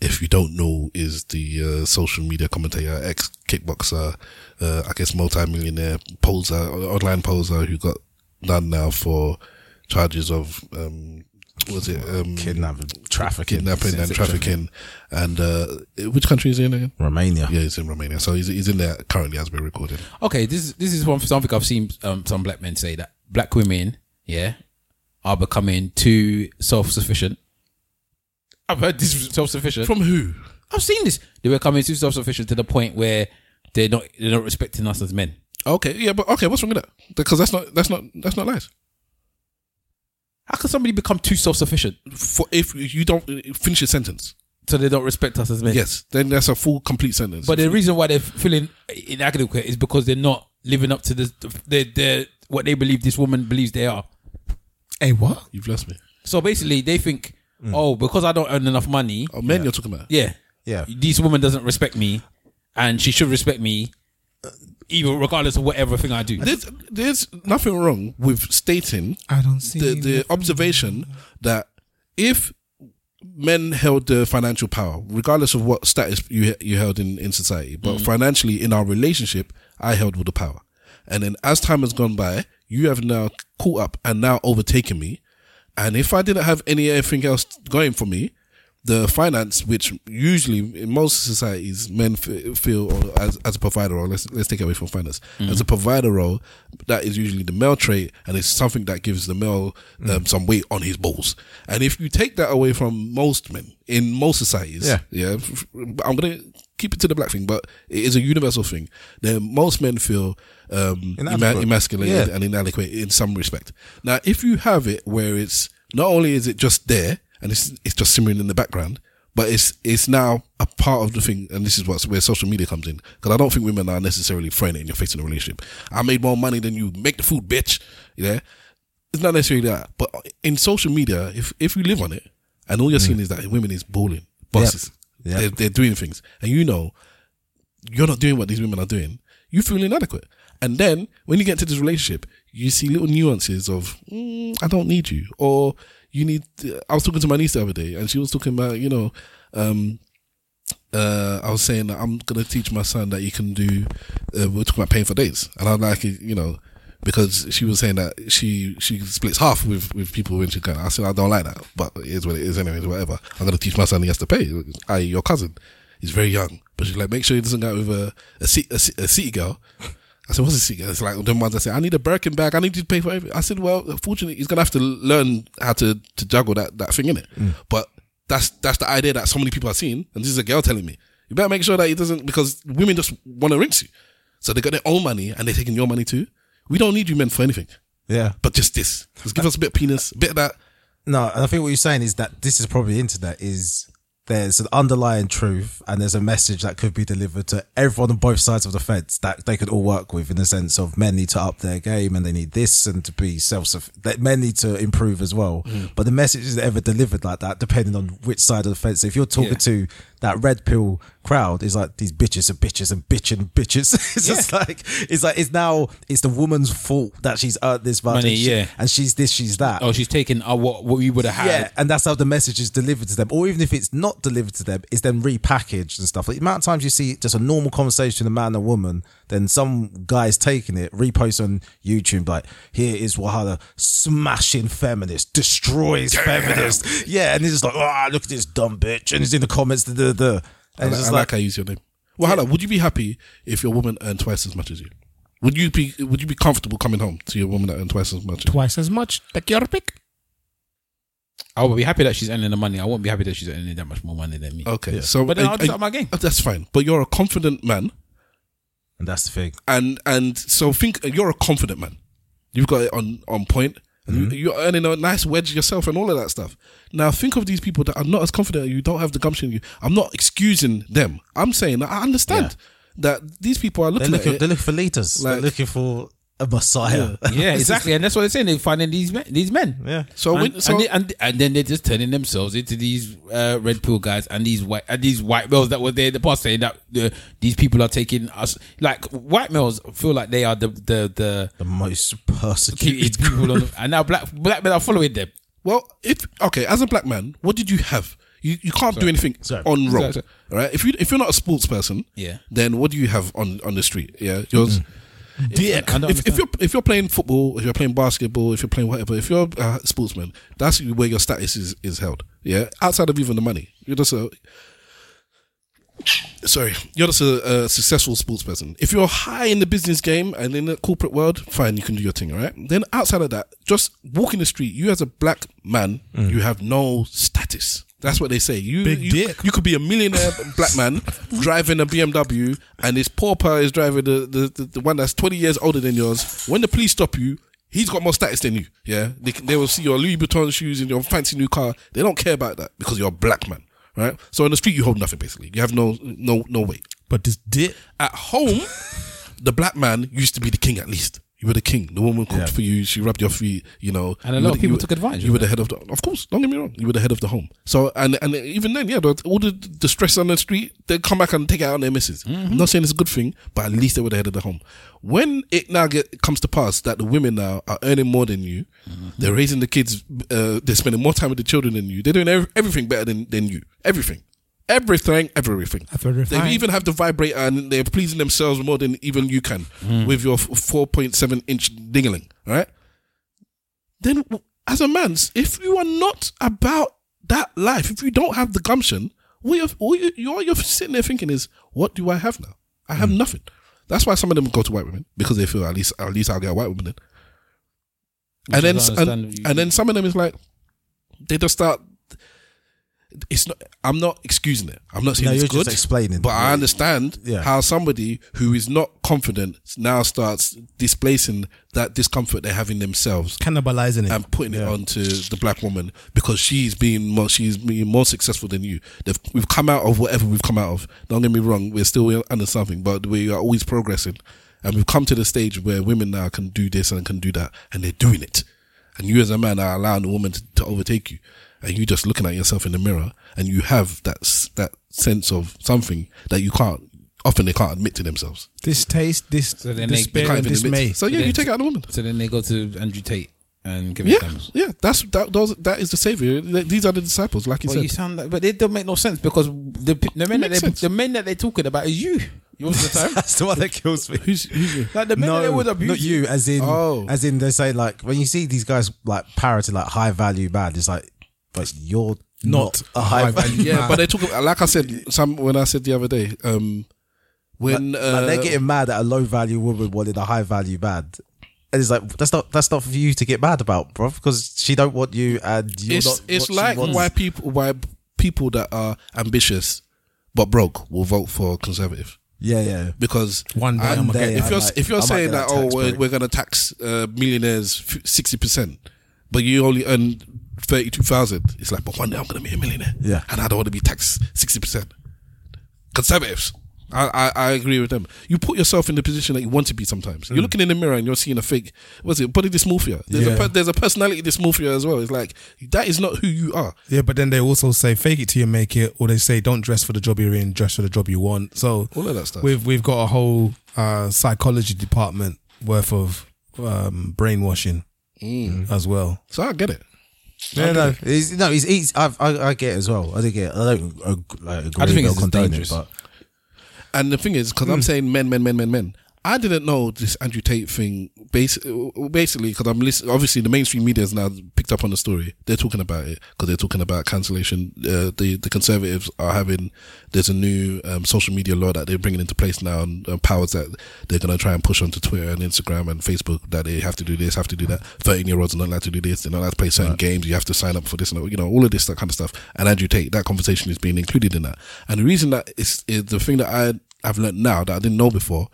D: if you don't know, is the uh, social media commentator, ex kickboxer, uh, I guess multi-millionaire poser, online poser who got done now for charges of. Um, what was it um,
F: Kidnapping, trafficking,
D: kidnapping and trafficking? And uh, which country is he in again?
F: Romania.
D: Yeah, he's in Romania. So he's, he's in there currently as we're recording.
A: Okay. This is this is one something I've seen um, some black men say that black women, yeah, are becoming too self sufficient. I've heard this self sufficient.
D: From who?
A: I've seen this. They're becoming too self sufficient to the point where they're not they're not respecting us as men.
D: Okay, yeah, but okay, what's wrong with that? Because that's not that's not that's not nice.
A: How can somebody become too self sufficient
D: For if you don't finish your sentence,
A: so they don't respect us as men?
D: yes, then that's a full complete sentence.
A: But the reason why they're feeling inadequate is because they're not living up to the the, the what they believe this woman believes they are.
E: hey, what?
D: you've lost me.
A: So basically, they think, oh, because I don't earn enough money,
D: Oh, men, you're talking about.
A: yeah,
F: Yeah.
A: This woman doesn't respect me, and she should respect me, even regardless of whatever thing I do.
D: There's, there's nothing wrong with stating
E: I don't see
D: the, the observation that if men held the financial power, regardless of what status you you held in, in society, but financially in our relationship, I held all the power. And then as time has gone by, you have now caught up and now overtaken me. And if I didn't have any anything else going for me, the finance, which usually in most societies men f- feel or as, as a provider role, let's let's take it away from finance
F: Mm-hmm.
D: as a provider role, that is usually the male trait, and it's something that gives the male um,
F: Mm.
D: some weight on his balls. And if you take that away from most men in most societies,
F: Yeah.
D: yeah, f- f- I'm gonna keep it to the black thing, but it is a universal thing. Then most men feel um,
F: Inadequate.
D: ema- emasculated
F: Yeah.
D: and inadequate in some respect. Now, if you have it where it's not only is it just there and it's it's just simmering in the background, but it's it's now a part of the thing, and this is what's where social media comes in because I don't think women are necessarily throwing it in your face in a relationship. I made more money than you. Make the food, bitch. Yeah, it's not necessarily that, but in social media, if if you live on it, and all you're seeing is that women is balling, bosses,
F: Mm. Yep.
D: They're, they're doing things, and you know you're not doing what these women are doing, you feel inadequate. And then when you get into this relationship, you see little nuances of, mm, I don't need you. Or you need, I was talking to my niece the other day and she was talking about, you know, um, uh, I was saying that I'm going to teach my son that you can do, uh, we're talking about paying for dates. And I'm like, you know, because she was saying that she, she splits half with, with people when she can. I said, I don't like that, but it is what it is anyways, whatever. I'm going to teach my son he has to pay, i.e. your cousin. He's very young, but she's like, make sure he doesn't go out with a a, ci- a, ci- a city girl. I said, what's a city girl? It's like the ones that say, I need a Birkin bag. I need you to pay for everything. I said, well, fortunately, he's gonna have to learn how to to juggle that that thing in it. But that's that's the idea that so many people are seeing, and this is a girl telling me, you better make sure that he doesn't because women just want to rinse you. So they got their own money and they're taking your money too. We don't need you men for anything,
F: Yeah.
D: but just this. Just give us a bit of penis, a bit of that.
F: No, and I think what you're saying is that this is probably into that is there's an underlying truth and there's a message that could be delivered to everyone on both sides of the fence that they could all work with in the sense of men need to up their game and they need this and to be self that men need to improve as well.
A: Mm.
F: But the message is ever delivered like that depending on which side of the fence. If you're talking to that red pill crowd, it's like these bitches are bitches and bitching and bitches. it's just like it's like it's now it's the woman's fault that she's earned this much
A: Money,
F: and she-
A: yeah.
F: and she's this, she's that.
A: Oh, she's taking uh, what what we would have had.
F: Yeah, and that's how the message is delivered to them. Or even if it's not delivered to them, it's then repackaged and stuff. Like the amount of times you see just a normal conversation between a man and a woman, then some guy's taking it, repost on YouTube, like, here is Wahada smashing feminist, destroys feminist. Yeah, and he's just like, oh, look at this dumb bitch. And he's in the comments, da, da, da. And
D: I
F: it's
D: like,
F: just
D: I
F: like,
D: like how you use your name. Well, Hala, would you be happy if your woman earned twice as much as you? Would you be Would you be comfortable coming home to your woman that earned twice as much? as you?
E: twice as much. Take your pick.
A: I would be happy that she's earning the money. I won't be happy that she's earning that much more money than me.
D: Okay, so uh,
A: But then
D: are-
A: I'll just
D: are-
A: up my game.
D: That's fine. But you're a confident man,
F: and that's the thing.
D: and and so think you're a confident man. You've got it on on point.
A: Mm-hmm.
D: You- You're earning a nice wedge yourself and all of that stuff. Now think of these people that are not as confident. as You don't have the gumption. in You. I'm not excusing them. I'm saying that I understand that these people are
F: They're
D: looking
F: looking,
D: at
F: they're
D: it.
F: looking for leaders.
D: Like-
F: they're looking for a messiah.
A: Yeah, exactly, and that's what they're saying. They're finding these men, these men.
F: Yeah.
D: So
A: and,
D: when- so-
A: and, they- and, and then they're just turning themselves into these uh, red pill guys and these white and these white males that were there in the past saying that uh, these people are taking us like white males feel like they are the the the
F: The most
A: keep
F: persecuted
A: people on, and now black black men are following them.
D: Well, if okay, as a black man, what did you have? You, you can't do anything on road,
A: Sorry.
D: all right? If you if you're not a sports person,
A: Yeah.
D: then what do you have on on the street? Yeah, yours. Dick.
A: Mm-hmm. I don't
D: If, if you're if you're playing football, if you're playing basketball, if you're playing whatever, if you're a sportsman, that's where your status is is held. Yeah, outside of even the money, you're just a sorry, you're just a, a successful sports person. If you're high in the business game and in the corporate world, fine, you can do your thing, all right? Then outside of that, just walking the street, you as a black man, you have no status. That's what they say. You
E: Mm. Big
D: you,
E: dick.
D: you could be a millionaire black man driving a BMW and this pauper is driving the, the, the, the one that's 20 years older than yours. When the police stop you, he's got more status than you. Yeah. They, can- they will see your Louis Vuitton shoes and your fancy new car. They don't care about that because you're a black man. Right. So on the street, you hold nothing basically. You have no, no, no weight
E: But this dick.
D: at home, the black man used to be the king at least. You were the king. The woman cooked for you. She rubbed your feet. You know,
A: And a lot
D: You were
A: of
D: the-
A: people
D: you were-
A: took advantage
D: You
A: of
D: were the
A: that.
D: head of the. Of course, don't get me wrong. You were the head of the home. So and and even then, yeah, the- all the distress on the street, they come back and take it out on their missus.
A: Mm-hmm.
D: I'm not saying it's a good thing, but at least they were the head of the home. When it now get, comes to pass that the women now are earning more than you,
A: Mm-hmm.
D: they're raising the kids, uh, they're spending more time with the children than you. They're doing ev- everything better than than you. Everything. Everything, everything.
E: Everything.
D: They even have the vibrator and they're pleasing themselves more than even you can
A: Hmm.
D: with your f- 4.7 inch dingling, right? Then, w- as a man, s- if you are not about that life, if you don't have the gumption, what you're, all you, you all you're sitting there thinking is, what do I have now? I have
A: Hmm.
D: nothing. That's why some of them go to white women because they feel at least at least I'll get a white woman then.
A: Which
D: and then
A: is
D: s- and,
A: understandable.
D: and then some of them is like they just start. It's not. I'm not excusing it. I'm not saying
F: No,
D: it's
F: you're
D: good.
F: just explaining.
D: but I understand
F: Yeah.
D: how somebody who is not confident now starts displacing that discomfort they have in themselves
E: Cannibalizing it.
D: and putting it onto the black woman because she's being more she's being more successful than you. They've, we've come out of whatever we've come out of. Don't get me wrong, we're still under something, but we are always progressing, and we've come to the stage where women now can do this and can do that, and they're doing it. And you as a man are allowing a woman to, to overtake you, and you just looking at yourself in the mirror, and you have that s- that sense of something that you can't often they can't admit to themselves.
E: Distaste, dis-
A: So then they-
E: despair,
D: can't
E: and
D: even admit
E: dismay.
D: it. So yeah,
A: Then-
D: you take out the woman.
A: So then they go to Andrew Tate and give
D: Yeah,
A: it thumbs.
D: yeah, that's that. Those, that is the savior. These are the disciples, like you
A: Well,
D: said.
A: you sound like, but it don't make no sense because the, p- the men that
D: makes
A: they,
D: sense.
A: the men that they're talking about is you. You want the time?
F: That's the one that kills me.
D: Who's, who's you?
A: Like the men that they
F: No,
A: would
F: not
A: abuse
F: you. As in,
D: Oh.
F: as in, they're saying like when you see these guys like parroting like high value man, it's like, but you're not, a high value.
D: Yeah, but they talk about, like I said some when I said the other day, um, when
F: Like,
D: uh,
F: they're getting mad at a low value woman wanting a high value man. And it's like that's not that's not for you to get mad about, bro, because she don't want you, and you're
D: it's
F: not.
D: it's
F: what she
D: like
F: wants.
D: why people why people that are ambitious but broke will vote for conservative
F: yeah, yeah.
D: because
E: One day
D: I-
E: I'm a-
F: Day,
D: if
F: I
D: you're
F: might-
D: if
F: I
D: you're
F: might
D: saying
F: get
D: that
F: a
D: oh
F: tax
D: we're,
F: break.
D: we're gonna tax uh, millionaires sixty percent, but you only earn thirty two thousand, it's like but one day I'm gonna be a millionaire,
F: Yeah.
D: and I don't want to be taxed sixty percent. Conservatives. I, I, I agree with them. You put yourself in the position that you want to be sometimes.
F: Mm.
D: You're looking in the mirror and you're seeing a fake, what's it, body dysmorphia. There's, a,
E: Yeah.
D: per, there's a personality dysmorphia as well. It's like, that is not who you are.
E: Yeah, but then they also say fake it till you make it, or they say don't dress for the job you're in, dress for the job you want. So
D: All of that stuff.
E: We've we've got a whole uh, psychology department worth of um, brainwashing as well.
D: So I get it.
F: No, no, he's, no. He's, he's I, I, I get it as well. I do get. It. I don't uh, like, agree.
A: think
F: or
A: it's
F: condone it,
A: dangerous.
F: but
D: And the thing is, because I'm saying men, men, men, men, men. I didn't know this Andrew Tate thing. Basically, basically, because I'm listening. Obviously, the mainstream media has now picked up on the story. They're talking about it because they're talking about cancellation. Uh, the the conservatives are having. There's a new um, social media law that they're bringing into place now, and, and powers that they're going to try and push onto Twitter and Instagram and Facebook that they have to do this, have to do that. Thirteen year olds are not allowed to do this. They're not allowed to play certain games. You have to sign up for this, and you know all of this that kind of stuff. And Andrew Tate, that conversation is being included in that. And the reason that is, is the thing that I I've learned now that I didn't know before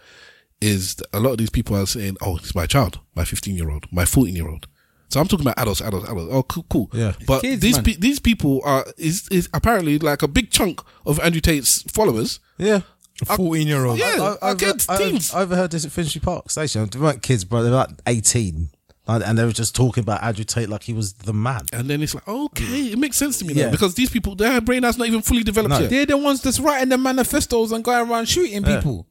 D: is that a lot of these people are saying, "Oh, it's my child, my 15 year old, my 14 year old." So I'm talking about adults, adults, adults. Oh, cool, cool.
F: Yeah.
D: But
A: Kids,
D: these
A: man.
D: pe- these people are is is apparently like a big chunk of Andrew Tate's followers.
F: yeah.
E: Fourteen year old.
D: Yeah.
F: I,
D: Our kids,
F: I,
D: teens.
F: I overheard this at Finchley Park Station. They weren't kids, bro. They were like eighteen, and and they were just talking about Andrew Tate like he was the man.
D: And then it's like, okay, it makes sense to me now
F: Yeah.
D: because these people, their brain has not even fully developed
F: No.
D: yet.
A: They're the ones that's writing the manifestos and going around shooting people.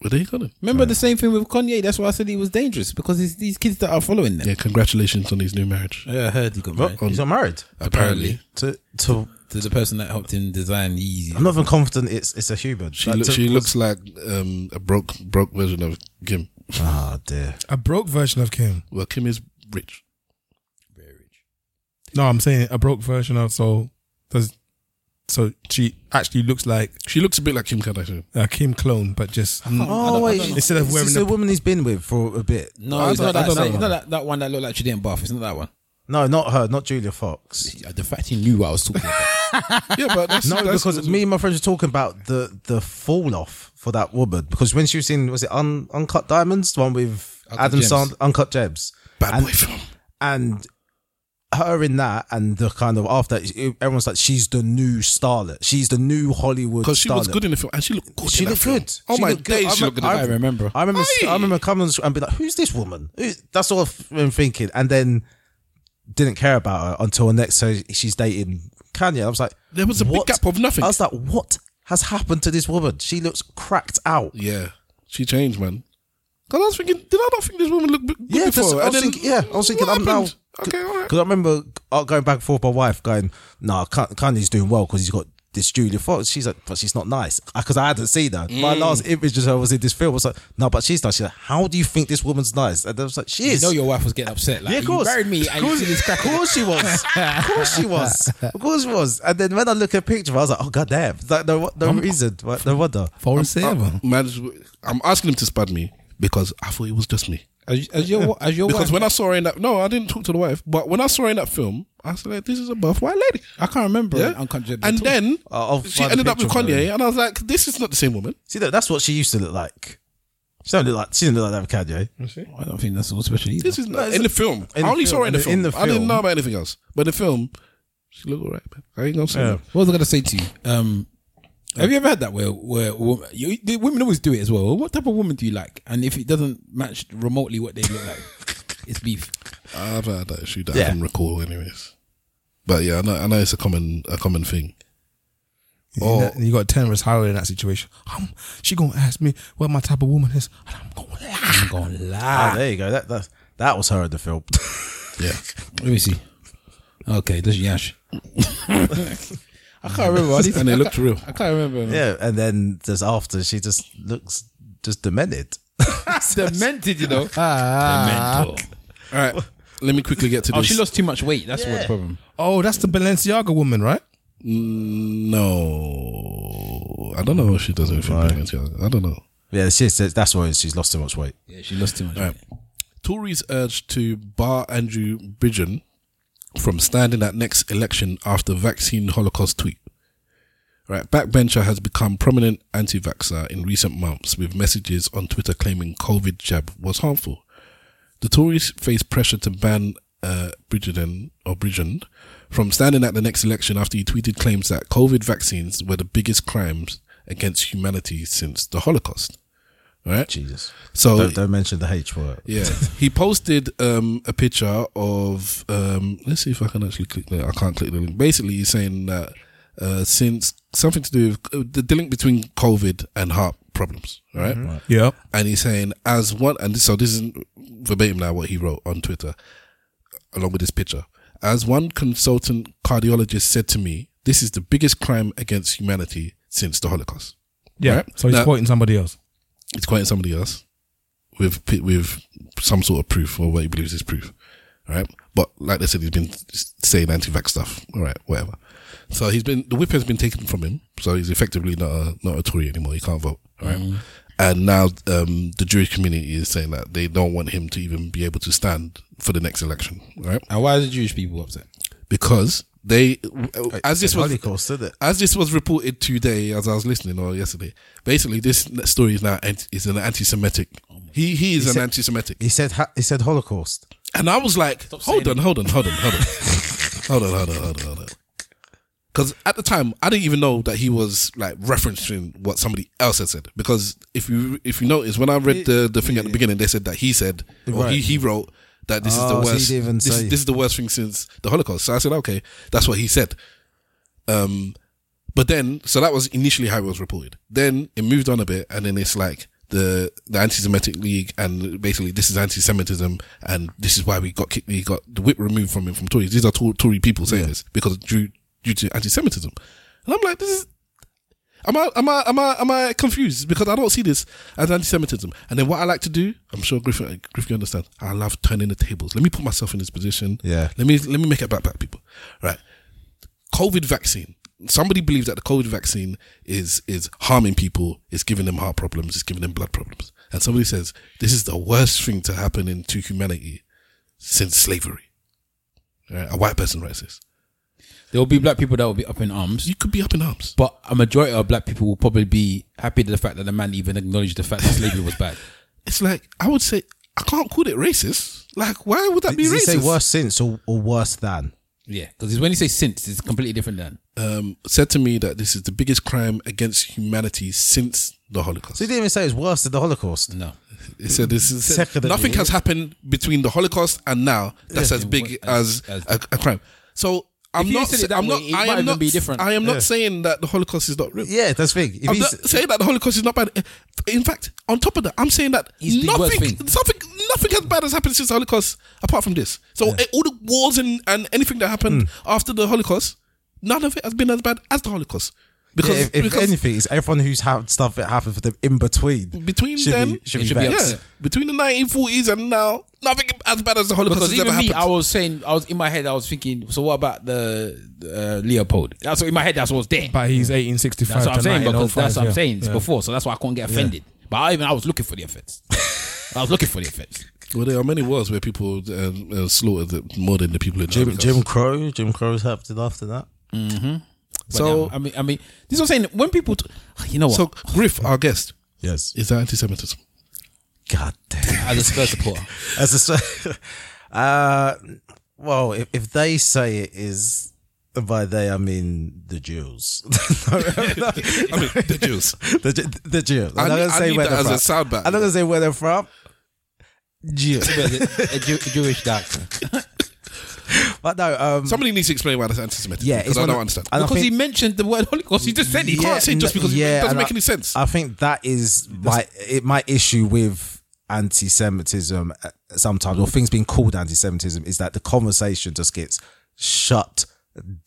D: Where they going?
A: Remember the same thing with Kanye. That's why I said he was dangerous because it's these kids that are following them.
D: Yeah, congratulations on his new marriage.
A: Yeah, I heard he got
F: What? He's not married
D: Apparently,
F: to to.
A: to the person that helped him design Yeezy.
F: I'm not even confident it's it's a human.
D: she
F: Like,
D: looks
F: to-
D: she looks like um, a broke broke version of Kim.
F: Ah dear.
E: A broke version of Kim.
D: Well, Kim is rich.
E: No, I'm saying a broke version of so does so she actually looks like
D: She looks a bit like Kim Kardashian.
E: a Kim clone, but just mm,
F: Oh wait!
E: Instead of wearing
F: it's
E: the-
F: the woman he's been with for a bit.
A: no, it's
D: I
A: not,
D: don't- I
A: that, same-
D: don't know.
A: it's not that, that one that looked like she didn't bath. It's not that one.
F: No, not her, not Julia Fox.
A: The fact he knew what I was talking about.
D: Yeah, but that's,
F: No,
D: that's
F: because me and my friends were talking about the the fall off for that woman because when she was in was it Un, Uncut Diamonds, the one with
A: Uncut
F: Adam
A: Gems.
F: Sand, Uncut Gems,
D: bad
F: and,
D: boy film.
F: and her in that and the kind of after it- everyone's like she's the new starlet. She's the new Hollywood.
D: Because she was
F: starlet.
D: good in the film and she looked good.
F: She
D: in that
F: looked
D: film.
F: good.
D: Oh
F: She
D: my
F: looked good.
D: days, she looked good. in that film.
F: I remember. I remember coming on the street and be like, "Who's this woman?" Who- That's all I've been thinking, and then didn't care about her until the next. So she's dating Kanye. I was like,
D: There was a big gap of nothing.
F: I was like, "What has happened to this woman? She looks cracked out."
D: Yeah, she changed, man. Because I was thinking, did I not think this woman looked b- good
F: Yeah, that's-
D: before?
F: I
D: And
F: was
D: then
F: thinking. Yeah, I was thinking.
D: what
F: I'm now.
D: happened? Okay, all right.
F: Because I remember uh, going back and forth with my wife, going, "Nah, Kan- Kanye's doing well because he's got this Julia Fox." She's like, "But she's not nice." Because I hadn't seen her. My
A: Mm.
F: last image of her was in this film. I was like, "No, but she's nice." She's like, "How do you think this woman's nice?" And I was like, "She
A: You
F: is."
A: know your wife was getting upset. Like,
F: yeah, of course.
A: You buried me
F: Of
A: and you
F: course,
A: see this crack.
F: of course she was. Of course she was. Of course she was. And then when I look at a picture, I was like, "Oh god damn!" Like, no, no
A: Um,
F: reason. Like, No wonder.
E: Foreign server.
D: Man, I'm asking him to spud me because I thought it was just me.
A: As, as your, as your
D: Because
A: wife,
D: when I saw her in that, no, I didn't talk to the wife. But when I saw her in that film, I said, like, "This is a buff white lady."
A: I can't remember.
D: Yeah.
A: it, unconscious-
D: And then
F: I'll- I'll
D: she
F: find a
D: ended up with
F: picture Uh, of her.
D: Kanye, and I was like, "This is not the same woman."
F: See, look, that's what she used to look like. She don't look like she didn't look like that with Kanye.
A: I don't think that's all special either.
D: This is not, in the film.
F: in
D: I
F: the
D: only saw her in the film.
F: film, in the
D: I didn't
F: film.
D: know about anything else. But the film, she looked alright. man. I ain't gonna say that.
A: What was I going to say to you? Um, have you ever had that where where, wo- you, the women always do it as well? What type of woman do you like? And if it doesn't match remotely what they look like, it's beef.
D: I've had that issue that
F: Yeah.
D: I can recall, anyways. But yeah, I know, I know it's a common a common thing.
E: Or you, got Terrence Howard in that situation. Um, she gonna ask me what my type of woman is, and I'm gonna lie.
A: I'm gonna
F: Ah,
A: lie.
F: there you go. That that that was her in the film.
D: Yeah,
A: Let me see. Okay, this is Yash. I can't remember. I need to-
D: and it looked real.
A: I can't remember.
F: Yeah, and then just after she just looks just demented.
A: demented, you know. Ah.
D: All right, let me quickly get to this.
A: Oh, she lost too much weight. That's what the problem.
E: Oh, that's the Balenciaga woman, right?
D: No, I don't know what she does with Balenciaga. I don't know.
F: Yeah, she says that's why she's lost so much weight.
A: Yeah, she lost too much
D: Right. Tories urged to bar Andrew Bridgen from standing at next election after vaccine holocaust tweet. Right, backbencher has become prominent anti-vaxxer in recent months with messages on Twitter claiming COVID jab was harmful. The Tories face pressure to ban uh, Bridgen or Bridgen from standing at the next election after he tweeted claims that COVID vaccines were the biggest crimes against humanity since the Holocaust. Right,
F: Jesus.
D: so
F: Don't, don't mention the H word.
D: yeah, he posted um, a picture of. Um, let's see if I can actually click that. I can't click the link. Basically, he's saying that uh, since something to do with uh, the, the link between COVID and heart problems, right?
E: Yeah.
D: And he's saying as one, and this- so this is verbatim now what he wrote on Twitter, along with this picture. As one consultant cardiologist said to me, this is the biggest crime against humanity since the Holocaust.
E: Yeah.
D: Right.
E: So he's
D: Now-
E: quoting somebody else.
D: It's quoting somebody else with pi- with some sort of proof or what he believes is proof, all right? But like they said, he's been s- saying anti-vax stuff, all right, whatever. So he's been the whip has been taken from him, so he's effectively not a not a Tory anymore. He can't vote, all right? And now um, the Jewish community is saying that they don't want him to even be able to stand for the next election, all right?
A: And why are the Jewish people upset?
D: Because they, as this
F: It's
D: was
F: Holocaust, did it?
D: as this was reported today, as I was listening or yesterday, basically this story is now anti- is an anti-Semitic. He he is an
F: said-
D: anti-Semitic,
F: Oh He said ha- he said Holocaust.
D: and I was like, hold on, hold on, hold on, hold on, hold on, hold on, hold on, hold on. Because at the time, I didn't even know that he was like referencing what somebody else had said. Because if you if you notice, when I read the the thing at the beginning, they said that he said or he he wrote that this
F: Oh, so
D: is the
F: he
D: worst.
F: didn't even
D: this, is-
F: say.
D: this is the worst thing since the Holocaust. So I said, okay, that's what he said. Um, but then, so that was initially how it was reported. Then it moved on a bit, and then it's like the the anti-Semitic League, and basically this is anti-Semitism, and this is why we got kicked, we got the whip removed from him from Tories. These are Tor- Tory people saying this because due due to anti-Semitism, and I'm like, this is. Am I am I am I am I confused because I don't see this as anti-Semitism? And then what I like to do, I'm sure uh, Griffin Griffin understands. I love turning the tables. Let me put myself in this position.
F: Yeah.
D: Let me let me make it about black people. Right. COVID vaccine. Somebody believes that the COVID vaccine is is harming people, is giving them heart problems, is giving them blood problems. And somebody says this is the worst thing to happen in to humanity since slavery. Right? A white person writes this.
A: There will be black people that will be up in arms,
D: You could be up in arms.
A: but a majority of black people will probably be happy to the fact that the man even acknowledged the fact that slavery was bad.
D: It's like I would say I can't call it racist. Like, why would that be
F: Does he
D: racist?
F: say worse since or, or worse than?
A: Yeah, because when you say since, it's completely different than.
D: Um, said to me that this is the biggest crime against humanity since the Holocaust.
F: So he didn't even say it's worse than the Holocaust.
A: No.
D: It said this is
F: Secondary.
D: nothing has happened between the Holocaust and now that's as big as, a, a crime. So I'm
A: you
D: not.
A: said it
D: sa-
A: that
D: I'm
A: way,
D: not.
A: it
D: I
A: might
D: am
A: even
D: not.
A: be different.
D: I am not
F: Yeah.
D: saying that the Holocaust is not real.
F: Yeah, that's the thing. If
D: I'm
F: he's,
D: not saying that the Holocaust is not bad. In fact, on top of that, I'm saying that
A: It's the worst
D: nothing,
A: thing.
D: something, nothing as bad has happened since the Holocaust apart from this. So eh, all the wars and, and anything that happened
A: Hmm.
D: after the Holocaust, none of it has been as bad as the Holocaust. Because,
F: yeah, if, if
D: because
F: anything, it's everyone who's had stuff that happened for them in between.
D: between
F: should
D: them,
F: be, should
A: it
F: be,
A: should be
F: better.
A: upset.
D: yeah, between the 1940s and now, nothing as bad as the Holocaust
A: Because
D: has ever
A: even me,
D: happened.
A: I was saying, I was in my head, I was thinking, so what about the uh, Leopold? That's what, in my head, that's what was there.
E: But he's 1865.
A: That's what I'm
E: to
A: saying because
E: 1905,
A: that's what I'm
E: yeah.
A: saying. It's
E: Yeah.
A: before, so that's why I can't get offended. But I even I was looking for the offense. I was looking for the offense.
D: Well, there are many wars where people um, uh, slaughtered the- more than the people in the
F: Jim,
D: Holocaust.
F: Jim Crow, Jim Crow's happened after that.
A: So I mean, I mean, this is what I'm saying. When people, t- you know what?
D: So, Griff, our guest,
F: Yes.
D: is that anti-Semitism?
F: God damn.
A: as a Spurs supporter,
F: As a, uh, well, if, if they say it is, by they I mean the Jews. No, no.
D: I mean, the Jews.
F: the, Ju- the Jews.
D: I
F: I'm not
D: need-
F: gonna
D: I
F: say
D: need
F: where
D: that
F: they're
D: as a
F: from.
D: soundbite.
F: I'm not gonna say where they're from.
A: Jew, a, Jew, a Jewish doctor.
F: But no, um,
D: Somebody needs to explain why that's anti-Semitic.
F: yeah,
D: because
F: it's
D: I
F: one
D: don't
F: of-
D: understand.
F: and I
A: Because
F: think-
A: he mentioned the word Holocaust, he just said he
D: You
A: can't.
D: can't say just
F: no-
D: because it doesn't
F: and
D: make
F: I-
D: any sense.
F: I think that is my it, my issue with anti-Semitism uh, sometimes, or things being called anti-Semitism, is that the conversation just gets shut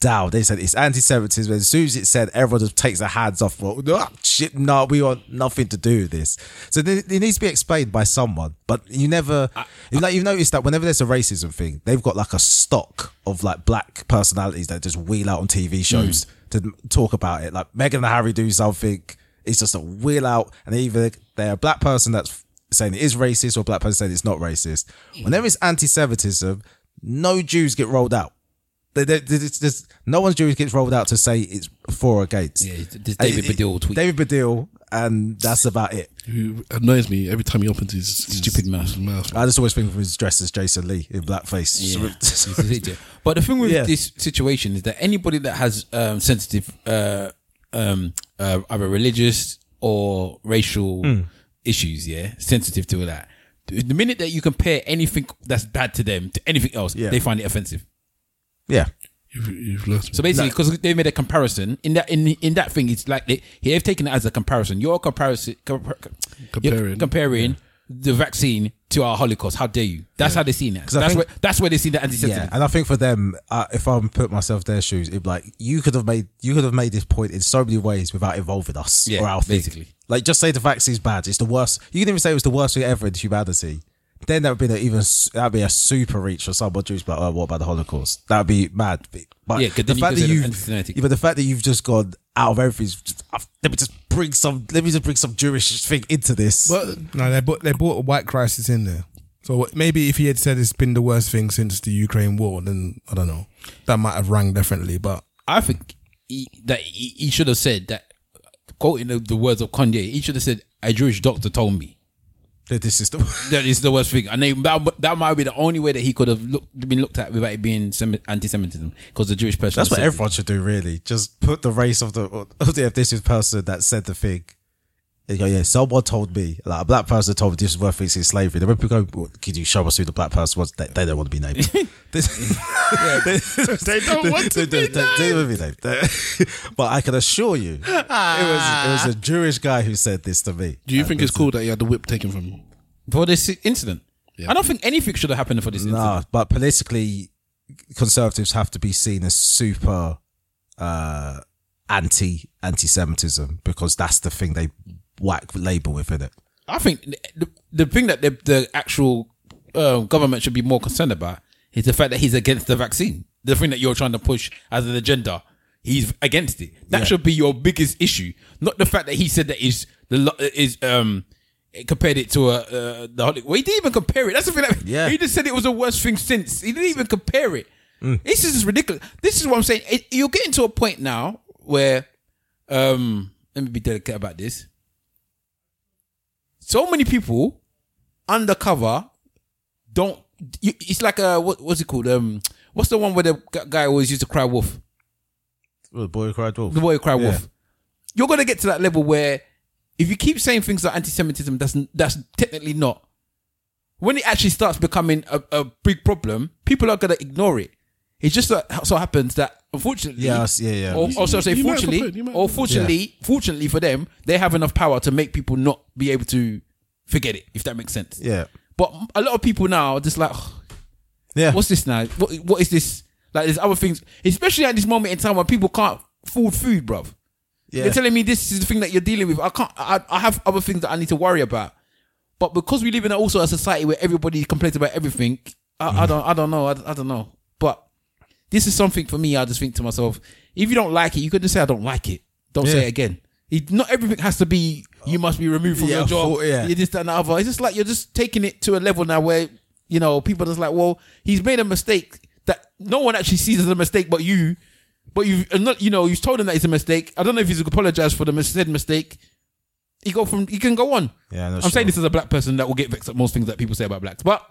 F: down. They said it's anti-Semitism. As soon as it's said, everyone just takes their hands off. Well, "Ah, shit, no, we want nothing to do with this. So th- it needs to be explained by someone. But you never, like you've noticed that whenever there's a racism thing, they've got like a stock of like black personalities that just wheel out on TV shows to talk about it. Like Meghan and Harry do something. It's just a wheel out, and either they're a black person that's saying it is racist or a black person saying it's not racist. Whenever it's anti-Semitism, no Jews get rolled out. They, they, they- it's just- no one's Jews gets rolled out to say it's for or against.
A: Yeah, this David
F: And it-
A: Baddiel tweet.
F: David Baddiel, and that's about it.
D: Who annoys me every time he opens his
A: Stupid
D: his
A: mouth.
D: mouth.
F: I just always think of his dress as Jason Lee in blackface.
A: This is it, yeah. but the thing with
F: Yeah.
A: this situation is that anybody that has um, sensitive, uh, um, uh, either religious or racial
F: Hmm.
A: issues, yeah, sensitive to that. The the minute that you compare anything that's bad to them to anything else,
F: Yeah.
A: they find it offensive.
F: yeah,
D: You've, you've lost me.
A: So basically, because they made a comparison in that in in that thing, it's like they they've taken it as a comparison. Your comparison, compar-
D: Comparing.
A: you're comparing the vaccine to our Holocaust. How dare you? That's how they see that.
F: 'Cause I
A: That's
F: think-
A: where that's where they see the
F: yeah.
A: anti-Semitism.
F: And I think for them, uh, if I'm put myself in their shoes, it'd be like you could have made you could have made this point in so many ways without involving us
A: Yeah,
F: or our thing.
A: basically.
F: Like just say the vaccine's bad. It's the worst. You can even say it was the worst thing ever in humanity. Then that would be an even s- that'd be a super reach for someone Jews. But oh, what about the Holocaust? That'd be mad. But
A: Yeah, 'cause
F: the
A: then you
F: fact
A: could
F: that
A: say
F: you,
A: anti-Semitic.
F: but the fact that you've just gone out of everything. is just- I've- Let me just bring some. Let me just bring some Jewish thing into this.
D: but
E: No, they bought they bought a white crisis in there. So what- maybe if he had said it's been the worst thing since the Ukraine war, then I don't know. That might have rang differently, but
A: I think he, that he, he should have said that, quoting the, the words of Kanye, he should have said, "A Jewish doctor told me."
F: that this is the.
A: That is the worst thing, and they, that that might be the only way that he could have looked, been looked at without it being semi- anti-Semitism, because the Jewish person.
F: That's what
A: said it.
F: everyone should do, really. Just put the race of the of the this is person that said the thing. They go, yeah, someone told me, like a black person told me this is what thinks is slavery. Then when people go, well, could you show us who the black person was? They, they don't want to be named. This- they don't want to be named. They don't want to be named. They- but I can assure you, it was it was a Jewish guy who said this to me.
D: do you think it's cool that he had the whip taken from him?
A: for this incident. I don't think anything should have happened for this incident.
F: Nah, but politically, conservatives have to be seen as super uh, anti anti Semitism because that's the thing they whack label within it.
A: I think the, the, the thing that the, the actual um, government should be more concerned about is the fact that he's against the vaccine. The thing that you're trying to push as an agenda, he's against it. That should be your biggest issue, not the fact that he said that is the lo- is um compared it to a uh, the holiday. Well, he didn't even compare it. That's the thing. That,
F: Yeah.
A: he just said it was the worst thing since. He didn't even compare it. This is ridiculous. This is what I'm saying. It, you're getting to a point now where, um, let me be delicate about this so many people undercover don't. You, it's like a what, what's it called? Um, what's the one where the gu- guy always used to cry wolf?
F: The boy cried wolf.
A: The boy cried
F: Yeah.
A: wolf. You're gonna get to that level where if you keep saying things like anti-Semitism, that's that's technically not. When it actually starts becoming a, a big problem, people are gonna ignore it. It just so, so happens that unfortunately,
F: Yes, yeah, yeah.
A: Or, or so I say,
D: You might as well put it,
A: fortunately,
D: you might as well
A: or
D: put it.
A: fortunately, fortunately for them, they have enough power to make people not be able to forget it. If that makes sense.
F: Yeah.
A: But a lot of people now are just like,
F: Yeah.
A: what's this now? What what is this? Like there's other things, especially at this moment in time when people can't afford food, bruv.
F: Yeah.
A: They're telling me this is the thing that you're dealing with. I can't. I, I have other things that I need to worry about. But because we live in also a society where everybody complains about everything, I, I don't. I don't know. I, I don't know. But this is something for me. I just think to myself, if you don't like it, you could just say I don't like it. Don't say
F: Yeah.
A: it again. It, not everything has to be. You must be removed from
F: Yeah,
A: your job.
F: for- yeah.
A: You this, that, and the other. It's just like you're just taking it to a level now where you know people are just like, well, he's made a mistake that no one actually sees as a mistake, but you. But you've and not, you know, you've told him that it's a mistake. I don't know if he's apologized for the mis- said mistake. He go from he can go on.
F: Yeah,
A: I'm
F: not
A: saying
F: sure.
A: this as a black person that will get vexed at most things that people say about blacks, but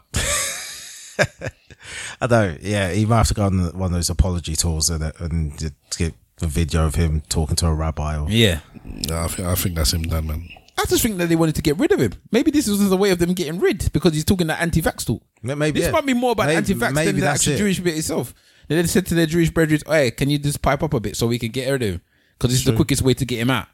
F: I know. Yeah, he might have to go on one of those apology tours and, and to get a video of him talking to a rabbi. Or,
A: yeah,
D: Nah, I, think, I think that's him done, man.
A: I just think that they wanted to get rid of him. Maybe this was a way of them getting rid because he's talking that anti-vax talk.
F: Ma- Maybe
A: This
F: yeah.
A: might be more about
F: Maybe-
A: anti-vax
F: maybe
A: than the
F: that's
A: actual
F: it.
A: Jewish bit itself. They then said to their Jewish brethren, "Hey, can you just pipe up a bit so we can get rid of him? Because this is the quickest way to get him out."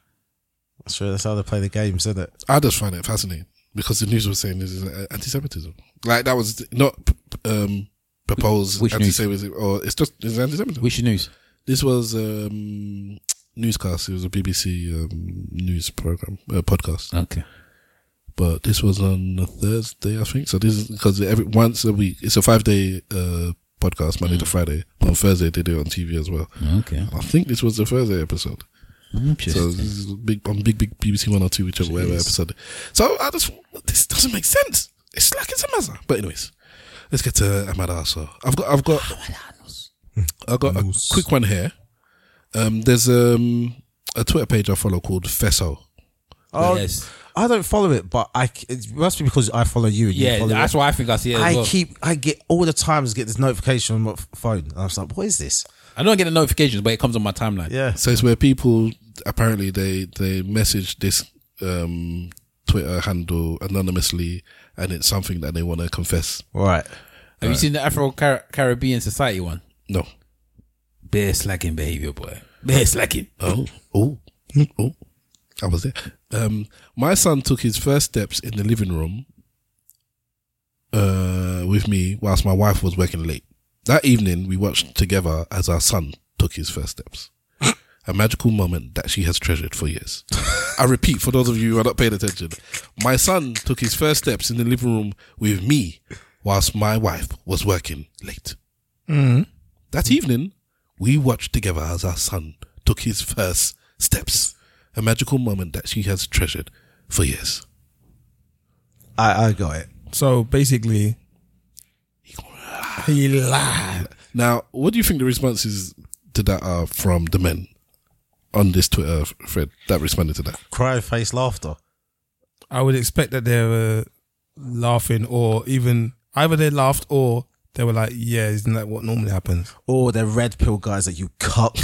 F: That's true. That's how they play the games, isn't it?
D: I just find it fascinating because the news was saying this is uh, anti-Semitism. Like that was not p- p- um, proposed
A: Which news?
D: anti-Semitism, or it's just it's anti-Semitism.
A: Which news?
D: this was um, newscast. It was a BBC um, news program uh, podcast,
A: Okay.
D: but this was on a Thursday, I think. So this is because every once a week it's a five-day uh, podcast, Monday to
A: Mm.
D: Friday. But on Thursday they do it on TV as well.
A: Okay.
D: I think this was the Thursday episode. So
A: Interesting.
D: this is big on big big BBC One or Two, whichever whatever episode. So I just this doesn't make sense. It's like it's a mazza. But anyways, let's get to Ahmad Arso. I've got I've got I've got a quick one here. Um, there's um a Twitter page I follow called Fesso.
F: Oh,
A: yes.
F: I don't follow it, but I c- it must be because I follow you. And
A: Yeah,
F: you follow
A: that's
F: it.
A: why I think I see it. As
F: I
A: well.
F: keep I get all the times get this notification on my f- phone, and I was like, "What is this?"
A: I don't get the notifications, but it comes on my timeline.
F: Yeah,
D: So it's where people apparently they they message this um Twitter handle anonymously, and it's something that they want to confess.
F: all right.
A: Have you seen the Afro Car- Caribbean Society one?
D: No.
A: Bare slacking behavior, boy. Bare slacking.
D: Oh, oh, oh. I was there. Um, my son took his first steps in the living room uh, with me whilst my wife was working late. That evening, we watched together as our son took his first steps. A magical moment that she has treasured for years. I repeat, for those of you who are not paying attention, my son took his first steps in the living room with me whilst my wife was working late. That evening, we watched together as our son took his first steps, a magical moment that she has treasured for years.
F: I, I got it.
E: So basically, he lied.
D: Now, what do you think the responses to that are from the men on this Twitter thread that responded to that?
F: Cry face laughter.
E: I would expect that they were laughing, or even either they laughed or they were like, "Yeah, isn't that what normally happens?"
F: Or the red pill guys that you cuck.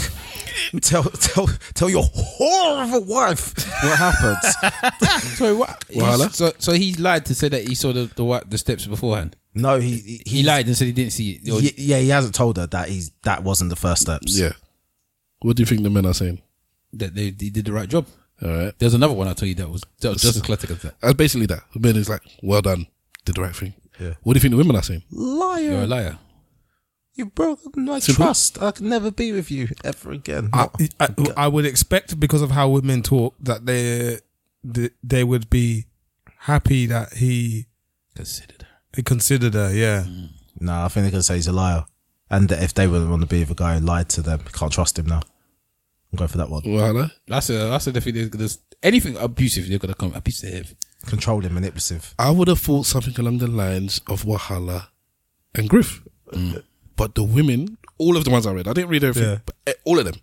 F: tell tell tell your horrible wife what happens.
A: Sorry, what?
D: Voila.
A: So, so he lied to say that he saw the the, wa- the steps beforehand.
F: no, he he,
A: He lied and said he didn't see it. Or-
F: He, yeah, he hasn't told her that he's that wasn't the first steps.
D: Yeah. What do you think the men are saying?
A: that they, they did the right job.
D: All right.
A: There's another one I told you that was, that was just as classic as that.
D: That's basically that. The men is like, well done, did the right thing. Yeah. What do you think the women are saying?
A: You're a
F: liar.
A: liar.
F: You broke my
D: Simple.
F: trust. I can never be with you ever again.
E: I, I, I would expect because of how women talk that they they, they would be happy that he
A: Considered.
E: he considered her. Yeah,
F: no, I think they're gonna say he's a liar, and that if they wouldn't want to be with a guy who lied to them, can't trust him now. I'm going for that one.
D: Well, hello?
A: That's a, that's a, the thing. There's, there's anything abusive, they're going to come abusive.
F: Control him, manipulative.
D: I would have thought something along the lines of Wahala and Griff. But the women, all of the ones I read, I didn't read everything,
E: Yeah.
D: but eh, all of them,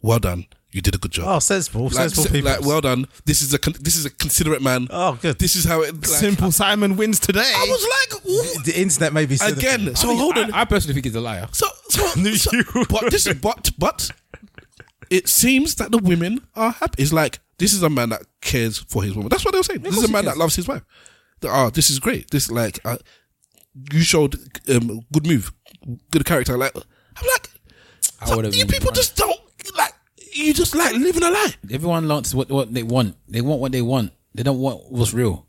D: well done, You did a good job.
F: Oh, sensible,
D: Like,
F: sensible
D: se-
F: people.
D: Like, well done. This is a con- this is a considerate man.
F: Oh, good.
D: This is how it. Like,
E: Simple Simon wins today.
D: I was like, "Ooh."
F: The internet may be cynical.
D: again. So hold on.
A: I, I personally think he's a liar.
D: So, so, so- but this, but, but, it seems that the women are happy. It's like this is a man that cares for his woman. That's what they were saying. This is a man that loves his wife. That, oh, this is great. This like uh, you showed um, good move, good character. Like I'm like, so
A: would've
D: you
A: been
D: people just don't like you just like living a lie.
A: Everyone wants what, what they want. They want what they want. They don't want what's real.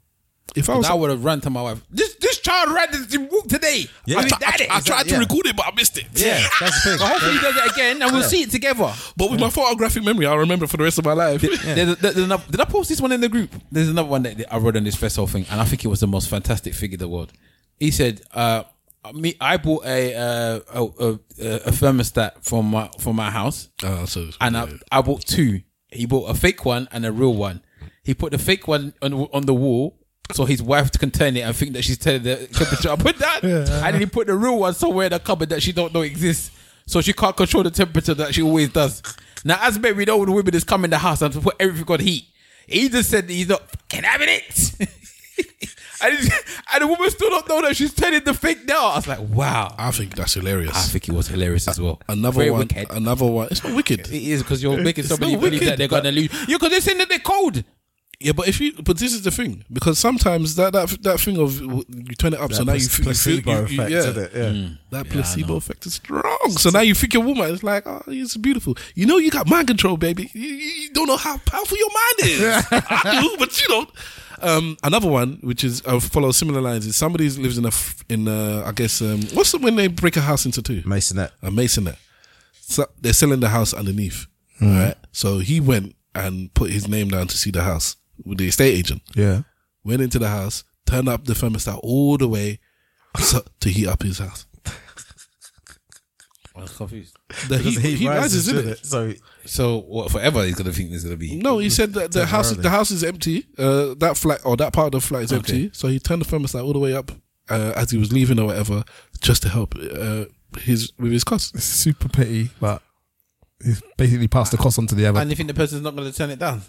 D: If I was,
A: I would have run to my wife. This this child ran this walk today.
F: Yeah.
A: I,
D: I,
A: mean,
D: tri- I,
A: daddy.
D: I tried to
F: yeah.
D: record it, but I missed it.
F: Yeah, that's the thing.
A: But hopefully he does it again, and we'll see it together.
D: But with my photographic memory, I'll remember for the rest of my life.
A: There's, there's another, did I post this one in the group? There's another one that I wrote on this festival thing, and I think it was the most fantastic figure in the world. He said, uh, "Me, I bought a uh, a, a, a thermostat from my from my house,
D: Uh, so,
A: and I, I bought two. He bought a fake one and a real one. He put the fake one on, on the wall so his wife can turn it and think that she's telling the temperature up and down. And then he put the real one somewhere in the cupboard that she don't know exists. So she can't control the temperature that she always does. Now, as men, we know when the women is coming in the house and put everything on heat. He just said that he's not fucking having it. and, he's- and the woman still don't know that she's turning the fake down. I was like, wow.
D: I think that's hilarious.
A: I think it was hilarious as well.
D: Another
A: Very
D: one.
A: wicked.
D: Another one. It's not wicked.
A: It is because you're making
D: It's
A: somebody
D: not
A: believe
D: wicked,
A: that they're gonna lose. Yeah, because they're saying that they're cold.
D: Yeah, but if you, but this is the thing because sometimes that that that thing of you turn it up, so now you feel, you feel you,
F: placebo
D: you-
F: effect,
D: yeah,
F: isn't it? Yeah.
D: that placebo effect is strong. So now you think your woman is like, oh, it's beautiful. You know, you got mind control, baby. You, you you don't know how powerful your mind is. I do, but you don't. Um, another one, which is uh, follows similar lines, is somebody who lives in a f- in a, I guess um, what's the, when they break a house into two?
F: Masonette.
D: a masonette. So they're selling the house underneath. Right. So he went and put his name down to see the house with the estate agent.
E: Yeah.
D: Went into the house, turned up the thermostat all the way so- to heat up his house.
A: I was confused.
D: The heat,
F: He,
D: heat rises,
F: rises,
D: isn't
F: isn't
D: it?
F: it? So
A: So what? Forever he's gonna think there's gonna be.
D: No, he said that the house the house is empty. Uh, that flat or that part of the flat is empty. So he turned the thermostat all the way up uh, as he was leaving or whatever, just to help uh, his with his costs.
E: It's super petty, but he's basically passed the cost on to the other.
A: And you think the person's not gonna turn it down?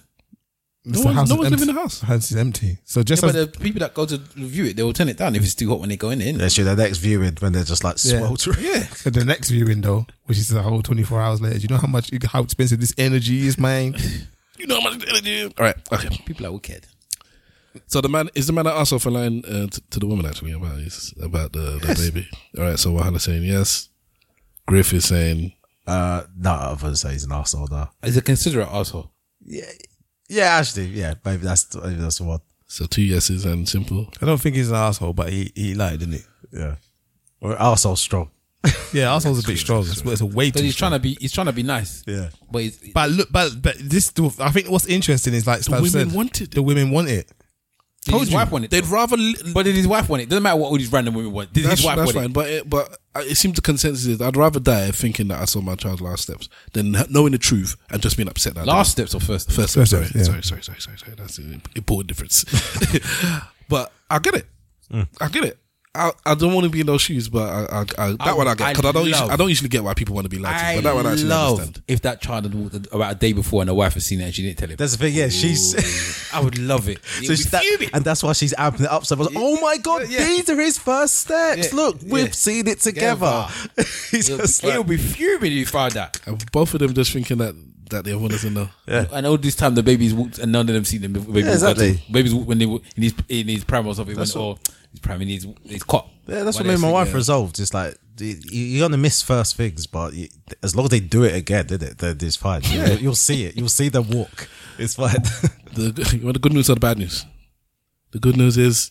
D: No one's, no one's living in the house.
E: The house is empty. So
A: Yeah,
E: just
A: but
E: as,
A: the people that go to view it, they will turn it down if it's too hot when they go in. in.
F: that's your the next viewing when they're just like
E: Yeah.
F: sweltering. Yeah.
E: the, next viewing though, which is the whole twenty four hours later, do you know how much how expensive this energy is, man?
D: You know how much energy. All right. Okay.
A: People are wicked.
D: So the man is the man that asked off a line uh, t- to the woman actually about his, about the, the baby. All right, so Wahala's saying yes. Griff is saying
F: Uh, no, I wouldn't say he's an asshole though.
A: It's a considerate asshole.
F: Yeah, actually, yeah, maybe that's maybe that's the one.
D: so two yeses and simple.
E: I don't think he's an asshole, but he he lied, didn't he?
F: Yeah, or arsehole strong.
E: Yeah, asshole's a bit strong. It's, it's a way
A: Because
E: too
A: he's
E: strong.
A: trying to be, he's trying to be nice.
F: Yeah.
A: But he's,
E: But look, but but this, I think what's interesting is like the
D: women want it.
E: The women want it.
A: did his wife want it.
D: They'd
A: though?
D: rather. Li-
A: but did his wife want it? Doesn't matter what all these random women want. Did
D: that's
A: his wife
D: that's
A: want
D: fine,
A: it?
D: but it, but uh, it seems the consensus is I'd rather die thinking that I saw my child's last steps than ha- knowing the truth and just being upset that I
A: Last steps or first?
D: didn't. first
E: First
D: steps. Sorry,
E: steps, yeah.
D: sorry, sorry, sorry, sorry, sorry. That's an important difference. but I get it. I get it. I, I don't want to be in those shoes, but I, I, I, that
A: I-
D: one I get because I,
A: I
D: don't
A: love-
D: usually, I don't usually get why people want to be lied to,
A: I
D: but that one I actually
A: love
D: understand.
A: if that child had walked about a day before and the wife had seen it and she didn't tell him.
F: That's the thing. Yeah, she's.
A: I would love it. It
F: So
A: would
F: she,
A: be
F: that,
A: fuming.
F: and that's why she's amping it up so much. Oh my god,
A: yeah.
F: these are his first steps.
A: Yeah,
F: Look, we've
A: yeah.
F: seen it together. He's
A: It'll,
F: just
A: be,
F: like-
A: it'll be fuming if you found that.
D: And both of them just thinking that that the other one doesn't know.
A: And all this time, the babies walked, and none of them seen them. Babies
F: Yeah, exactly.
A: walked out. Babies walked when they were in his in his prime or something. Went, oh, his prime in his his cot.
F: Yeah, that's
A: Why
F: what me and my
A: they
F: wife
A: say,
F: resolved. It's like you, you're gonna miss first things, but you, as long as they do it again, did it? Then it's fine. You'll, you'll see it. You'll see them walk. It's fine.
D: The you want the good news or the bad news? The good news is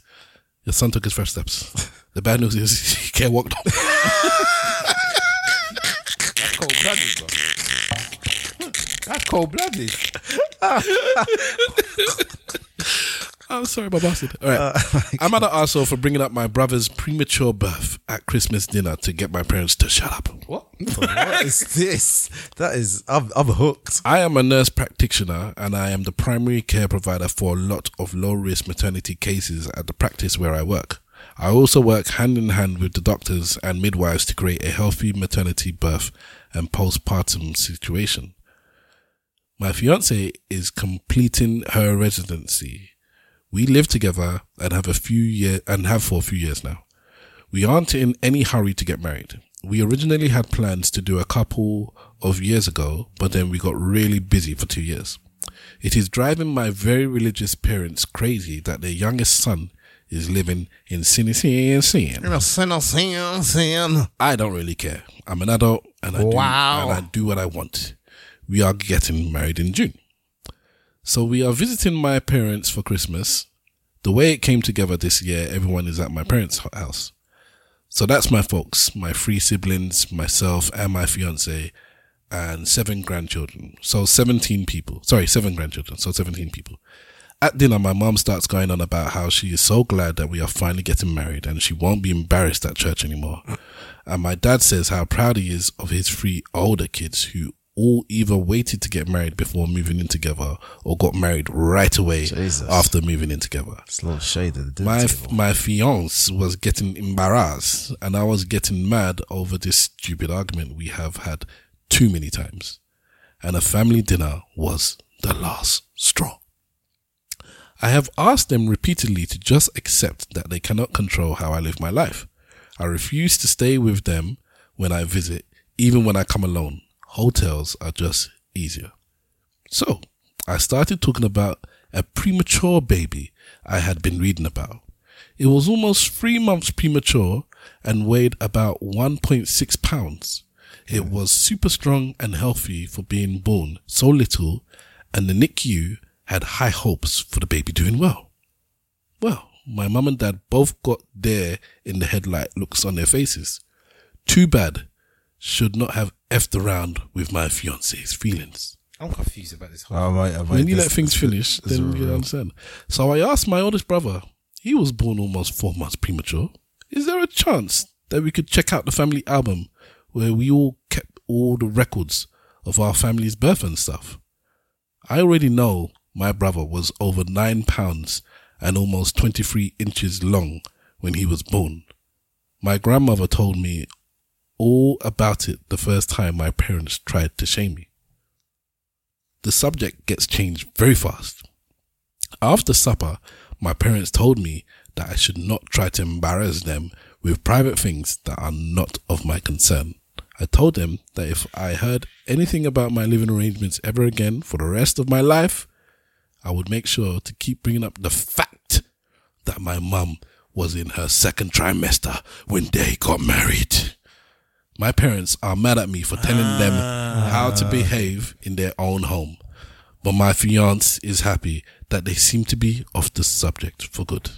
D: your son took his first steps. The bad news is he can't walk. no more.
A: That's cold blooded, bro. That's cold blooded.
D: I'm sorry, my bastard. All
A: Uh,
D: right, I'm at an arsehole for bringing up my brother's premature birth at Christmas dinner to get my parents to shut up.
A: What?
F: what is this? That is. I'm, I'm hooked.
D: I am a nurse practitioner and I am the primary care provider for a lot of low risk maternity cases at the practice where I work. I also work hand in hand with the doctors and midwives to create a healthy maternity birth and postpartum situation. My fiance is completing her residency. We live together and have a few year and have for a few years now. We aren't in any hurry to get married. We originally had plans to do a couple of years ago, but then we got really busy for two years. It is driving my very religious parents crazy that their youngest son is living in sin, sin, sin. I don't really care. I'm an adult and I,
E: Wow.
D: do, and I do what I want. We are getting married in June. So we are visiting my parents for Christmas. The way it came together this year, everyone is at my parents' ho- house. So that's my folks, my three siblings, myself, and my fiance, and seven grandchildren. So 17 people. Sorry, seven grandchildren. So 17 people. At dinner, my mom starts going on about how she is so glad that we are finally getting married and she won't be embarrassed at church anymore. And my dad says how proud he is of his three older kids who all either waited to get married before moving in together or got married right away after moving in together.
F: It's a little shaded.
D: My my fiance was getting embarrassed, and I was getting mad over this stupid argument we have had too many times. And a family dinner was the last straw. I have asked them repeatedly to just accept that they cannot control how I live my life. I refuse to stay with them when I visit, even when I come alone. Hotels are just easier. So, I started talking about a premature baby I had been reading about. It was almost three months premature and weighed about 1.6 pounds. It was super strong and healthy for being born so little, and the NICU had high hopes for the baby doing well. Well, my mum and dad both got there in the headlight looks on their faces. Too bad. Should not have effed around with my fiance's feelings.
A: I'm confused about this.
F: Oh, mate, oh, mate,
D: When you
F: this-
D: let things
F: this-
D: finish,
F: this is
D: then you
F: real.
D: understand. So I asked my oldest brother, he was born almost four months premature. Is there a chance that we could check out the family album where we all kept all the records of our family's birth and stuff? I already know my brother was over nine pounds and almost 23 inches long when he was born. My grandmother told me all about it the first time my parents tried to shame me the subject gets changed very fast. After supper, my parents told me that I should not try to embarrass them with private things that are not of my concern. I told them that if I heard anything about my living arrangements ever again for the rest of my life, I would make sure to keep bringing up the fact that my mum was in her second trimester when they got married. My parents are mad at me for telling them
F: Ah.
D: how to behave in their own home. But my fiance is happy that they seem to be off the subject for good.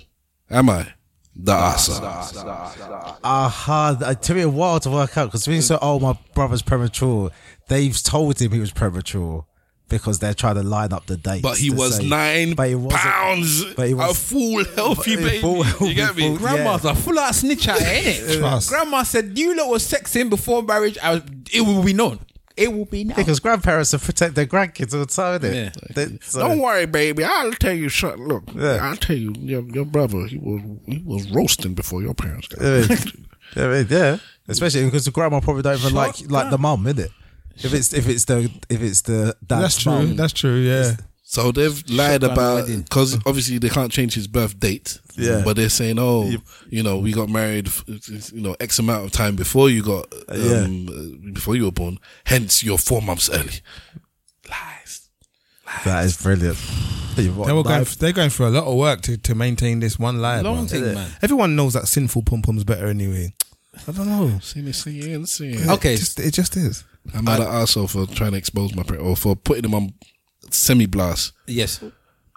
D: Am I? The
F: Ah,
D: asa.
F: Aha, uh it took me a while to work out because when you said, "Oh, my brother's premature," they've told him he was premature because they're trying to line up the dates.
D: But he
F: to
D: was
F: say-
D: nine
F: but he wasn't-
D: pounds.
F: but he
D: a
F: was-
D: full healthy
F: but he
D: baby.
F: full
D: you get me?
F: healthy, full-
A: Grandma's a full out snitch out here, innit?
E: Trust.
A: Grandma said, You lot was sexing before marriage. I was, it will be known. It will be known.
F: Because grandparents are protect their grandkids all the time, innit?
A: Yeah.
F: They- so-
D: Don't worry, baby. I'll tell you something. Look, I'll tell you. Your, your brother, he was he was roasting before your parents. Got
F: I mean, I mean, yeah, especially because the grandma probably don't even like like the mum, innit? If it's if it's the if it's the dad's
E: That's true.
F: mum.
E: That's true. Yeah.
D: So they've
A: down
D: lied
A: the
D: about
A: wedding.
D: because obviously they can't change his birth date.
F: Yeah.
D: but they're saying, oh, you know, we got married, f- you know, X amount of time before you got,
F: yeah.
D: um, uh, before you were born. Hence, you're four months early. Lies.
F: That is brilliant.
E: They were going, they're going through a lot of work to, to maintain this one lie.
A: Long
E: man.
A: thing, man.
E: Everyone knows that sinful pom pom's better anyway. I don't know.
D: Sin, sin, sin.
A: Okay.
E: It just, it just is.
D: I'm mad at asshole for trying to expose my parents or for putting them on semi blast
A: Yes.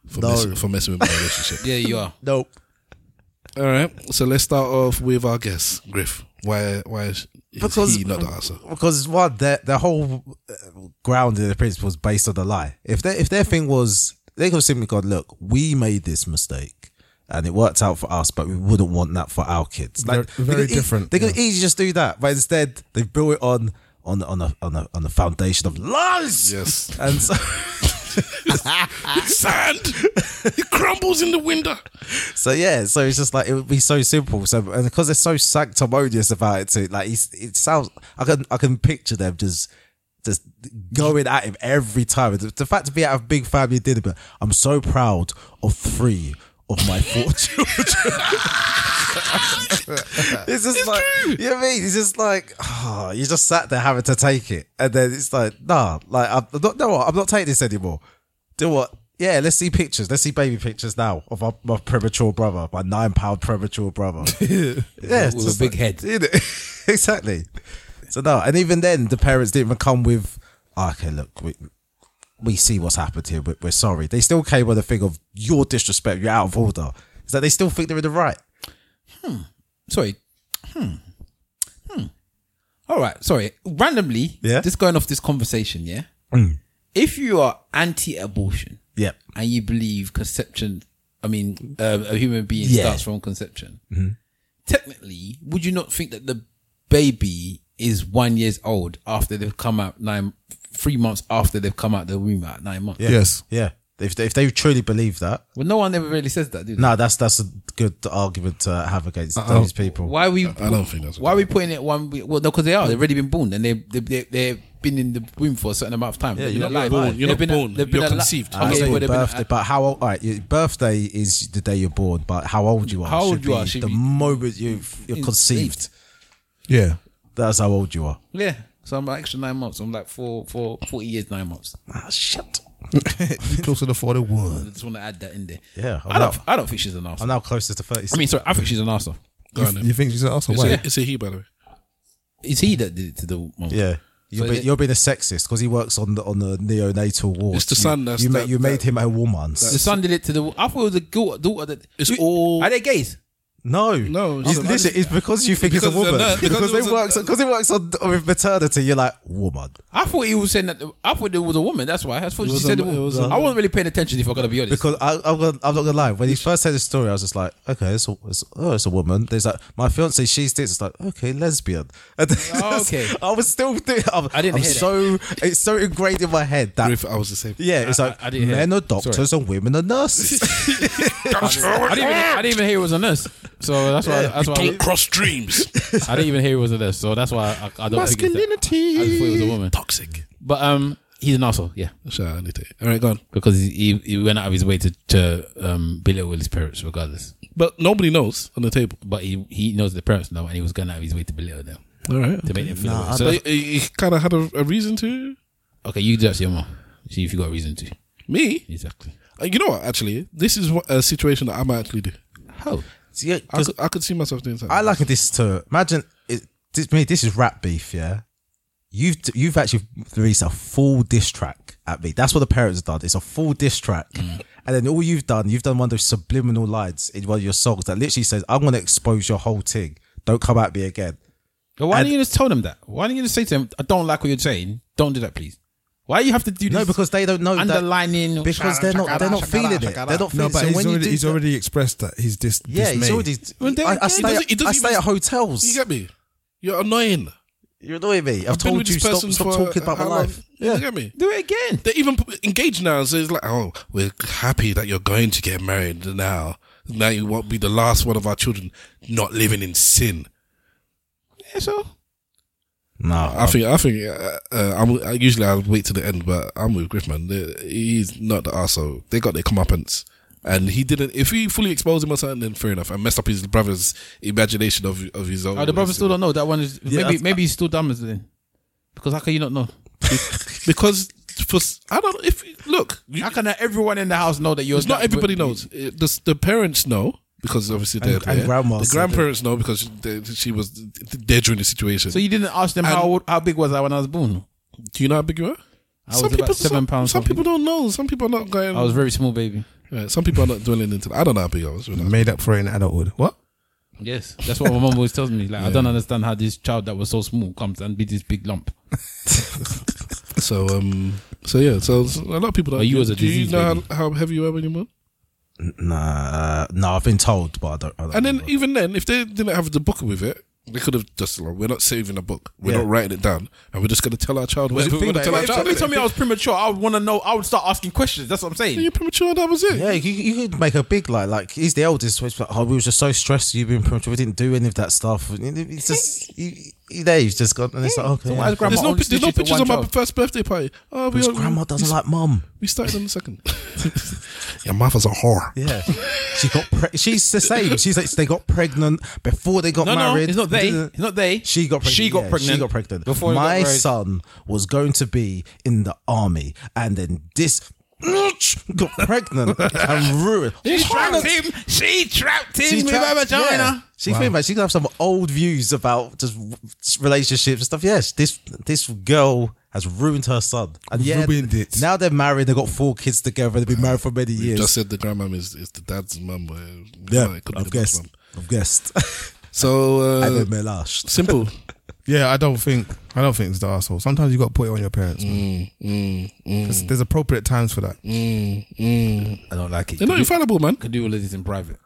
D: for, mess, for messing with my relationship.
A: Yeah, you are.
F: Nope.
D: All right, so let's start off with our guest, Griff. Why? Why is
F: Because-
D: he not the asshole?
F: because what their the whole uh, ground of the principle is based on the lie. If their if their thing was they could have simply gone, look, we made this mistake and it worked out for us, but we wouldn't want that for our kids. Like
E: Very- very
F: they could ea-
E: different,
F: they could easily just do that, but instead they built it on on on a on a on the foundation of lies.
D: Yes,
F: And so,
D: sand. He crumbles in the window.
F: so yeah, so it's just like it would be so simple. So and because they're so sanctimonious about it too, like it's, it sounds. I can I can picture them just just going at him every time. The, the fact to be out of big family dinner, but I'm so proud of three of my four children. it's just like you know what I mean. It's just like ah, you just sat there having to take it, and then it's like nah, like I'm not. No, I'm not taking this anymore. Do what? Yeah, let's see pictures. Let's see baby pictures now of my, my premature brother, my nine pound premature brother. yeah, it's
A: With a
F: just
A: big
F: like-
A: head.
F: you know, exactly. So no, and even then, the parents didn't even come with. "Oh, okay, look, we we see what's happened here. We're, we're sorry. They still came with a thing of your disrespect. You're out of order. Is that they still think they're in the right?
A: Sorry. Hmm. All right. Sorry. Randomly,
F: Yeah.
A: Just going off this conversation, yeah.
F: Mm.
A: If you are anti-abortion
F: Yep.
A: and you believe conception, I mean, uh, a human being
F: Yeah. Mm-hmm.
A: starts from conception. Technically, would you not think that the baby is one years old after they've come out nine, three months after they've come out the womb at nine months?
F: Yeah.
E: Yes.
F: Yeah. If they, if they truly believe that,
A: Well, no one ever really says that, do they?
F: no, that's that's a good argument to have against those people.
A: Why are we?
D: I don't think that's
A: Why are we putting it one? week- Well, no, because they are. They've already been born, and they they they they've been in the womb for a certain amount of time. Yeah,
D: you're not born. You're not born. You're conceived.
F: I'm
A: Okay,
F: saying
A: but they've been-
F: birthday, but how old? All right, your birthday is the day you're born, but how old you are?
A: How old
F: should
A: you are
F: be
A: should
F: the
A: be-
F: moment you you're
A: It's
F: conceived.
E: Yeah.
F: That's how old you are.
A: yeah. So I'm like extra nine months. I'm like four, four, 40 years, nine months.
F: Ah, shit.
E: Closer to 41.
A: I just want to add that in there.
F: Yeah,
A: I don't.
F: I'm not-
A: I don't think she's an
F: I'm
A: arse.
F: now closer to 36.
A: I mean, sorry, I think she's an arse.
D: Go on then.
E: You think she's an arsehole?
D: It's
E: Why?
D: a- it's a he, by the way.
A: It's he that did it to the mom.
F: yeah. You're,
A: So
F: being,
A: it-
F: you're being a sexist because he works on the on the neonatal ward.
D: It's the
F: You-
D: son that's
F: you, ma-
D: that-
F: you made
D: that-
F: him a woman.
A: The son did it to the. I thought it was a daughter. daughter that,
D: It's all-
A: Are they gays?
F: no,
D: No,
F: It's,
D: it's-
F: listen, it's because you think
D: Because
F: it's a
D: it's a
F: woman
D: nurse, because
F: because,
D: it was
F: it
D: a-
F: works because it works on with maternity. You're like woman.
A: I thought he was saying that. I thought it was a woman. That's why. I thought she
D: was
A: said
D: a-
A: it
D: it
A: was.
D: was a-
A: I wasn't really paying attention. If I'm gonna be honest.
F: Because I, I'm, gonna, I'm not gonna lie. When he first said the story, I was just like, okay, it's a, it's, oh, it's a woman. There's like my fiance, she's this. It's like okay, lesbian. And then-
A: Oh, okay.
F: I was still. Doing, I'm,
A: I didn't
F: I'm
A: hear that.
F: so it's so ingrained in my head that
D: Griff, I was the same.
F: yeah, it's
A: I-
F: like
A: I- I didn't hear
F: men
A: that.
F: are doctors and women are nurses.
A: I didn't, even, I didn't even hear it was a nurse, so that's why. That's why
D: Don't cross dreams.
A: I, I didn't even hear it was a nurse, so that's why I, I don't think it's that. I just thought it was a woman.
D: Toxic.
A: But um, he's an asshole, yeah,
D: Shout out Anita. All right, go on.
A: because he, he, he went out of his way to to um belittle his parents, regardless.
D: But nobody knows on the table.
A: But he he knows the parents now, and he was going out of his way to belittle them
D: All right.
A: to make them feel. worse.
D: So
A: So,
D: he, kind of had a, a reason to.
A: okay, you do that to your mom. See if you got a reason to.
D: Me?
A: Exactly.
D: Uh, You know what? Actually, this is what, a situation that I might actually do.
A: How?
F: Yeah,
D: I could, I could see myself doing something.
F: I liken this to imagine it, this, me. This is rap beef, yeah. You've you've actually released a full diss track at me. That's what the parents have done. It's a full diss track,
D: Mm.
F: and then all you've done, you've done one of those subliminal lines in one of your songs that literally says, "I'm going to expose your whole thing. Don't come at me again."
A: But why
F: And-
A: don't you just tell them that? Why don't you just say to them, "I don't like what you're saying. Don't do that, please." Why you have to do this?
F: No, because they don't know that-
A: underlining
F: because they're not they're not feeling it. They're not
E: No,
F: feeling
E: but
F: it. So
E: he's,
F: when you
E: already,
F: do
E: he's
F: that-
E: already expressed that he's dis-
F: yeah,
E: dismayed.
F: he's already.
A: Well, there
F: I, I
A: again,
F: stay,
A: it doesn't-
F: at,
D: it doesn't
F: I stay
D: even-
F: at hotels.
D: You get me? You're annoying.
F: You're annoying me. I've,
D: been
F: told
D: with
F: you
D: this
F: stop,
D: person
F: stop
D: for
F: talking about my
D: how long?
F: life.
D: You get me?
A: do it again.
D: They're even p- engaged now, so it's like, oh, we're happy that you're going to get married now. Now you won't be the last one of our children not living in sin.
A: Yeah, so
F: No,
D: I think I think uh, uh, I'm, I usually I wait to the end, but I'm with Griffman. The- He's not the arsehole. They got their comeuppance, and he didn't. If he fully exposed him or something, then fair enough. I messed up his brother's imagination of of his own.
A: Oh, the brother still don't know. That one is maybe
F: that's-
A: maybe he's still dumb as then. Because how can you not know?
D: because for s- I don't know if look. you-
A: How can everyone in the house know that you're
D: it's not everybody knows. It, the, the parents know because obviously they're
F: and
D: there.
F: grandma
D: The
F: said
D: grandparents know because they, she was there during the situation.
A: So you didn't ask them how
D: And-
A: old, how big was I when I was born?
D: do you know how big you are?
A: I was about seven
D: some,
A: pounds
D: Some
A: something.
D: people don't know. Some people are not going.
A: I was very small, baby.
D: Right, some people are not dwelling into. I don't know how big I was. When I was
E: made up for it in adulthood. What?
A: Yes, that's what my mom always tells me. Like I don't understand how this child that was so small comes and be this big lump.
D: So um, so yeah, so, so a lot of people. Don't,
A: Are you as a
D: do you
A: disease,
D: know
A: baby?
D: how, how heavy you were when you were?
F: Nah, uh, no, I've been told, but I don't. I don't
D: And then
F: remember.
D: even then, if they didn't have the book with it, They could have just like, we're not saving a book, we're
A: Yeah.
D: not writing it down, and we're just gonna tell our child
A: Was it
D: whatever we're
A: thing,
D: gonna
A: like,
D: tell our
A: if somebody
D: child.
A: told me I was premature, I would want to know. I would start asking questions. That's what I'm saying.
D: You're premature. That was it.
F: Yeah, you, you could make a big like like he's the eldest. So it's like, oh, we were just so stressed. You've been premature. We didn't do any of that stuff. It's just you, you, there. He's just gone, and it's like okay.
A: why is grandma
D: there's no,
A: only
D: pi- there's no
A: snitching to
D: pictures
A: one
D: of my
A: child?
D: first birthday party. Oh,
F: Because
D: are-
F: grandma doesn't
D: we-
F: like mum.
D: We started on the second. Your mother's a whore.
F: Yeah, she got. Pre- she's the same. She's like they got pregnant before they got
A: No, no,
F: married.
A: it's not they. It's not they.
F: She got pregnant.
A: She got
F: yeah,
A: pregnant
F: She got pregnant.
A: before they got
F: my
A: married.
F: son was going to be in the army, and then this bitch got pregnant and ruined.
A: She
F: Horrible.
A: trapped him. She trapped him with
F: trapped-
A: her
F: yeah.
A: vagina.
F: She's thinking about. She could have some old views about just relationships and stuff. Yes, this this girl has ruined her son, and yeah,
E: Ruined it.
F: now they're married. They got four kids together. They've been married for many
D: You
F: years.
D: just said the grandma is, is the dad's mum. But uh,
F: yeah,
D: it could be
F: I've
D: the dad's
F: guessed.
D: mum.
F: I've guessed.
D: So
F: I
D: uh,
F: did my last.
D: simple.
E: Yeah, I don't think I don't think it's the asshole. Sometimes you got to put it on your parents. man.
F: Mm,
E: There's, there's appropriate times for that.
A: I don't like it.
D: They're not infallible, man.
A: Could do all of this in private.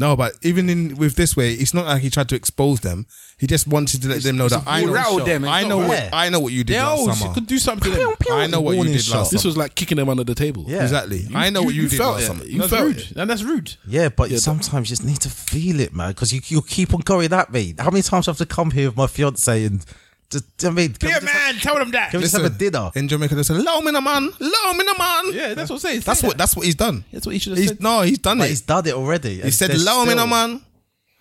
E: No, but even in with this way, it's not like he tried to expose them. He just wanted to let them know that I
A: he
E: know.
A: rattled them, it's
E: I
A: not
E: know.
A: right.
E: What, I know what you did
A: They
E: last
A: always
E: summer.
A: could do something to them.
E: I know what you
F: Warning
E: did
F: shot.
E: last
D: This
E: summer.
D: was like kicking them under the table.
F: Yeah.
E: Exactly. I know what you, did
D: felt
E: last
D: it.
E: summer.
D: You
A: that's
D: felt
A: rude.
D: it.
A: And that's rude.
F: Yeah, but
D: but-
F: sometimes you just need to feel it, man, because you you keep on going at me. How many times have I have to come here with my fiance and just, I mean, can
A: Be
F: we
A: a
F: just have-
A: man. Tell them that.
F: can we just have a dinner?
E: In Jamaica, they say, "Low me na man, low me na man."
A: Yeah, that's what I'm saying. Say
E: That's what.
A: that.
E: That's what he's done.
A: That's what he should have
E: He's,
A: said.
E: no, he's done
F: Like,
E: it.
F: he's done it already.
E: He said, "Low me na man."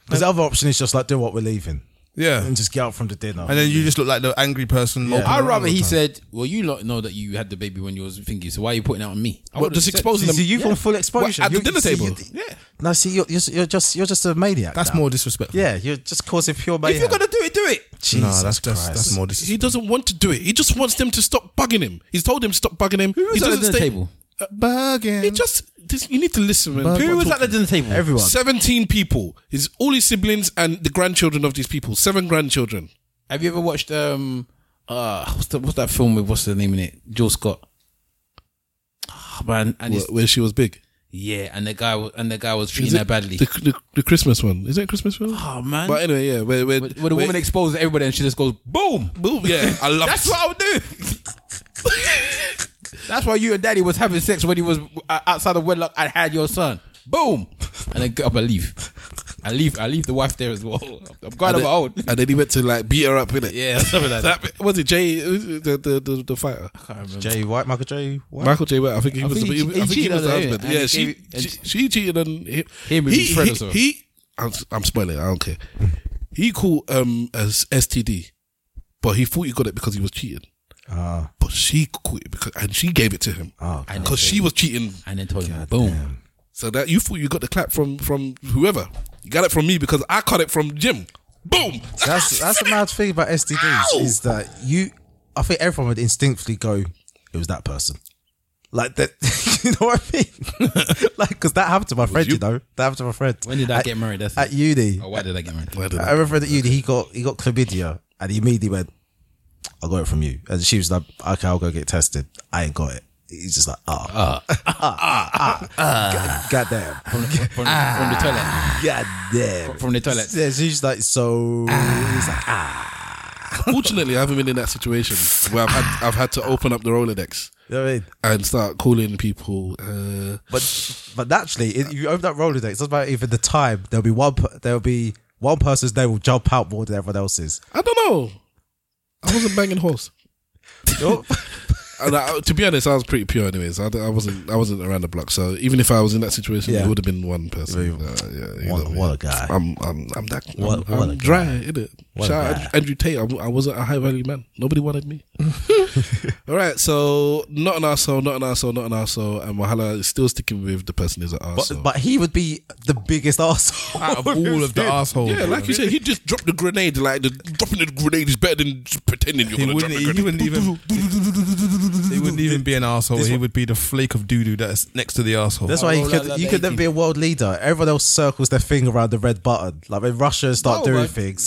F: Because the other option is just like, do what we're leaving
E: Yeah,
F: and just get out from the dinner.
E: and then you just look like the angry person. moping
A: I'd
E: around
A: rather
E: all
A: he
E: the time.
A: said, "Well, you lot know that you had the baby when you was thinking, so why are you putting out on me?" I
D: Well,
A: would've
D: just
A: said-
D: exposing
F: See,
D: them.
F: you want full exposure
D: Well, at the
F: You-
D: dinner
F: see,
D: table.
F: you- No, see, you're, you're you're just you're just a maniac.
E: That's
F: now.
E: more disrespectful.
F: Yeah, you're just causing pure
A: If
F: mayhem.
A: you're gonna do it, do it.
E: No,
F: Jesus
E: that's that's,
F: Christ.
E: that's more disrespectful.
D: Oh, He doesn't want to do it. He just wants them to stop bugging him. He's told him to stop bugging him.
A: Who
D: he
A: was at the
D: doesn't
A: dinner
D: stay-
A: table?
E: Bugging.
D: He just. This, you need to listen, man.
A: Who
D: People
A: was
D: talk-
A: at the dinner table?
F: Everyone.
D: Seventeen people. His all his siblings and the grandchildren of these people. Seven grandchildren.
A: Have you ever watched um uh what's, the, what's that film with what's the name in it? Joe Scott. Ah man, and
D: Where,
A: it's-
D: where she was big.
A: yeah, and the guy was and the guy was
D: Is
A: treating her
D: it
A: badly.
D: The, the, the Christmas one. Is it a Christmas film?
A: oh man,
D: But anyway, yeah. Where, where,
A: where, where the woman exposes everybody and she just goes boom.
D: Boom. Yeah, I love
A: That's
D: it.
A: what I would do. That's why you and Daddy was having sex when he was uh, outside of wedlock and had your son. Boom, and then get up and leave. I leave. I leave the wife there as well. I'm glad
D: and,
A: I'm
D: then,
A: old.
D: and then he went to like beat her up in it.
A: Yeah, something like that.
D: was it Jay, the the, the, the fighter,
F: Jay White, Michael J. White.
D: Michael J. White? I think he
A: I
D: was.
A: think
D: the,
A: he-
D: I
A: he
D: think he
A: cheated
D: was the
A: on her,
D: husband.
A: yeah,
D: Yeah,
A: and he
D: she,
A: gave- and
D: she she cheated on him.
A: Him with
D: he,
A: his friend
D: he,
A: or something.
D: he- I'm, I'm spoiling. it, I don't care. He called um as STD, but he thought he got it because he was cheating.
A: Ah.
D: But she caught it because, and she gave it to him because
A: And then-
D: she was cheating.
A: and then told him boom.
D: So that you thought you got the clap from from whoever. You got it from me because I caught it from Jim. Boom.
F: That's that's the mad thing about STDs
D: Ow!
F: is that you. I think everyone would instinctively go, "It was that person." Like that, you know what I mean? like because that happened to my friend. You?
D: you?
F: know, that happened to my friend.
A: When did I
F: At-
A: get married? That's
F: At uni,
A: Oh, why did I get married?
D: Why did
F: I remember at uni he got he got chlamydia and he immediately went, "I got it from you." And she was like, "Okay, I'll go get tested. I ain't got it." He's just like, "Ah, ah, ah, ah, goddamn,
A: From, from the
D: Ah.
A: toilet.
F: goddamn."
A: From the toilet.
F: Yeah, she's like, "So." he's like,
D: Fortunately, I haven't been in that situation where I've had I've had to open up the Rolodex
F: you know what I mean?
D: and start calling people. Uh,
F: But but naturally, if you open that Rolodex, it doesn't matter even the time. There'll be one. per- There'll be one person's name will jump out more than everyone else's.
D: I don't know. I wasn't banging horse.
F: Nope.
D: And I, to be honest, I was pretty pure, anyways. I, I wasn't I wasn't around the block, so even if I was in that situation,
F: Yeah.
D: it would have been one person. Uh, yeah, you
F: What-
D: know me.
F: what a guy.
D: I'm I'm, I'm that
F: What-
D: I'm,
F: what a
D: I'm
F: guy.
D: dry, innit?
F: What a
D: Shout out
F: guy.
D: Andrew, Andrew Tate. I, w- I wasn't a high value man. Nobody wanted me. All right, so not an arsehole, not an arsehole, not an arsehole, and Wahala is still sticking with the person is an
F: But,
D: arsehole.
F: but he would be the biggest asshole
E: out of all of the assholes.
D: Yeah, like you said, he just dropped the grenade. Like the dropping the grenade is better than just pretending you're
E: He
D: gonna drop
E: wouldn't,
D: a
E: he
D: grenade.
E: wouldn't even. he wouldn't even be an asshole. He would be the flake of doo doo that's next to the asshole.
F: That's why you
A: roll
F: could
A: out like
F: you could never
A: 18.
F: be a world leader. Everyone else circles their thing around the red button. Like when Russia start
A: No,
F: doing
A: man.
F: things,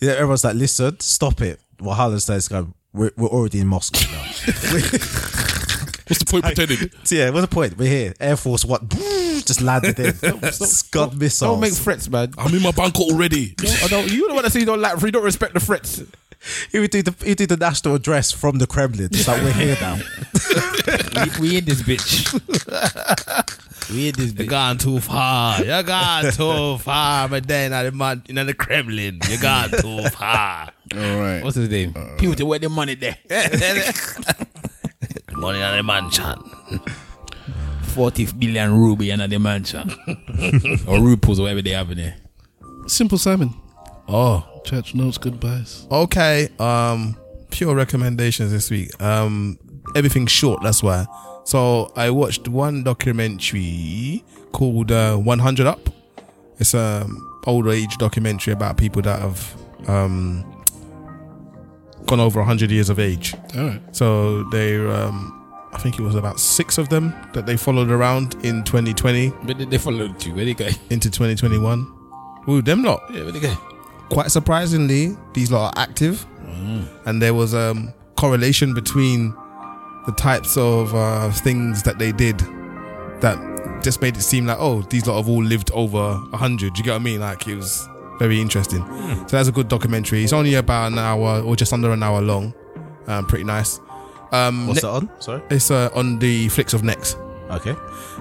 F: you know, everyone's like, "Listen, stop it." Wahala's there, it's going, we're, we're already in Moscow now.
D: What's the point pretending?
F: Yeah, what's the point? We're here. Air Force One just landed in. Scud missiles.
A: Don't make threats, man.
D: I'm in my bunker already.
A: I don't, you don't want to say you don't like, you don't respect the threats.
F: He would do the he would do the national address from the Kremlin. It's like we're here now.
A: We, we in this bitch. we in this
L: You
A: bitch.
L: gone too far. You gone too far, but then I demand in the Kremlin. You gone too far.
D: All right.
A: What's his name? Uh, People to wear their money there.
L: Money on the mansion.
A: 40 million ruby under the mansion. or ruples or whatever they have in there.
D: Simple Simon.
E: Oh,
D: Church notes goodbyes.
E: Okay. Um, pure recommendations this week. Um, everything's short. That's why. So I watched one documentary called uh, 100 Up. It's a old age documentary about people that have um, gone over 100 years of age.
D: All right.
E: So they, um, I think it was about six of them that they followed around in 2020
A: Where did they follow to? Where they go?
E: into 2021. Ooh, them lot
A: Yeah, where they go?
E: quite surprisingly, these lot are active, and there was um, correlation between the types of uh, things that they did that just made it seem like oh these lot have all lived over hundred. You get what I mean? Like it was very interesting. So that's a good documentary. It's only about an hour or just under an hour long. Um, pretty nice. Um,
F: What's
E: ne-
F: that on? Sorry.
E: It's uh, on the flicks of next.
F: Okay.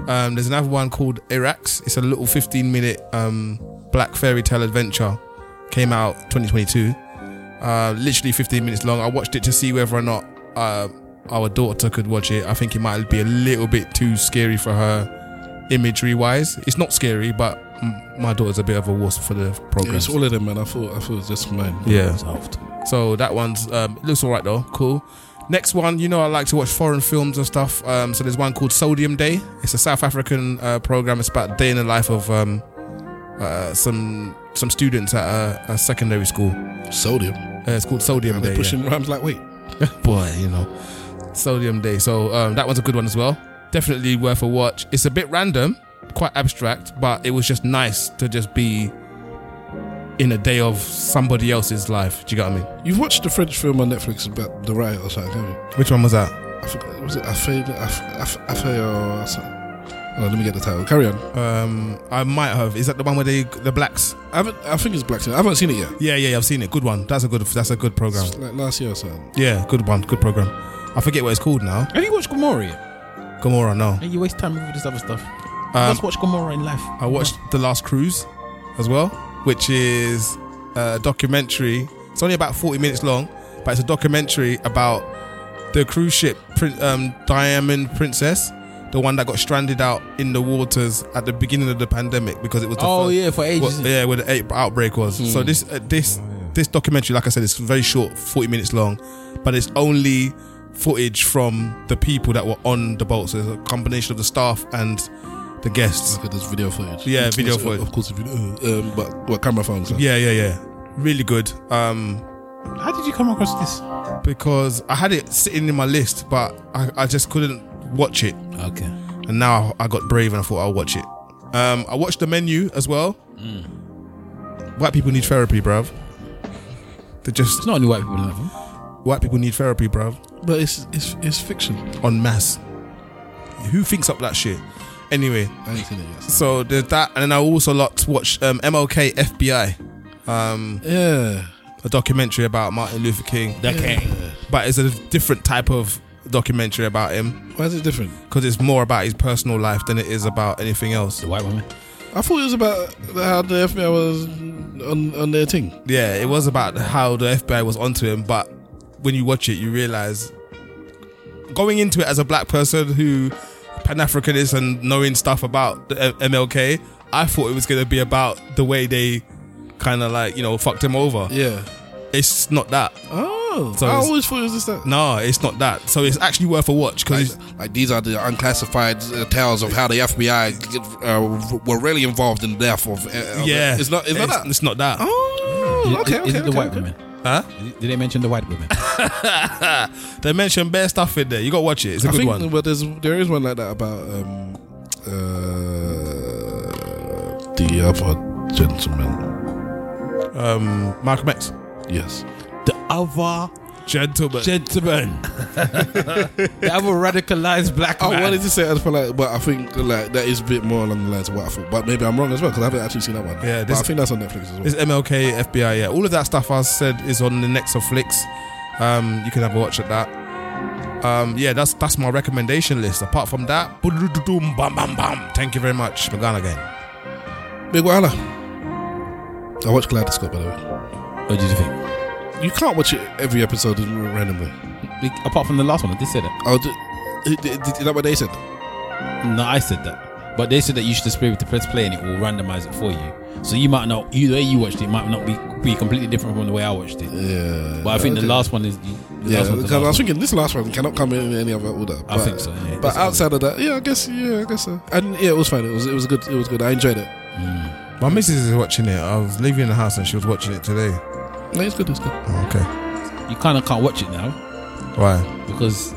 E: Um, there's another one called Irax. It's a little 15 minute um, black fairy tale adventure. Came out 2022. Uh, literally 15 minutes long. I watched it to see whether or not uh, our daughter could watch it. I think it might be a little bit too scary for her imagery wise. It's not scary, but m- my daughter's a bit of a wuss for the
D: Yeah,
E: program.
D: it's all of them, man. I thought I thought it was just mine.
E: Yeah. So that one's um, looks all right though. Cool. Next one, you know, I like to watch foreign films and stuff. Um, so there's one called Sodium Day. It's a South African uh, program. It's about a day in the life of um, uh, some some students at a, a secondary school.
D: Sodium.
E: Uh, it's called Sodium
D: And
E: Day.
D: they're
E: yeah.
D: pushing rhymes like wait.
E: Boy, you know, Sodium Day. So um, that one's a good one as well. Definitely worth a watch. It's a bit random, quite abstract, but it was just nice to just be in a day of somebody else's life. Do you get what I mean?
D: You've watched the French film on Netflix about the riot or something, haven't you?
E: Which one was that?
D: I forgot. Was it Afe? Afe, Afe or something? Oh, let me get the title. Carry on.
E: Um, I might have. Is that the one where they the blacks?
D: I haven't. I think it's Black. Swan. I haven't seen it yet.
E: Yeah, yeah, yeah, I've seen it. Good one. That's a good. That's a good program.
D: It's like last year or something.
E: Yeah, good one. Good program. I forget what it's called now.
A: Have you watched Gomorrah yet?
E: Gomorrah. No,
A: And you waste time with this other stuff.
E: um,
A: Let's watch Gomorrah in life.
E: I watched The Last Cruise as well, which is a documentary. It's only about forty minutes long, but it's a documentary about the cruise ship Prin- um, Diamond Princess, the one that got stranded out in the waters at the beginning of the pandemic because it was the
A: Oh,
E: first-
A: yeah, for ages.
E: Well, yeah, where the ape outbreak was. So this uh, this
A: Oh,
E: this documentary, like I said, it's very short, forty minutes long, but it's only footage from the people that were on the boat. So it's a combination of the staff and the guests.
D: Look at this video footage.
E: Yeah, video
D: Of course,
E: footage.
D: Of course, if you know. Um, but what camera phones? huh?
E: Yeah, yeah, yeah. Really good. Um,
A: How did you come across this?
E: because I had it sitting in my list, but I, I just couldn't watch it.
A: Okay.
E: And now I got brave and I thought I'll watch it. Um, I watched the menu as well.
A: Mm.
E: White people need therapy, bruv. They just
A: It's not only white people in them.
E: white people need therapy, bruv.
D: But it's it's it's fiction.
E: On mass. Who thinks up that shit? Anyway,
D: I ain't seen it yet.
E: so there's that, and then I also like to watch um, MLK FBI,
D: Yeah.
E: a documentary about Martin Luther King.
A: The king.
E: but it's a different type of documentary about him
D: Why is it different?
E: because it's more about his personal life than it is about anything else.
A: The white woman.
D: I thought it was about how the FBI was on on their thing.
E: Yeah, it was about how the FBI was onto him, but when you watch it, you realize going into it as a black person who Pan Africanist and knowing stuff about the uh, M- MLK, I thought it was going to be about the way they kind of like you know fucked him over.
D: Yeah.
E: It's not that.
D: Oh.
E: So
D: I
E: it's-
D: always thought it was just that.
E: No, it's not that. So it's actually worth a watch because
D: Like, like these are the unclassified uh, tales of how the FBI uh, were really involved in the death of. Uh,
E: yeah,
D: it's not. It's not that.
E: It's not that.
D: oh,
A: Is-
D: okay,
A: is,
D: okay,
A: is it the
D: okay,
A: white
D: okay.
A: women?
E: Huh?
A: Did they mention the white women?
E: They mentioned bare stuff in there. You got to watch it. It's a
D: I
E: good
D: think,
E: one.
D: But there's there is one like that about um, uh, the other gentleman.
E: Um, Malcolm X.
D: Yes,
A: the other
L: Gentlemen.
A: Gentlemen. they have a radicalized black
D: I
A: man.
D: wanted to say as for like, but I think like that is a bit more along the lines of what I thought. But maybe I'm wrong as well because I haven't actually seen that one.
E: Yeah,
D: but
E: this-
D: I think that's on Netflix as
E: It's
D: well.
E: MLK, FBI, yeah. All of that stuff I said is on the next of Flicks. Um, you can have a watch at that. Um, yeah, that's that's my recommendation list. Apart from that, bam bam bam. Thank you very much. Began again.
D: Big Wala. I watched Gladys Scott by the way.
A: What did you think?
D: You can't watch it every episode randomly.
A: Apart from the last one, I did say that.
D: Oh, did, did, did, is that what they said?
A: No, I said that. But they said that you should just be able to press play and it will randomize it for you. So you might not, you- the way you watched it might not be, be completely different from the way I watched it.
D: Yeah.
A: But I think the
D: Okay.
A: last one is. The the
D: Yeah,
A: last one's the
D: because
A: last
D: I was
A: one.
D: thinking this last one cannot come in any other order.
A: I
D: But-
A: think so, yeah.
D: but
A: That's what I
D: outside of that, yeah, I guess, yeah, I guess so. And yeah, it was fine. It was, it was good. It was good. I enjoyed it.
E: My missus is watching it. I was leaving the house and she was watching it today.
D: No, it's good. It's good.
E: Oh, Okay.
A: You kind of can't watch it now
E: Why?
A: because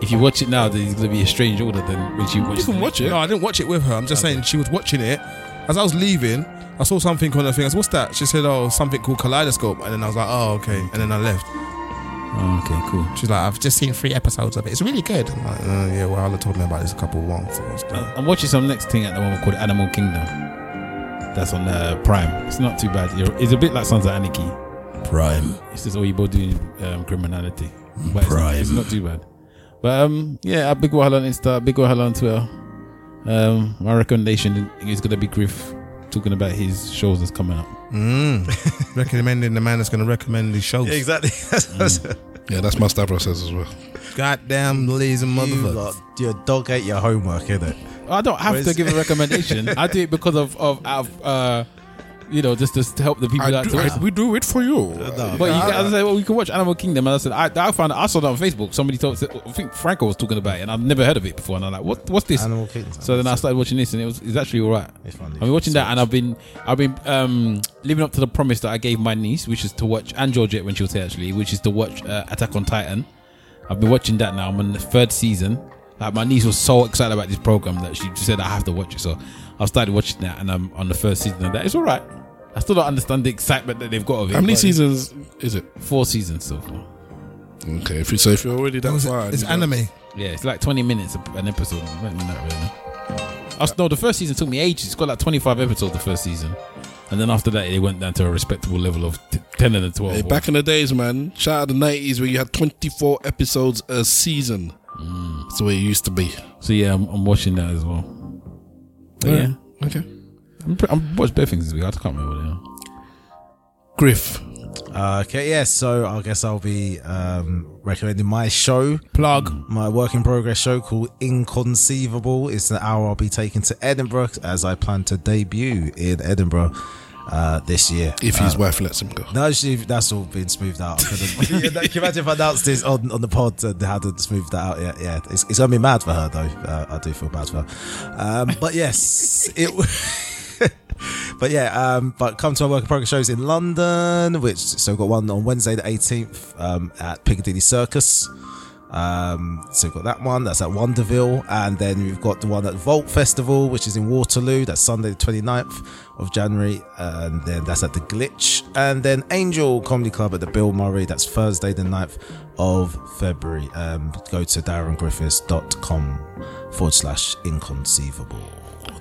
A: if you watch it now, there's going to be a strange order than when you watch
D: You can watch it.
E: No, I didn't watch it with her. I'm just saying she was watching it. As I was leaving, I saw something on her thing. I said, What's that? She said, Oh, something called Kaleidoscope. And then I was like, Oh, okay. And then I left.
A: Oh, okay, cool.
E: She's like, I've just seen three episodes of it. It's really good. I'm like, uh, yeah, well, Isla told me about this a couple of months ago.
A: I'm watching some next thing at the moment called Animal Kingdom. That's on uh, Prime. It's not too bad. You're- It's a bit like Sons of Anarchy.
E: Prime.
A: It's just Oyibo doing um, criminality. But it's-
E: Prime.
A: It's, not too bad. But um, yeah, at Big Wahal on Insta, Big Wahal on Twitter. Um, my recommendation is going to be Griff talking about his shows that's coming out.
E: Mm. Recommending the man that's going to recommend these shows.
F: exactly.
D: Yeah, that's my Stavros says as well.
E: Goddamn lazy
F: You
E: motherfucker.
F: lot, your dog ate your homework, innit?
A: I don't have
F: Where's-
A: to give a recommendation. I do it because of of, of uh, you know just, just to help the people
D: I
A: out.
D: do-
A: to watch.
D: I- we do it for you.
A: But you guys say, well, we can watch Animal Kingdom. And I said, I, I found I saw that on Facebook. Somebody told, I think Franco was talking about it, and I've never heard of it before. And I'm like, what? What's this?
F: Animal Kingdom.
A: So then I started watching this, and it was it's actually all right.
F: It's fun.
A: I've been watching that, and I've been I've been um, living up to the promise that I gave my niece, which is to watch and Georgette when she was here actually, which is to watch uh, Attack on Titan. I've been watching that now. I'm on the third season. Like my niece was so excited about this program that she said I have to watch it. So I started watching that, and I'm on the first season of that. It's all right. I still don't understand the excitement that they've got of it.
D: How many
A: but-
D: seasons is it?
A: Four seasons so far.
D: Okay, if you so if you're already that far,
E: It's
D: you know,
E: anime.
A: Yeah, it's like 20 minutes an episode. Not even that really. Us, no, the first season took me ages. It's got like 25 episodes the first season. And then after that, it went down to a respectable level of t- 10 and a 12.
D: Hey, back in the days, man, shout out the nineties where you had twenty four episodes a season.
A: Mm.
D: That's the way it used to be.
A: so yeah, I'm, I'm watching that as well. But Oh, yeah.
D: Okay.
A: I'm, pre- I'm watched better things this week. I can't remember what they are.
D: Griff.
F: Uh, okay, yeah, so I guess I'll be um, recommending my show.
E: Plug.
F: my work in progress show called Inconceivable. It's an hour I'll be taking to Edinburgh as I plan to debut in Edinburgh uh, this year.
D: If
A: Ah.
D: his wife lets him go.
F: No, actually, that's all been smoothed out. I couldn't- Can you imagine if I announced this on, on the pod and hadn't smoothed that out yet? Yeah, it's, it's going to be mad for her, though. Uh, I do feel bad for her. Um, but yes, it. But yeah, um, but come to our work in progress shows in London, which so we've got one on Wednesday the 18th um, at Piccadilly Circus. Um, so we've got that one, that's at Wonderville, and then we've got the one at Vault Festival, which is in Waterloo, that's Sunday the 29th of January, and then that's at the Glitch, and then Angel Comedy Club at the Bill Murray, that's Thursday the 9th of February. Um, go to darrengriffiths.com forward slash inconceivable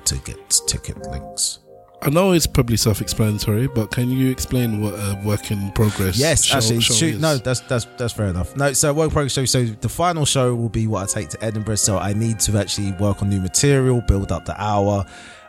F: to get ticket links.
D: I know it's probably self-explanatory, but can you explain what a work in progress?
F: Yes,
D: show-
F: actually,
D: show
F: shoot,
D: is?
F: no, that's that's that's fair enough. No, so work progress show. So the final show will be what I take to Edinburgh. So I need to actually work on new material, build up the hour.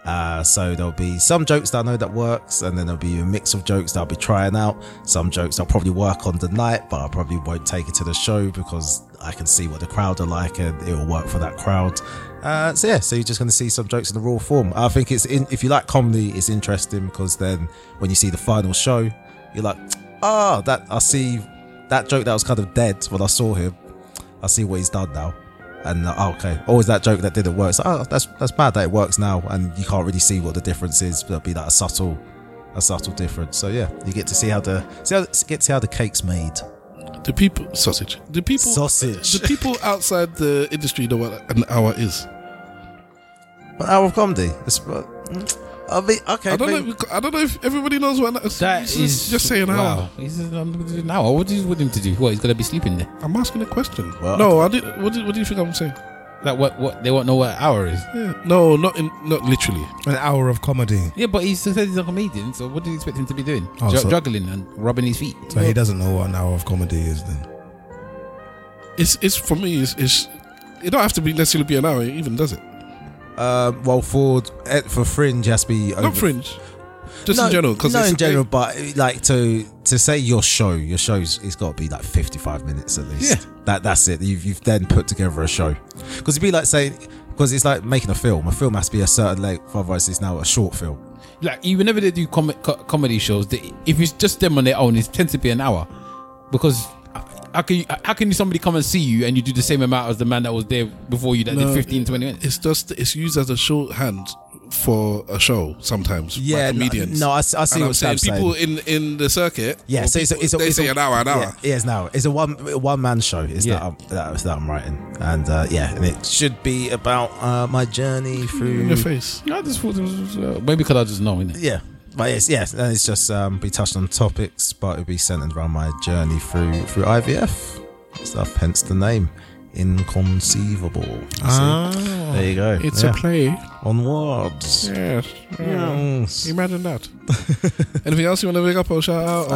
F: Uh, so there'll be some jokes that I know that works, and then there'll be a mix of jokes that I'll be trying out. Some jokes I'll probably work on the night, but I probably won't take it to the show because I can see what the crowd are like, and it'll work for that crowd. Uh, so yeah, so you're just going to see some jokes in the raw form. I think it's in, if you like comedy, it's interesting because then when you see the final show, you're like, ah, that I see that joke that was kind of dead when I saw him. I see what he's done now. And uh, oh, okay, always that joke that didn't work. It's like, oh, that's that's bad that it works now, and you can't really see what the difference is. But it'll be like a subtle, a subtle difference. So yeah, you get to see how the see how, get to see how the cake's made.
D: The people sausage. The people
F: Sausage.
D: The people outside the industry know what an hour is.
F: An hour of comedy. It's, uh, I mean, okay.
D: I don't
F: maybe-
D: know. If, I don't know if everybody knows what that,
A: That
D: this is
A: is
D: Just saying
A: wow.
D: how.
A: He's just, um, an hour. What do you want him to do? What he's gonna be sleeping there?
D: I'm asking a question.
A: Well,
D: no, I did. What do, what do you think I'm saying?
A: Like what? What they won't know what hour is?
D: Yeah. No, not in, not literally.
E: An hour of comedy.
A: Yeah, but he says he's a comedian. So what do you expect him to be doing?
E: Oh,
A: Ju-
E: so-
A: Juggling and rubbing his feet.
E: So he doesn't know what an hour of comedy is then.
D: It's it's for me. It's, it's it don't have to be necessarily be an hour. Even does it?
F: Um, well, for eh, for fringe, it has to be over,
D: Not fringe. Just in general. Because
F: not in general, but eh, like to to say your show, your show's it's got to be like fifty five minutes at least.
D: Yeah.
F: That that's it. You've you've then put together a show because it'd be like saying because it's like making a film. A film has to be a certain length, otherwise it's now a short film.
A: Like you- whenever they do com- co- comedy shows, they, if it's just them on their own, it tends to be an hour because. How can, you, how can somebody come and see you and you do the same amount as the man that was there before you that
D: No,
A: did 15, 20 minutes?
D: It's just it's used as a shorthand for a show sometimes.
F: Yeah,
D: by
F: no-
D: comedians.
F: no, I s- I see
D: And I'm
F: what
D: saying
F: Stab's saying.
D: people in in the circuit.
F: Yeah,
D: or
F: so it's a,
D: people-
F: it's a,
D: they
F: it's
D: say
F: a-
D: an hour, an hour.
F: Yeah, yeah, it's an hour. It's a one one man show. It's that I'm, that, it's that I'm writing, and uh, yeah, and it should be about uh, my journey through
A: your face. No, I just thought it was uh, maybe because I just know, innit?
F: Yeah. But yes, yes, and it's just um, be touched on topics, but it'll be centered around my journey through through IVF stuff. Hence the name, inconceivable. You see?
D: Ah.
F: there you go.
D: It's a play.
F: on words.
D: Yes.
F: Yes.
D: Imagine that. Anything else you want to pick up or shout out? Or
F: Um,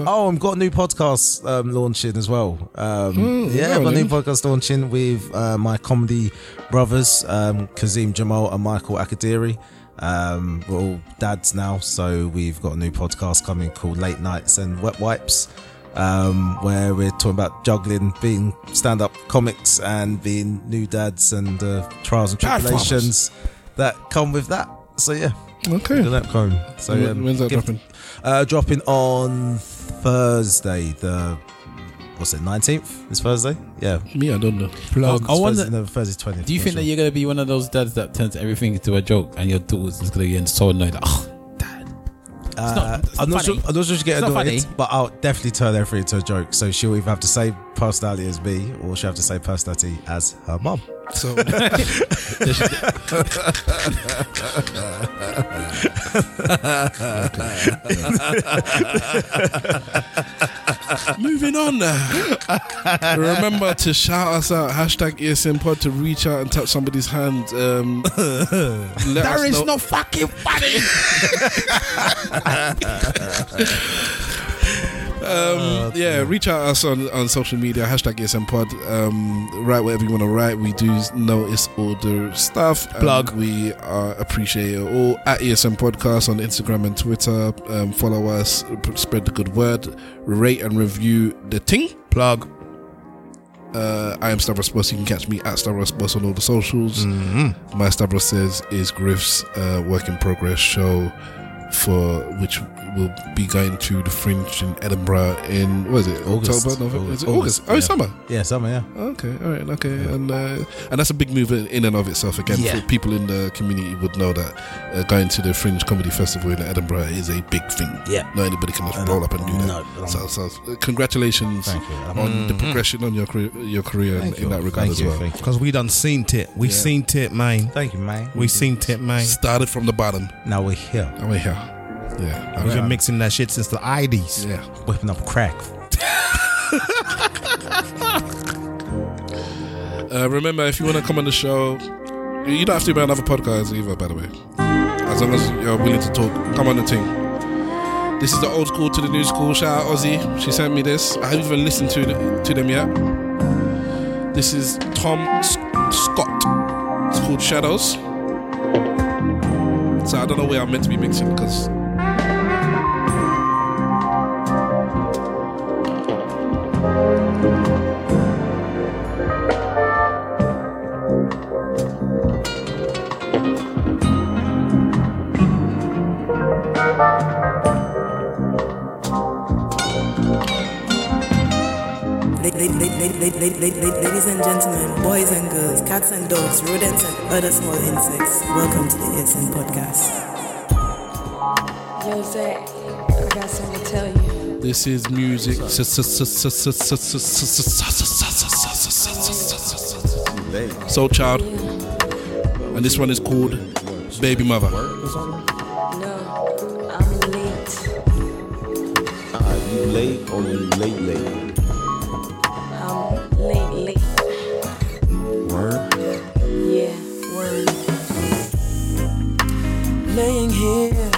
D: whatever?
F: oh, I've got a new podcast um, launching as well. Um,
D: Mm,
F: yeah, I've got a
D: really?
F: new podcast launching with uh, my comedy brothers, um, Kazim Jamal and Michael Akadiri. Um, we're all dads now, so we've got a new podcast coming called Late Nights and Wet Wipes, um, where we're talking about juggling, being stand up comics, and being new dads and uh, trials and
D: Bad fathers.
F: tribulations that come with that. So, yeah.
D: Okay.
F: The Lapcone. So
D: When-
F: um,
D: when's that
F: give-
D: dropping?
F: Uh, dropping on Thursday. The what's it? Nineteenth. This Thursday. Yeah.
D: Me, I don't know.
A: Plug. Um,
F: Oh,
A: I
F: it's
A: wonder-
F: Thursday, no, Thursday twentieth.
A: Do you think that you're gonna be one of those dads that turns everything into a joke, and your daughter's just gonna get so annoyed? Like, oh,
F: Uh,
A: not- it's
F: I'm
A: not
F: not sure.
A: funny.
F: I'm not sure if you
A: It's
F: get
A: not
F: annoyed,
A: funny.
F: but I'll definitely turn everything into a joke. So she'll either have the same personality as me, or she'll have the same personality as her mum.
D: So Moving on. Remember to shout us out. Hashtag ESN Pod to reach out and touch somebody's hand. Um, let us know-
A: no fucking funny.
D: um, yeah, reach out to us on, on social media, hashtag ESM Pod. Um, write whatever you want to write. We do notice all the stuff. and
L: Plug.
D: We uh, appreciate it all. At ESM Podcast on Instagram and Twitter. Um, follow us, p- spread the good word, rate and review the thing.
L: Plug.
D: Uh, I am Stavros Boss. You can catch me at Stavros Boss on all the socials.
E: Mm-hmm.
D: My Stavros says is Griff's uh, work in progress show for which will be going to the Fringe in Edinburgh in what is it
F: August.
D: October November is it August,
F: August.
D: oh it's
F: Yeah.
D: summer
F: Yeah, summer. Yeah.
D: okay all right okay and uh, and that's a big move in, in and of itself again
F: Yeah.
D: For people in the community would know that uh, going to the Fringe Comedy Festival in Edinburgh is a big thing
F: Yeah.
D: not anybody can just
F: And,
D: roll up and do that
F: no, no.
D: so, so uh, congratulations
F: Thank you. Mm-hmm.
D: on the
E: Mhm.
D: progression on your career, your career in,
F: Thank
D: in
F: you.
D: that regard
F: Thank
D: as
F: you,
D: well
F: thank you.
E: Because we done seen tit. We
D: Yeah.
E: seen tit, man.
F: Thank you, man.
E: We seen tit, man.
D: started from the bottom
F: Now we're here,
D: and we're here Oh, yeah
E: We've been mixing that shit since the IDs.
D: yeah
F: whipping up crack.
D: Uh, remember, if you want to come on the show, you don't have to be another podcast either, by the way. As long as you're willing to talk, come on the thing. This is the old school to the new school. Shout out Ozzy. She sent me this. I haven't even listened to, th- to them yet. This is Tom S- Scott. It's called Shadows. So I don't know where I'm meant to be mixing because.
B: La- la- la- la- la- la- la- la- Ladies and gentlemen, boys and girls, cats and dogs, rodents and other small insects, welcome to the ASN Podcast.
M: Yo, Zach, I got something to tell you.
D: This is music. S- s- s- s- s- s- s- s- s- s- s- s- s- s- s- Soul Child. And this one is called Baby Mother.
M: No, I'm late.
N: Are you late or are you late late?
M: I'm late, late.
N: Word?
M: Yeah, word.
G: Laying here,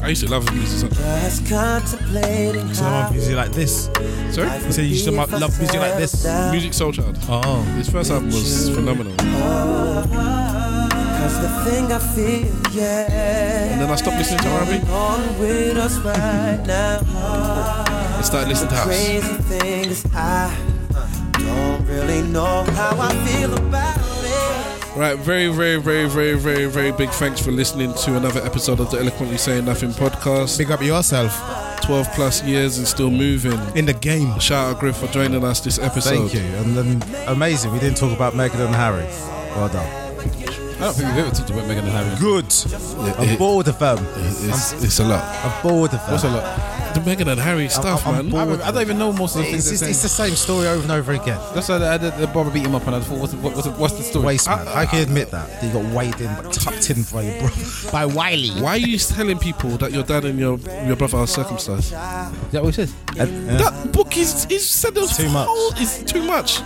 D: I used to love music.
G: just contemplating
D: So I want
G: how
D: music like this. Sorry?
G: You said you used to mu- love music like this?
D: Music Soul Child. Oh. His first album was phenomenal.
G: Cause the thing I feel, yeah.
D: And then I stopped listening to R&B.
G: On with us right now.
D: I started listening to House.
G: Crazy thing is I don't really know how I feel about it.
D: Right, very, very, very, very, very, very big thanks for listening to another episode of the Eloquently Saying Nothing podcast. Big up yourself. 12 plus years and still moving. In the game. Shout out Griff for joining us this episode.
F: Thank you. And then amazing, we didn't talk about Megan and Harry. Well done.
A: I don't think we've ever talked about Megan and Harry.
F: Good. I'm
D: it-
F: bored of them.
D: It's, it's a lot.
F: I'm bored of them.
D: What's a lot? The Megan and Harry stuff,
F: I'm
D: man.
F: bored.
A: I don't even know most of the things
F: It's-
A: they're
F: it's-
A: saying.
F: it's the same story over and over again.
A: That's why I had the, the barber beat him up, and I thought, what's, what, what's, what's the story?
F: Waste man.
A: I-
D: uh,
F: I, can admit that. that You got weighed in, tucked in by your brother.
D: By Wiley. Why are you telling people that your dad and your your brother are circumcised? Is
A: that what he says?
D: That book is is said there was too much. It's too much.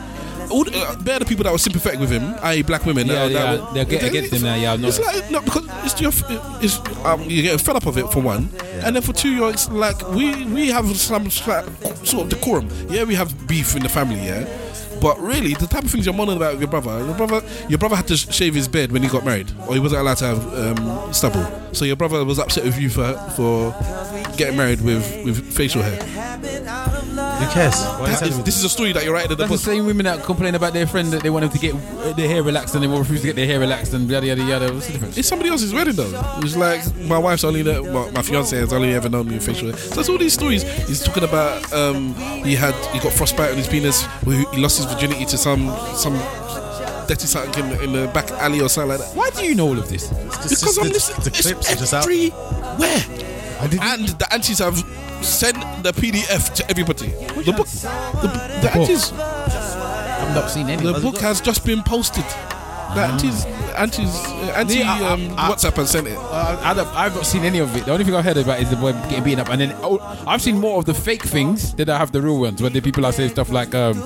D: All the, uh, they're the people that were sympathetic with him, i.e., black women. uh,
A: Yeah,
D: that,
A: yeah,
D: that were-
A: they're get- against him now, yeah, I know
D: it's
A: that.
D: like no because it's your it's um, you get fed up of it for one, and then for two, you're it's like we we have some sla- sort of decorum. Yeah, we have beef in the family. Yeah, but really, the type of things you're moaning about with your brother, your brother, your brother had to sh- shave his beard when he got married, or he wasn't allowed to have um, stubble. So your brother was upset with you for for getting married with with facial hair.
F: Who cares?
D: That is- this is a story that you're writing in the
A: That's the
D: book.
A: same women that complain about their friend that they want them to get uh, their hair relaxed and they will refuse to get their hair relaxed and yada yada yada. What's the difference?
D: It's somebody else's wedding though. It's like my wife's only that my, my fiance has only ever known me in facial hair. So it's all these stories. He's talking about um, he had he got frostbite on his penis. where He lost his virginity to some some dirty something in, the- in the back alley or something like that. Why do you know all of this?
F: It's
D: Because
F: just
D: I'm
F: the-
D: listening.
F: the
D: it's
F: clips are just out.
D: everywhere. And the aunties have sent the PDF to everybody. the book, the, the aunties.
A: I've not seen any.
D: The book has just been posted.
F: Ah.
D: The aunties, aunties, uh, auntie,
A: Yeah, I-
D: um,
A: I-
D: WhatsApp has sent it.
A: Uh, I don't, I've not seen any of it. The only thing I've heard about is the boy getting beaten up, and then oh, I've seen more of the fake things than I have the real ones. Where the people are saying stuff like, um,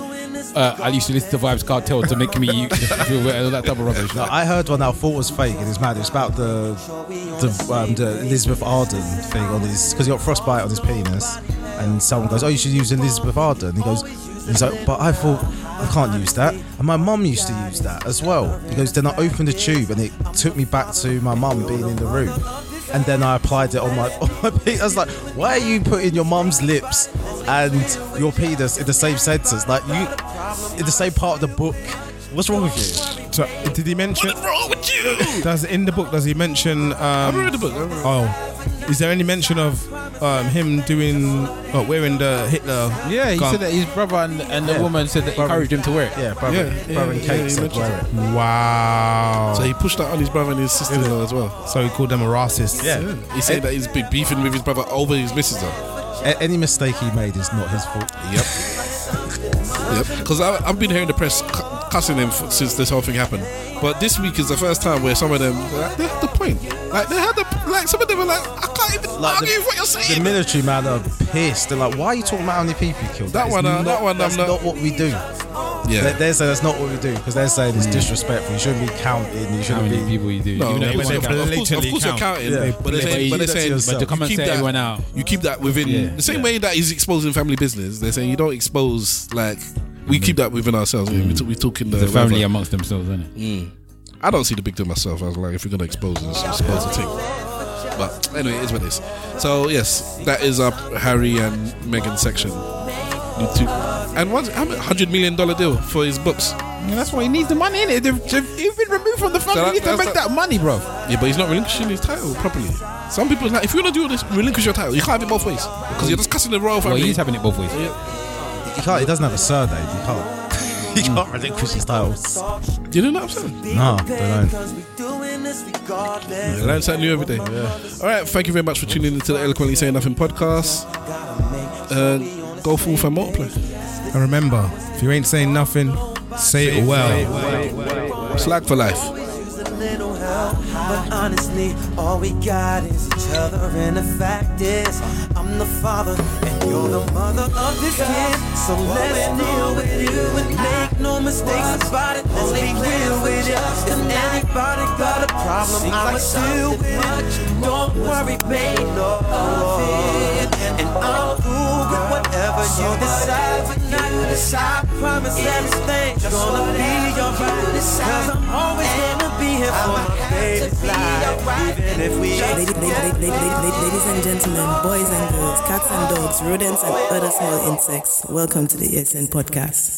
A: uh, "I used to listen to Vibes Cartel to make me feel better," all that type of rubbish.
F: No, I heard one that I thought was fake, and it's mad. It's about the the, um, the Elizabeth Arden thing on his because he got frostbite on his penis, and someone goes, "Oh, you should use Elizabeth Arden." He goes, "He's like, but I thought I can't use that, and my mum used to use that as well." He goes, "Then I opened the tube, and it took me back to my mum being in the room." And then I applied it on my on my penis. I was like, "Why are you putting your mum's lips and your penis in the same sentence? Like you, in the same part of the book? What's wrong with you?"
E: So did he mention? Does in the book does he mention? Um, I
D: read the book. I read it.
E: Oh, is there any mention of um, him doing uh, wearing the Hitler?
A: Yeah, he
E: garb?
A: said that his brother and, and the
E: Yeah.
A: woman said that
E: Brother-
A: encouraged him to wear it.
F: Yeah,
D: brother- Yeah, brother yeah, Kate yeah, he said mentioned wear
F: Oh.
E: Wow.
D: So he pushed that on his brother and his sister in law as well.
E: So he called them a racist.
D: He
F: Eh?
D: said that he's been beefing with his brother over his missus though.
F: A- any mistake he made is not his fault.
D: Yep. Because I've been hearing the press cu- cussing him f- since this whole thing happened. But this week is the first time where some of them, like, they had the point. Like, they had the, like, some of them were like, I can't even
F: Like
D: argue with what you're
F: the
D: saying.
F: military man are pissed. They're like, "Why are you talking about how many people you killed?"
D: That
F: is
D: one, uh, that one, I'm
F: That's
D: not-
F: not, what we do.
D: Yeah.
F: They- they're saying that's not what we do because they're saying it's disrespectful. You shouldn't be counting. You shouldn't
A: many
F: be
A: people you do.
D: No,
A: Even though
D: they
A: you
D: were saying,
A: count.
D: of course, of course you're counting,
F: Yeah.
D: but they're
F: But
D: saying,
F: you do
D: but they're
F: that to
D: saying,
F: yourself. But to
A: come and
D: keep
A: set
D: that-
A: everyone out.
D: You keep that within
A: Yeah.
D: the same way that he's exposing family business. They're saying you don't expose like we keep that within ourselves. We- We talk, we're talking the
A: The Mm. family
D: whatever.
A: amongst themselves, isn't it?
D: I don't see the big deal myself. I was like, if you're gonna expose this, expose the thing. But anyway, it is what it is. So yes, that is our Harry and Meghan section. You two- And one hundred million dollar deal for his books.
A: that's why he needs the money in it. They've, they've been removed from the family.
D: So
A: he needs to
D: that's
A: make
D: that-
A: that money, bro.
D: Yeah, but he's not relinquishing his title properly. Some people are like, if you wanna do this, relinquish your title. You can't have it both ways because you're discussing the royal
A: Well,
D: family.
A: he's having it both ways.
F: He can't. He doesn't have a surname. He can't. he can't relinquish his titles.
D: You know what I'm saying?
F: No, don't know.
D: Yeah, learn something new every day. All right, thank you very much for tuning into the Eloquently Saying Nothing podcast. Uh, go forth and multiply.
E: And remember, if you ain't saying nothing, say it well.
D: Slack for life.
F: Well.
G: little help. But honestly, all we got is each other. And the fact is, I'm the father and you're the mother of this kid. So let's deal with you and make no mistakes about it. Let's be real with you. If anybody got a problem, I'ma deal with it. Don't worry, babe. No, and I'm cool with whatever you decide. But not decide. Promise everything's gonna be alright. Cause I'm always gonna be here for my baby's life. Even if we ain't
B: Ladies, ladies and gentlemen, boys and girls, cats and dogs, rodents and other small insects, welcome to the ASN podcast.